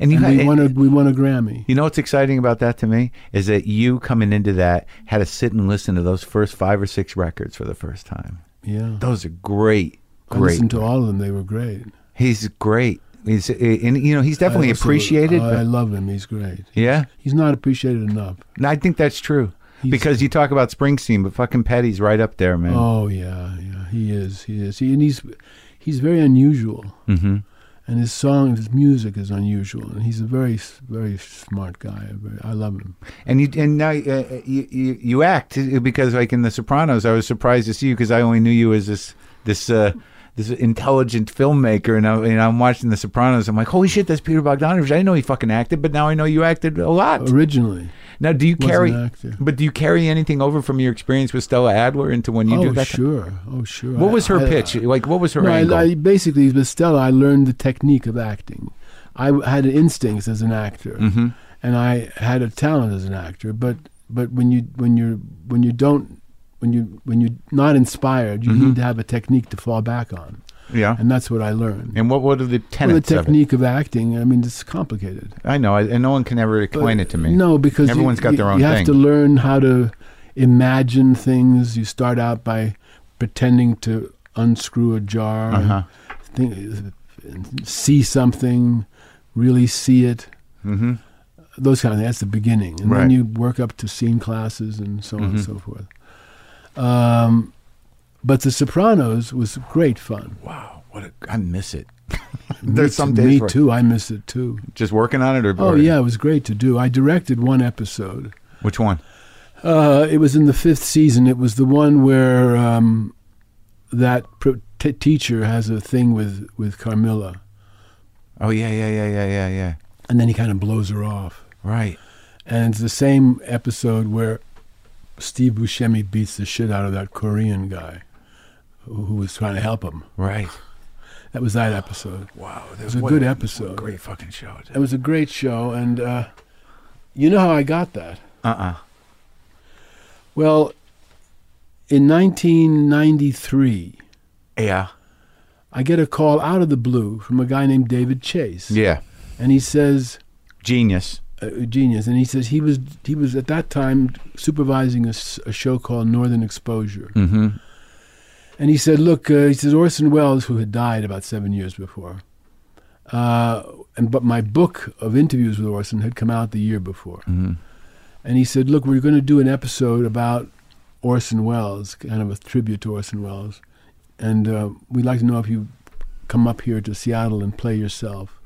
Speaker 1: and you
Speaker 2: and
Speaker 1: had, eh,
Speaker 2: we won a we won a Grammy.
Speaker 1: You know what's exciting about that to me is that you coming into that had to sit and listen to those first five or six records for the first time.
Speaker 2: Yeah,
Speaker 1: Those are great,
Speaker 2: I
Speaker 1: great.
Speaker 2: listened to all of them; they were great.
Speaker 1: He's great. He's eh, and you know he's
Speaker 2: I
Speaker 1: definitely
Speaker 2: also-
Speaker 1: appreciated.
Speaker 2: I, I
Speaker 1: but-
Speaker 2: love him; he's great.
Speaker 1: yeah,
Speaker 2: He's not appreciated enough.
Speaker 1: and I think that's true
Speaker 2: He's-
Speaker 1: because you talk about Springsteen, but fucking Petty's right up there, man.
Speaker 2: Oh yeah, yeah, he is. He is. He, and he's he's very unusual,
Speaker 1: Mm-hmm.
Speaker 2: and his song, his music is unusual, and he's a very s- very smart guy. Very, I love him.
Speaker 1: And you and now uh, you, you you act uh, because like in The Sopranos, I was surprised to see you because I only knew you as this this. Uh, this intelligent filmmaker, and, I, and I'm watching The Sopranos. I'm like, holy shit, that's Peter Bogdanovich. I didn't know he fucking acted, but now I know you acted a lot.
Speaker 2: Uh, Originally,
Speaker 1: Now, do you
Speaker 2: was
Speaker 1: carry?
Speaker 2: an actor.
Speaker 1: But do you carry anything over from your experience with Stella Adler into when you
Speaker 2: oh
Speaker 1: do that?
Speaker 2: sure, oh sure.
Speaker 1: What
Speaker 2: I-
Speaker 1: was her
Speaker 2: I-
Speaker 1: pitch? Like, what was her
Speaker 2: no,
Speaker 1: angle?
Speaker 2: I, I basically with Stella, I learned the technique of acting. I w- had instincts as an actor,
Speaker 1: Mhm.
Speaker 2: and I had a talent as an actor. But but when you when you're when you don't when you when you're not inspired, you
Speaker 1: Mm-hmm.
Speaker 2: need to have a technique to fall back on,
Speaker 1: yeah.
Speaker 2: and that's what I learned.
Speaker 1: Oh. And what what are the
Speaker 2: Well, the
Speaker 1: tenets of it?
Speaker 2: technique of, acting, I mean, it's complicated.
Speaker 1: I know, I, and no one can ever explain it to me.
Speaker 2: No, because
Speaker 1: Everyone's
Speaker 2: you,
Speaker 1: got their
Speaker 2: you-
Speaker 1: own
Speaker 2: You have
Speaker 1: thing.
Speaker 2: to learn how to imagine things. You start out by pretending to unscrew a jar, and
Speaker 1: Uh-huh.
Speaker 2: think- and see something, really see it.
Speaker 1: Mm-hmm.
Speaker 2: Those kind of things. That's the beginning, and
Speaker 1: Right.
Speaker 2: then you work up to scene classes and so on and
Speaker 1: Mhm.
Speaker 2: so forth. Um, but The Sopranos was great fun.
Speaker 1: Wow, what a, I miss it.
Speaker 2: me,
Speaker 1: There's some
Speaker 2: t-
Speaker 1: days
Speaker 2: me
Speaker 1: where-
Speaker 2: too. I miss it too.
Speaker 1: Just working on it, or
Speaker 2: Oh
Speaker 1: or-
Speaker 2: yeah, it was great to do. I directed one episode.
Speaker 1: Which one?
Speaker 2: Uh, it was in the fifth season. It was the one where um, that pro- t- teacher has a thing with with Carmilla,
Speaker 1: Oh yeah, yeah, yeah, yeah, yeah, yeah.
Speaker 2: and then he kind of blows her off.
Speaker 1: Right.
Speaker 2: And it's the same episode where Steve Buscemi beats the shit out of that Korean guy who who was trying to help him.
Speaker 1: Right.
Speaker 2: That was that episode.
Speaker 1: Wow, that
Speaker 2: It was a good episode.
Speaker 1: Great fucking show.
Speaker 2: It was a great show, and uh, you know how I got that.
Speaker 1: Uh uh
Speaker 2: Well, in 1993,
Speaker 1: Yeah.
Speaker 2: I get a call out of the blue from a guy named David Chase.
Speaker 1: Yeah.
Speaker 2: And he says,
Speaker 1: Genius.
Speaker 2: uh, genius, and he says he was, he was at that time supervising a, s- a show called Northern Exposure.
Speaker 1: Mm-hmm.
Speaker 2: And he said, look, uh, he says, Orson Welles, who had died about seven years before, uh, and, but my book of interviews with Orson had come out the year before.
Speaker 1: mm-hmm.
Speaker 2: And he said, Look, we're going to do an episode about Orson Welles, kind of a tribute to Orson Welles. And uh, we'd like to know if you come up here to Seattle and play yourself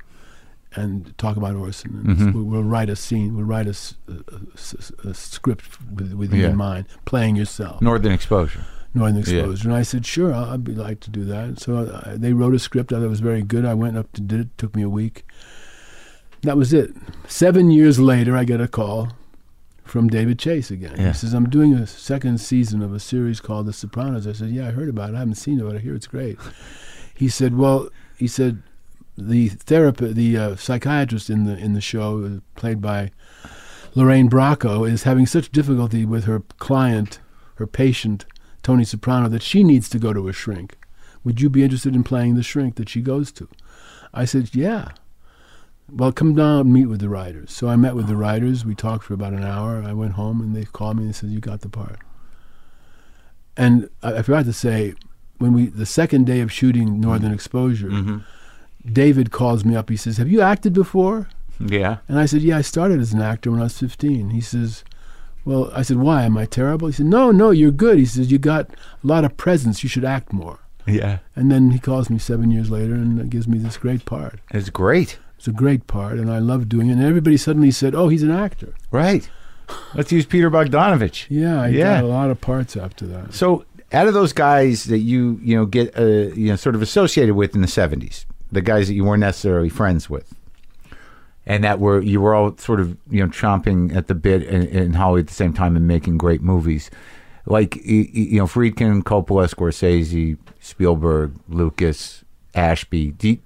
Speaker 2: and talk about Orson. And
Speaker 1: Mhm.
Speaker 2: we'll, we'll write a scene, we'll write a, s- a- a s- a script with, with you
Speaker 1: Yeah.
Speaker 2: in mind, playing yourself,
Speaker 1: Northern Exposure.
Speaker 2: Northern
Speaker 1: Yeah.
Speaker 2: Exposure. And I said, Sure, I- I'd be like to do that. So I, they wrote a script. I thought it was very good. I went up to did it, took me a week. That was it. Seven years later, I get a call from David Chase again.
Speaker 1: Yeah.
Speaker 2: He says, I'm doing a second season of a series called The Sopranos. I said, Yeah, I heard about it. I haven't seen it, but I hear it's great. He said, Well, he said, the therapist, the uh, psychiatrist in the in the show, uh, played by Lorraine Bracco, is having such difficulty with her client, her patient, Tony Soprano, that she needs to go to a shrink. Would you be interested in playing the shrink that she goes to? I said, Yeah. Well, come down and meet with the writers. So I met with the writers. We talked for about an hour. I went home and they called me and said, You got the part. And I, I forgot to say, when we the second day of shooting Northern Exposure,
Speaker 1: Mm. Mm-hmm.
Speaker 2: David calls me up. He says, Have you acted before?
Speaker 1: Yeah.
Speaker 2: And I said, Yeah, I started as an actor when I was 15. He says, Well, I said, Why? Am I terrible? He said, No, no, you're good. He says, You got a lot of presence. You should act more.
Speaker 1: Yeah.
Speaker 2: And then he calls me seven years later and uh, gives me this great part.
Speaker 1: It's great.
Speaker 2: It's a great part, and I love doing it. And everybody suddenly said, "Oh, he's an actor."
Speaker 1: Right. Let's use Peter Bogdanovich.
Speaker 2: Yeah, I
Speaker 1: Yeah.
Speaker 2: got a lot of parts after that.
Speaker 1: So out of those guys that you you know get uh, you know sort of associated with in the seventies, the guys that you weren't necessarily friends with, and that were you were all sort of you know chomping at the bit in, in Hollywood at the same time and making great movies, like y- y- you know Friedkin, Coppola, Scorsese, Spielberg, Lucas, Ashby. Do you,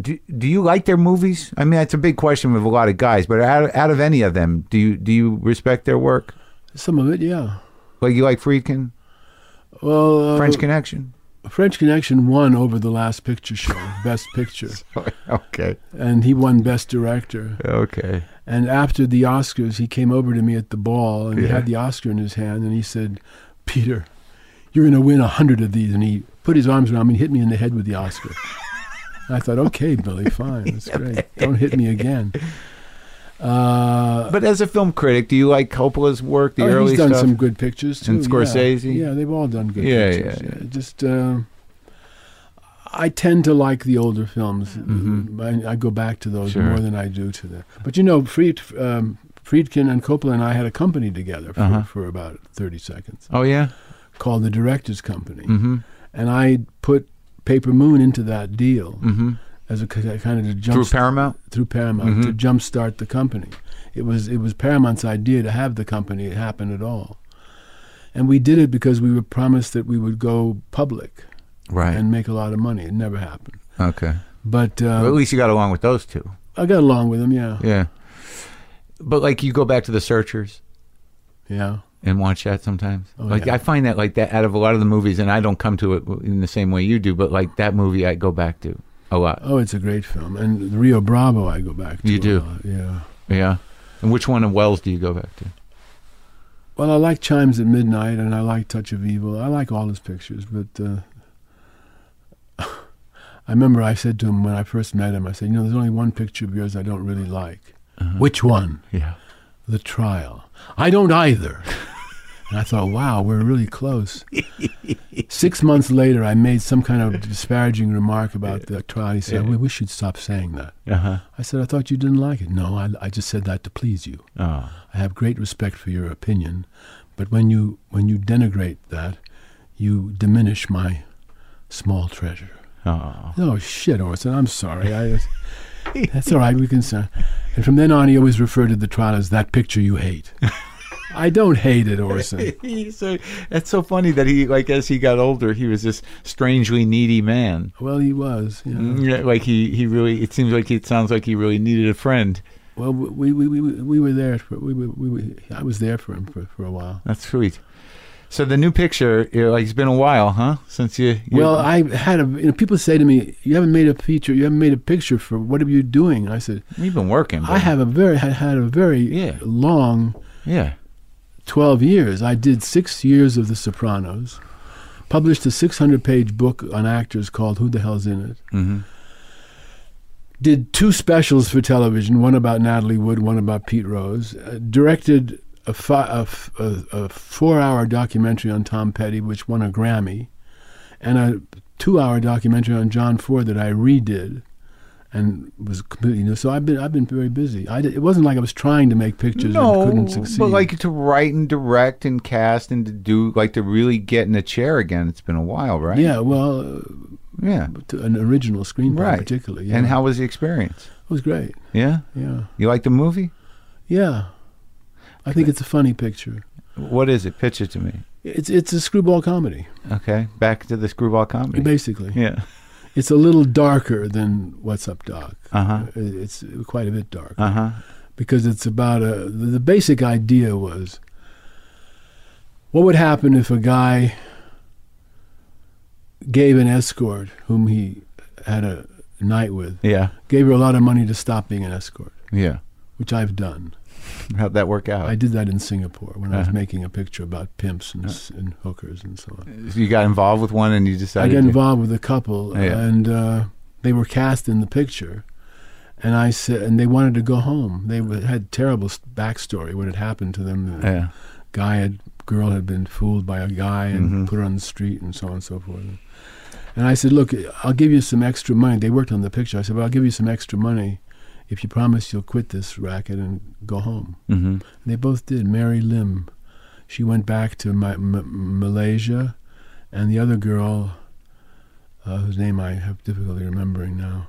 Speaker 1: do, do you like their movies? I mean, that's a big question with a lot of guys. But out of, out of any of them, do you do you respect their work?
Speaker 2: Some of it, yeah.
Speaker 1: Like you like Friedkin,
Speaker 2: Well, uh,
Speaker 1: French Connection.
Speaker 2: French Connection won over the last picture show, Best Picture,
Speaker 1: okay.
Speaker 2: and he won Best Director.
Speaker 1: Okay.
Speaker 2: And after the Oscars, he came over to me at the ball, and he
Speaker 1: Yeah.
Speaker 2: had the Oscar in his hand, and he said, "Peter, you're going to win a hundred of these." And he put his arms around me and hit me in the head with the Oscar. And I thought, "Okay, Billy, fine, that's great. Don't hit me again." Uh,
Speaker 1: But as a film critic, do you like Coppola's work, the
Speaker 2: Oh,
Speaker 1: early
Speaker 2: he's done
Speaker 1: stuff?
Speaker 2: some good pictures too.
Speaker 1: And Scorsese?
Speaker 2: Yeah, yeah they've all done good
Speaker 1: Yeah,
Speaker 2: pictures.
Speaker 1: yeah,
Speaker 2: Just uh, I tend to like the older films. I, I go back to those
Speaker 1: Mm-hmm. Sure.
Speaker 2: more than I do to the. But you know, Fried, um, Friedkin and Coppola and I had a company together for,
Speaker 1: Uh-huh.
Speaker 2: for about thirty seconds
Speaker 1: oh yeah.
Speaker 2: called the Directors Company,
Speaker 1: Mm-hmm.
Speaker 2: and I put Paper Moon into that deal
Speaker 1: Mm-hmm.
Speaker 2: as a k- kind of to
Speaker 1: Through
Speaker 2: jump
Speaker 1: Paramount.
Speaker 2: through Paramount
Speaker 1: Mhm.
Speaker 2: to jumpstart the company. It was it was Paramount's idea to have the company happen at all, and we did it because we were promised that we would go public
Speaker 1: Right.
Speaker 2: and uh, make a lot of money. It never happened,
Speaker 1: okay.
Speaker 2: but
Speaker 1: Well, at
Speaker 2: uh,
Speaker 1: least you got along with those two.
Speaker 2: I got along with them. Yeah,
Speaker 1: Yeah. But like you go back to the Searchers
Speaker 2: yeah.
Speaker 1: and watch that sometimes.
Speaker 2: Oh,
Speaker 1: like
Speaker 2: yeah.
Speaker 1: I find that like that out of a lot of the movies, and I don't come to it w- in the same way you do. But like that movie, I go back to a lot.
Speaker 2: Oh, it's a great film, and Rio Bravo. I go back. to
Speaker 1: You
Speaker 2: a
Speaker 1: do.
Speaker 2: lot, yeah.
Speaker 1: Yeah. And which one of Wells do you go back to?
Speaker 2: Well, I like Chimes at Midnight, and I like Touch of Evil. I like all his pictures, but uh, I remember I said to him when I first met him, I said, "You know, there's only one picture of yours I don't really like. Which one?
Speaker 1: Yeah.
Speaker 2: The trial. I don't either." and I thought, "Wow, we're really close." Six months later, I made some kind of disparaging remark about the trial. He said, "We wish you'd stop saying that."
Speaker 1: Uh huh.
Speaker 2: I said, "I thought you didn't like it." No, I, I just said that to please you.
Speaker 1: Oh.
Speaker 2: I have great respect for your opinion, but when you when you denigrate that, you diminish my small treasure.
Speaker 1: Oh.
Speaker 2: Oh shit, Orson, I'm sorry. I, that's all right. We can. say- And from then on, he always referred to the trial as that picture you hate. I don't hate it, Orson.
Speaker 1: He's so that's so funny that he like as he got older he was this strangely needy man.
Speaker 2: Well, he was. You know.
Speaker 1: Yeah, like he he really it seems like it sounds like he really needed a friend.
Speaker 2: Well, we we, we, we were there. For, we, were- we, we I was there for him for, for a while.
Speaker 1: That's sweet. So the new picture, you know, like it's been a while, huh? Since you, you
Speaker 2: Well, I had a. You know, people say to me, "You haven't made a feature. You haven't made a picture for. What are you doing?" I said,
Speaker 1: you've been working.
Speaker 2: I
Speaker 1: but-
Speaker 2: have a very had, had a very
Speaker 1: Yeah.
Speaker 2: long
Speaker 1: yeah.
Speaker 2: twelve years. I did six years of The Sopranos, published a six hundred page book on actors called Who the Hell's in It.
Speaker 1: Mm-hmm.
Speaker 2: Did two specials for television, one about Natalie Wood, one about Pete Rose. Uh, directed a, fi- a f- a- a four hour documentary on Tom Petty, which won a Grammy, and a two hour documentary on John Ford that I redid. And was completely new, so I've been I've been very busy. I did, it wasn't like I was trying to make pictures
Speaker 1: No,
Speaker 2: and couldn't succeed.
Speaker 1: but like to write and direct and cast and to do like to really get in a chair again. It's been a while, right?
Speaker 2: yeah, well, uh,
Speaker 1: yeah.
Speaker 2: to an original screenplay
Speaker 1: Right.
Speaker 2: particularly. Yeah.
Speaker 1: And how was the experience?
Speaker 2: it was great.
Speaker 1: Yeah,
Speaker 2: Yeah,
Speaker 1: you like the movie?
Speaker 2: yeah. I think it's a funny picture.
Speaker 1: What is it? Pitch it to me.
Speaker 2: It's it's a screwball comedy,
Speaker 1: Okay, back to the screwball comedy.
Speaker 2: basically.
Speaker 1: Yeah.
Speaker 2: It's a little darker than What's Up, Doc.
Speaker 1: Uh huh.
Speaker 2: It- It's quite a bit dark
Speaker 1: Uh huh.
Speaker 2: because it's about a. The the basic idea was, what would happen if a guy gave an escort whom he had a night with,
Speaker 1: Yeah.
Speaker 2: gave her a lot of money to stop being an escort,
Speaker 1: Yeah.
Speaker 2: which I've done.
Speaker 1: How'd that work out?
Speaker 2: I did that in Singapore when I was
Speaker 1: Uh-huh.
Speaker 2: making a picture about pimps and, s and hookers and so on.
Speaker 1: you got involved with one and you
Speaker 2: I
Speaker 1: decided.
Speaker 2: got
Speaker 1: to-
Speaker 2: involved with a couple,
Speaker 1: Yeah.
Speaker 2: and uh, they were cast in the picture. And I said, and they wanted to go home. They w- had terrible s- backstory what had happened to them. The
Speaker 1: Yeah.
Speaker 2: guy had girl had been fooled by a guy and
Speaker 1: Mhm.
Speaker 2: put her on the street and so on and so forth. And I said, look, I'll give you some extra money. They worked on the picture. I said, well, I'll give you some extra money if you promise you'll quit this racket and go home.
Speaker 1: Mm-hmm.
Speaker 2: They both did. Mary Lim, she went back to Ma- Ma- Malaysia, and the other girl, uh, whose name I have difficulty remembering now,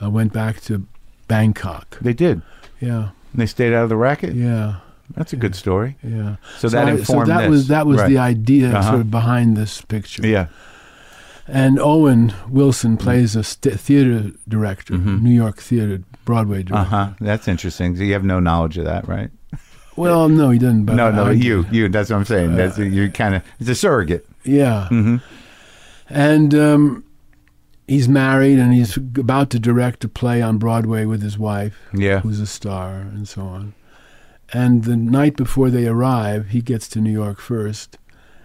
Speaker 2: uh, went back to Bangkok.
Speaker 1: They did.
Speaker 2: Yeah,
Speaker 1: And they stayed out of the racket.
Speaker 2: yeah,
Speaker 1: That's a good story.
Speaker 2: yeah.
Speaker 1: So, that
Speaker 2: I-
Speaker 1: informed
Speaker 2: that
Speaker 1: this.
Speaker 2: was that was
Speaker 1: Right.
Speaker 2: the idea
Speaker 1: Uh-huh.
Speaker 2: sort of behind this picture.
Speaker 1: Yeah.
Speaker 2: And Owen Wilson plays a st- theater director,
Speaker 1: Mhm.
Speaker 2: New York theater, Broadway
Speaker 1: Uh
Speaker 2: director.
Speaker 1: huh. That's interesting. You have no knowledge of that, right?
Speaker 2: Well, no, he didn't. But
Speaker 1: Uh-huh. no, no,
Speaker 2: I- Uh,
Speaker 1: you, you. That's what I'm saying. That's you. Kind of. It's a surrogate.
Speaker 2: Yeah.
Speaker 1: Mm-hmm.
Speaker 2: and um, he's married and he's about to direct a play on Broadway with his wife,
Speaker 1: Yeah.
Speaker 2: who's a star, and so on. And the night before they arrive, he gets to New York first,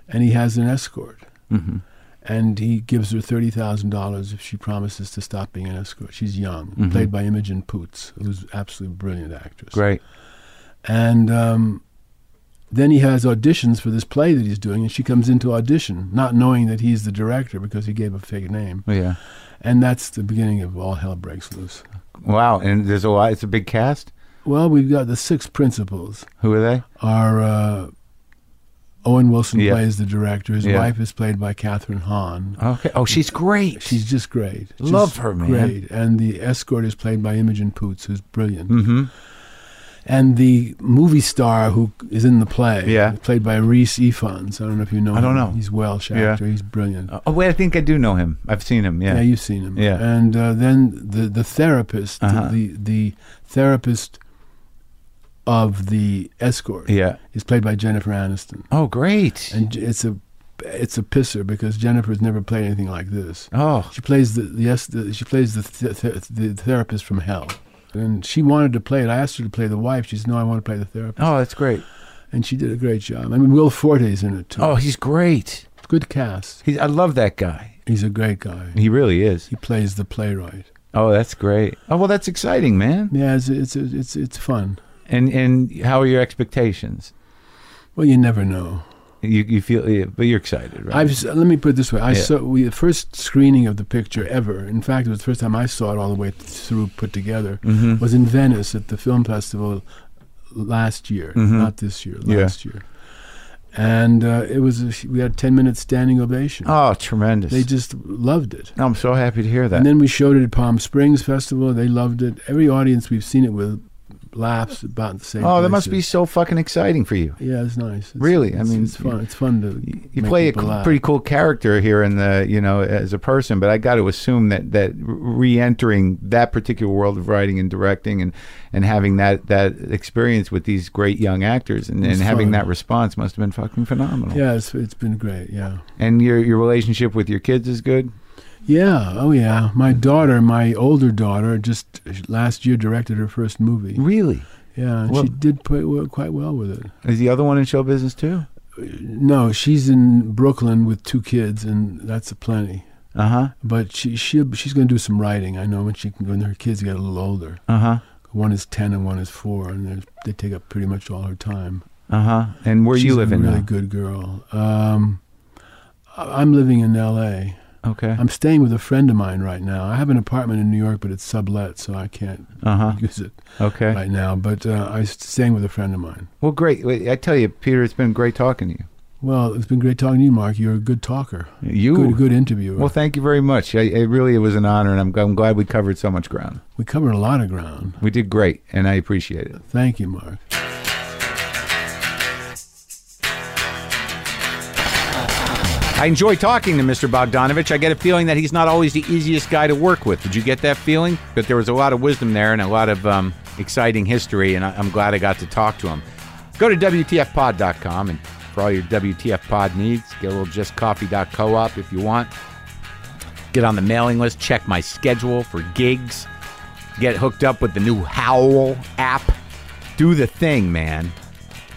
Speaker 2: and he has an escort.
Speaker 1: Mm-hmm.
Speaker 2: And he gives her thirty thousand dollars if she promises to stop being an escort. She's young,
Speaker 1: Mhm.
Speaker 2: played by Imogen Poots, who's absolutely brilliant actress.
Speaker 1: Great.
Speaker 2: And um, then he has auditions for this play that he's doing, and she comes into audition, not knowing that he's the director because he gave a fake name.
Speaker 1: Yeah.
Speaker 2: And that's the beginning of all hell breaks loose.
Speaker 1: Wow. And there's a lot. It's a big cast.
Speaker 2: Well, we've got the six principals
Speaker 1: Who are they?
Speaker 2: are uh, Owen Wilson
Speaker 1: Yeah.
Speaker 2: plays the director. His
Speaker 1: Yeah.
Speaker 2: wife is played by Catherine Hahn.
Speaker 1: Okay. Oh, she's great.
Speaker 2: She's just great. Just
Speaker 1: Love her, man.
Speaker 2: Great. And the escort is played by Imogen Poots, who's brilliant.
Speaker 1: Mm-hmm.
Speaker 2: And the movie star who is in the play,
Speaker 1: Yeah.
Speaker 2: played by Reese Ifans. I don't know if you know
Speaker 1: I don't
Speaker 2: him.
Speaker 1: know.
Speaker 2: He's Welsh
Speaker 1: Yeah.
Speaker 2: actor. He's brilliant.
Speaker 1: Oh wait, I think I do know him. I've seen him.
Speaker 2: Yeah,
Speaker 1: Yeah.
Speaker 2: you've seen him.
Speaker 1: Yeah.
Speaker 2: And uh, then the the therapist, the-
Speaker 1: Uh-huh.
Speaker 2: the, the therapist of the escort,
Speaker 1: yeah.
Speaker 2: is played by Jennifer Aniston,
Speaker 1: Oh, great.
Speaker 2: and j- it's a it's a pisser because Jennifer's never played anything like this.
Speaker 1: oh,
Speaker 2: She plays the the, es- the she plays the, th- th- the therapist from hell, and she wanted to play it. I asked her to play the wife. She said, "No, I want to play the therapist,"
Speaker 1: oh, that's great.
Speaker 2: and she did a great job. I mean, Will Forte's in it too.
Speaker 1: Oh, he's great.
Speaker 2: good cast.
Speaker 1: He's, I love that guy.
Speaker 2: He's a great guy.
Speaker 1: He really is.
Speaker 2: He plays the playwright.
Speaker 1: Oh, that's great. Oh, well, that's exciting, man.
Speaker 2: Yeah, it's it's it's it's fun.
Speaker 1: And and how are your expectations?
Speaker 2: Well, you never know.
Speaker 1: You you feel, yeah, but you're excited, right?
Speaker 2: I've s- let me put it this way: I
Speaker 1: Yeah.
Speaker 2: saw we, the first screening of the picture ever. In fact, it was the first time I saw it all the way through put together.
Speaker 1: Mhm.
Speaker 2: Was in Venice at the film festival last year,
Speaker 1: Mhm.
Speaker 2: not this year,
Speaker 1: Yeah.
Speaker 2: last year. And uh, it was a, we had ten minutes standing ovation.
Speaker 1: Oh, tremendous.
Speaker 2: They just loved it.
Speaker 1: I'm so happy to hear that.
Speaker 2: And then we showed it at Palm Springs Festival. They loved it. Every audience we've seen it with laughs about the same.
Speaker 1: oh, that must be
Speaker 2: places.
Speaker 1: so fucking exciting for you.
Speaker 2: Yeah, it's nice. It's-
Speaker 1: Really? I
Speaker 2: it's-
Speaker 1: mean,
Speaker 2: it's fun. It's fun to
Speaker 1: You you
Speaker 2: make
Speaker 1: play a
Speaker 2: people
Speaker 1: cool-
Speaker 2: laugh.
Speaker 1: pretty cool character here in the, you know, as a person, but I got to assume that that re-entering that particular world of writing and directing and and having that that experience with these great young actors and, and
Speaker 2: It's
Speaker 1: having
Speaker 2: fun.
Speaker 1: that response must have been fucking phenomenal.
Speaker 2: Yeah, it's, it's been great. Yeah.
Speaker 1: And your your relationship with your kids is good.
Speaker 2: Yeah, oh yeah. My daughter, my older daughter, just last year directed her first movie.
Speaker 1: Really?
Speaker 2: Yeah, and
Speaker 1: Well-
Speaker 2: she did play, well, quite well with it.
Speaker 1: Is the other one in show business too?
Speaker 2: No, she's in Brooklyn with two kids, and that's a plenty.
Speaker 1: Uh huh.
Speaker 2: But she she she's going to do some writing. I know when she when her kids get a little older.
Speaker 1: Uh huh.
Speaker 2: One is ten and one is four, and they're- they take up pretty much all her time.
Speaker 1: Uh huh. And where
Speaker 2: uh-huh. She's
Speaker 1: you living
Speaker 2: A really
Speaker 1: now?
Speaker 2: good girl. Um, I- I'm living in L.A.
Speaker 1: Okay.
Speaker 2: I'm staying with a friend of mine right now. I have an apartment in New York, but it's sublet, so I can't
Speaker 1: Uh huh.
Speaker 2: use it.
Speaker 1: Okay.
Speaker 2: right now, but uh, I'm staying with a friend of mine.
Speaker 1: Well, great. Wait, I tell you, Peter, it's been great talking to you.
Speaker 2: Well, it's been great talking to you, Mark. You're a good talker,
Speaker 1: You.
Speaker 2: good, good interviewer.
Speaker 1: Well, thank you very much. I, it really it was an honor, and I'm, g- I'm glad we covered so much ground.
Speaker 2: we covered a lot of ground.
Speaker 1: We did great, and I appreciate it.
Speaker 2: Thank you, Mark.
Speaker 1: I enjoy talking to Mr. Bogdanovich. I get a feeling that he's not always the easiest guy to work with. Did you get that feeling? But there was a lot of wisdom there and a lot of um, exciting history, and I, I'm glad I got to talk to him. Go to WTFpod.com and for all your WTF pod needs, get a little justcoffee.coop if you want. Get on the mailing list, check my schedule for gigs, get hooked up with the new Howl app. Do the thing, man.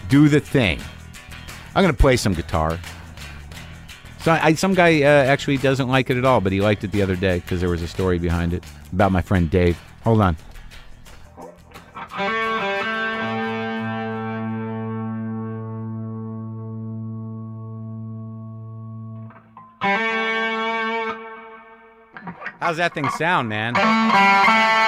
Speaker 1: Do the thing. I'm going to play some guitar. So I, some guy uh, actually doesn't like it at all, but he liked it the other day because there was a story behind it about my friend Dave. Hold on. How's that thing sound, man?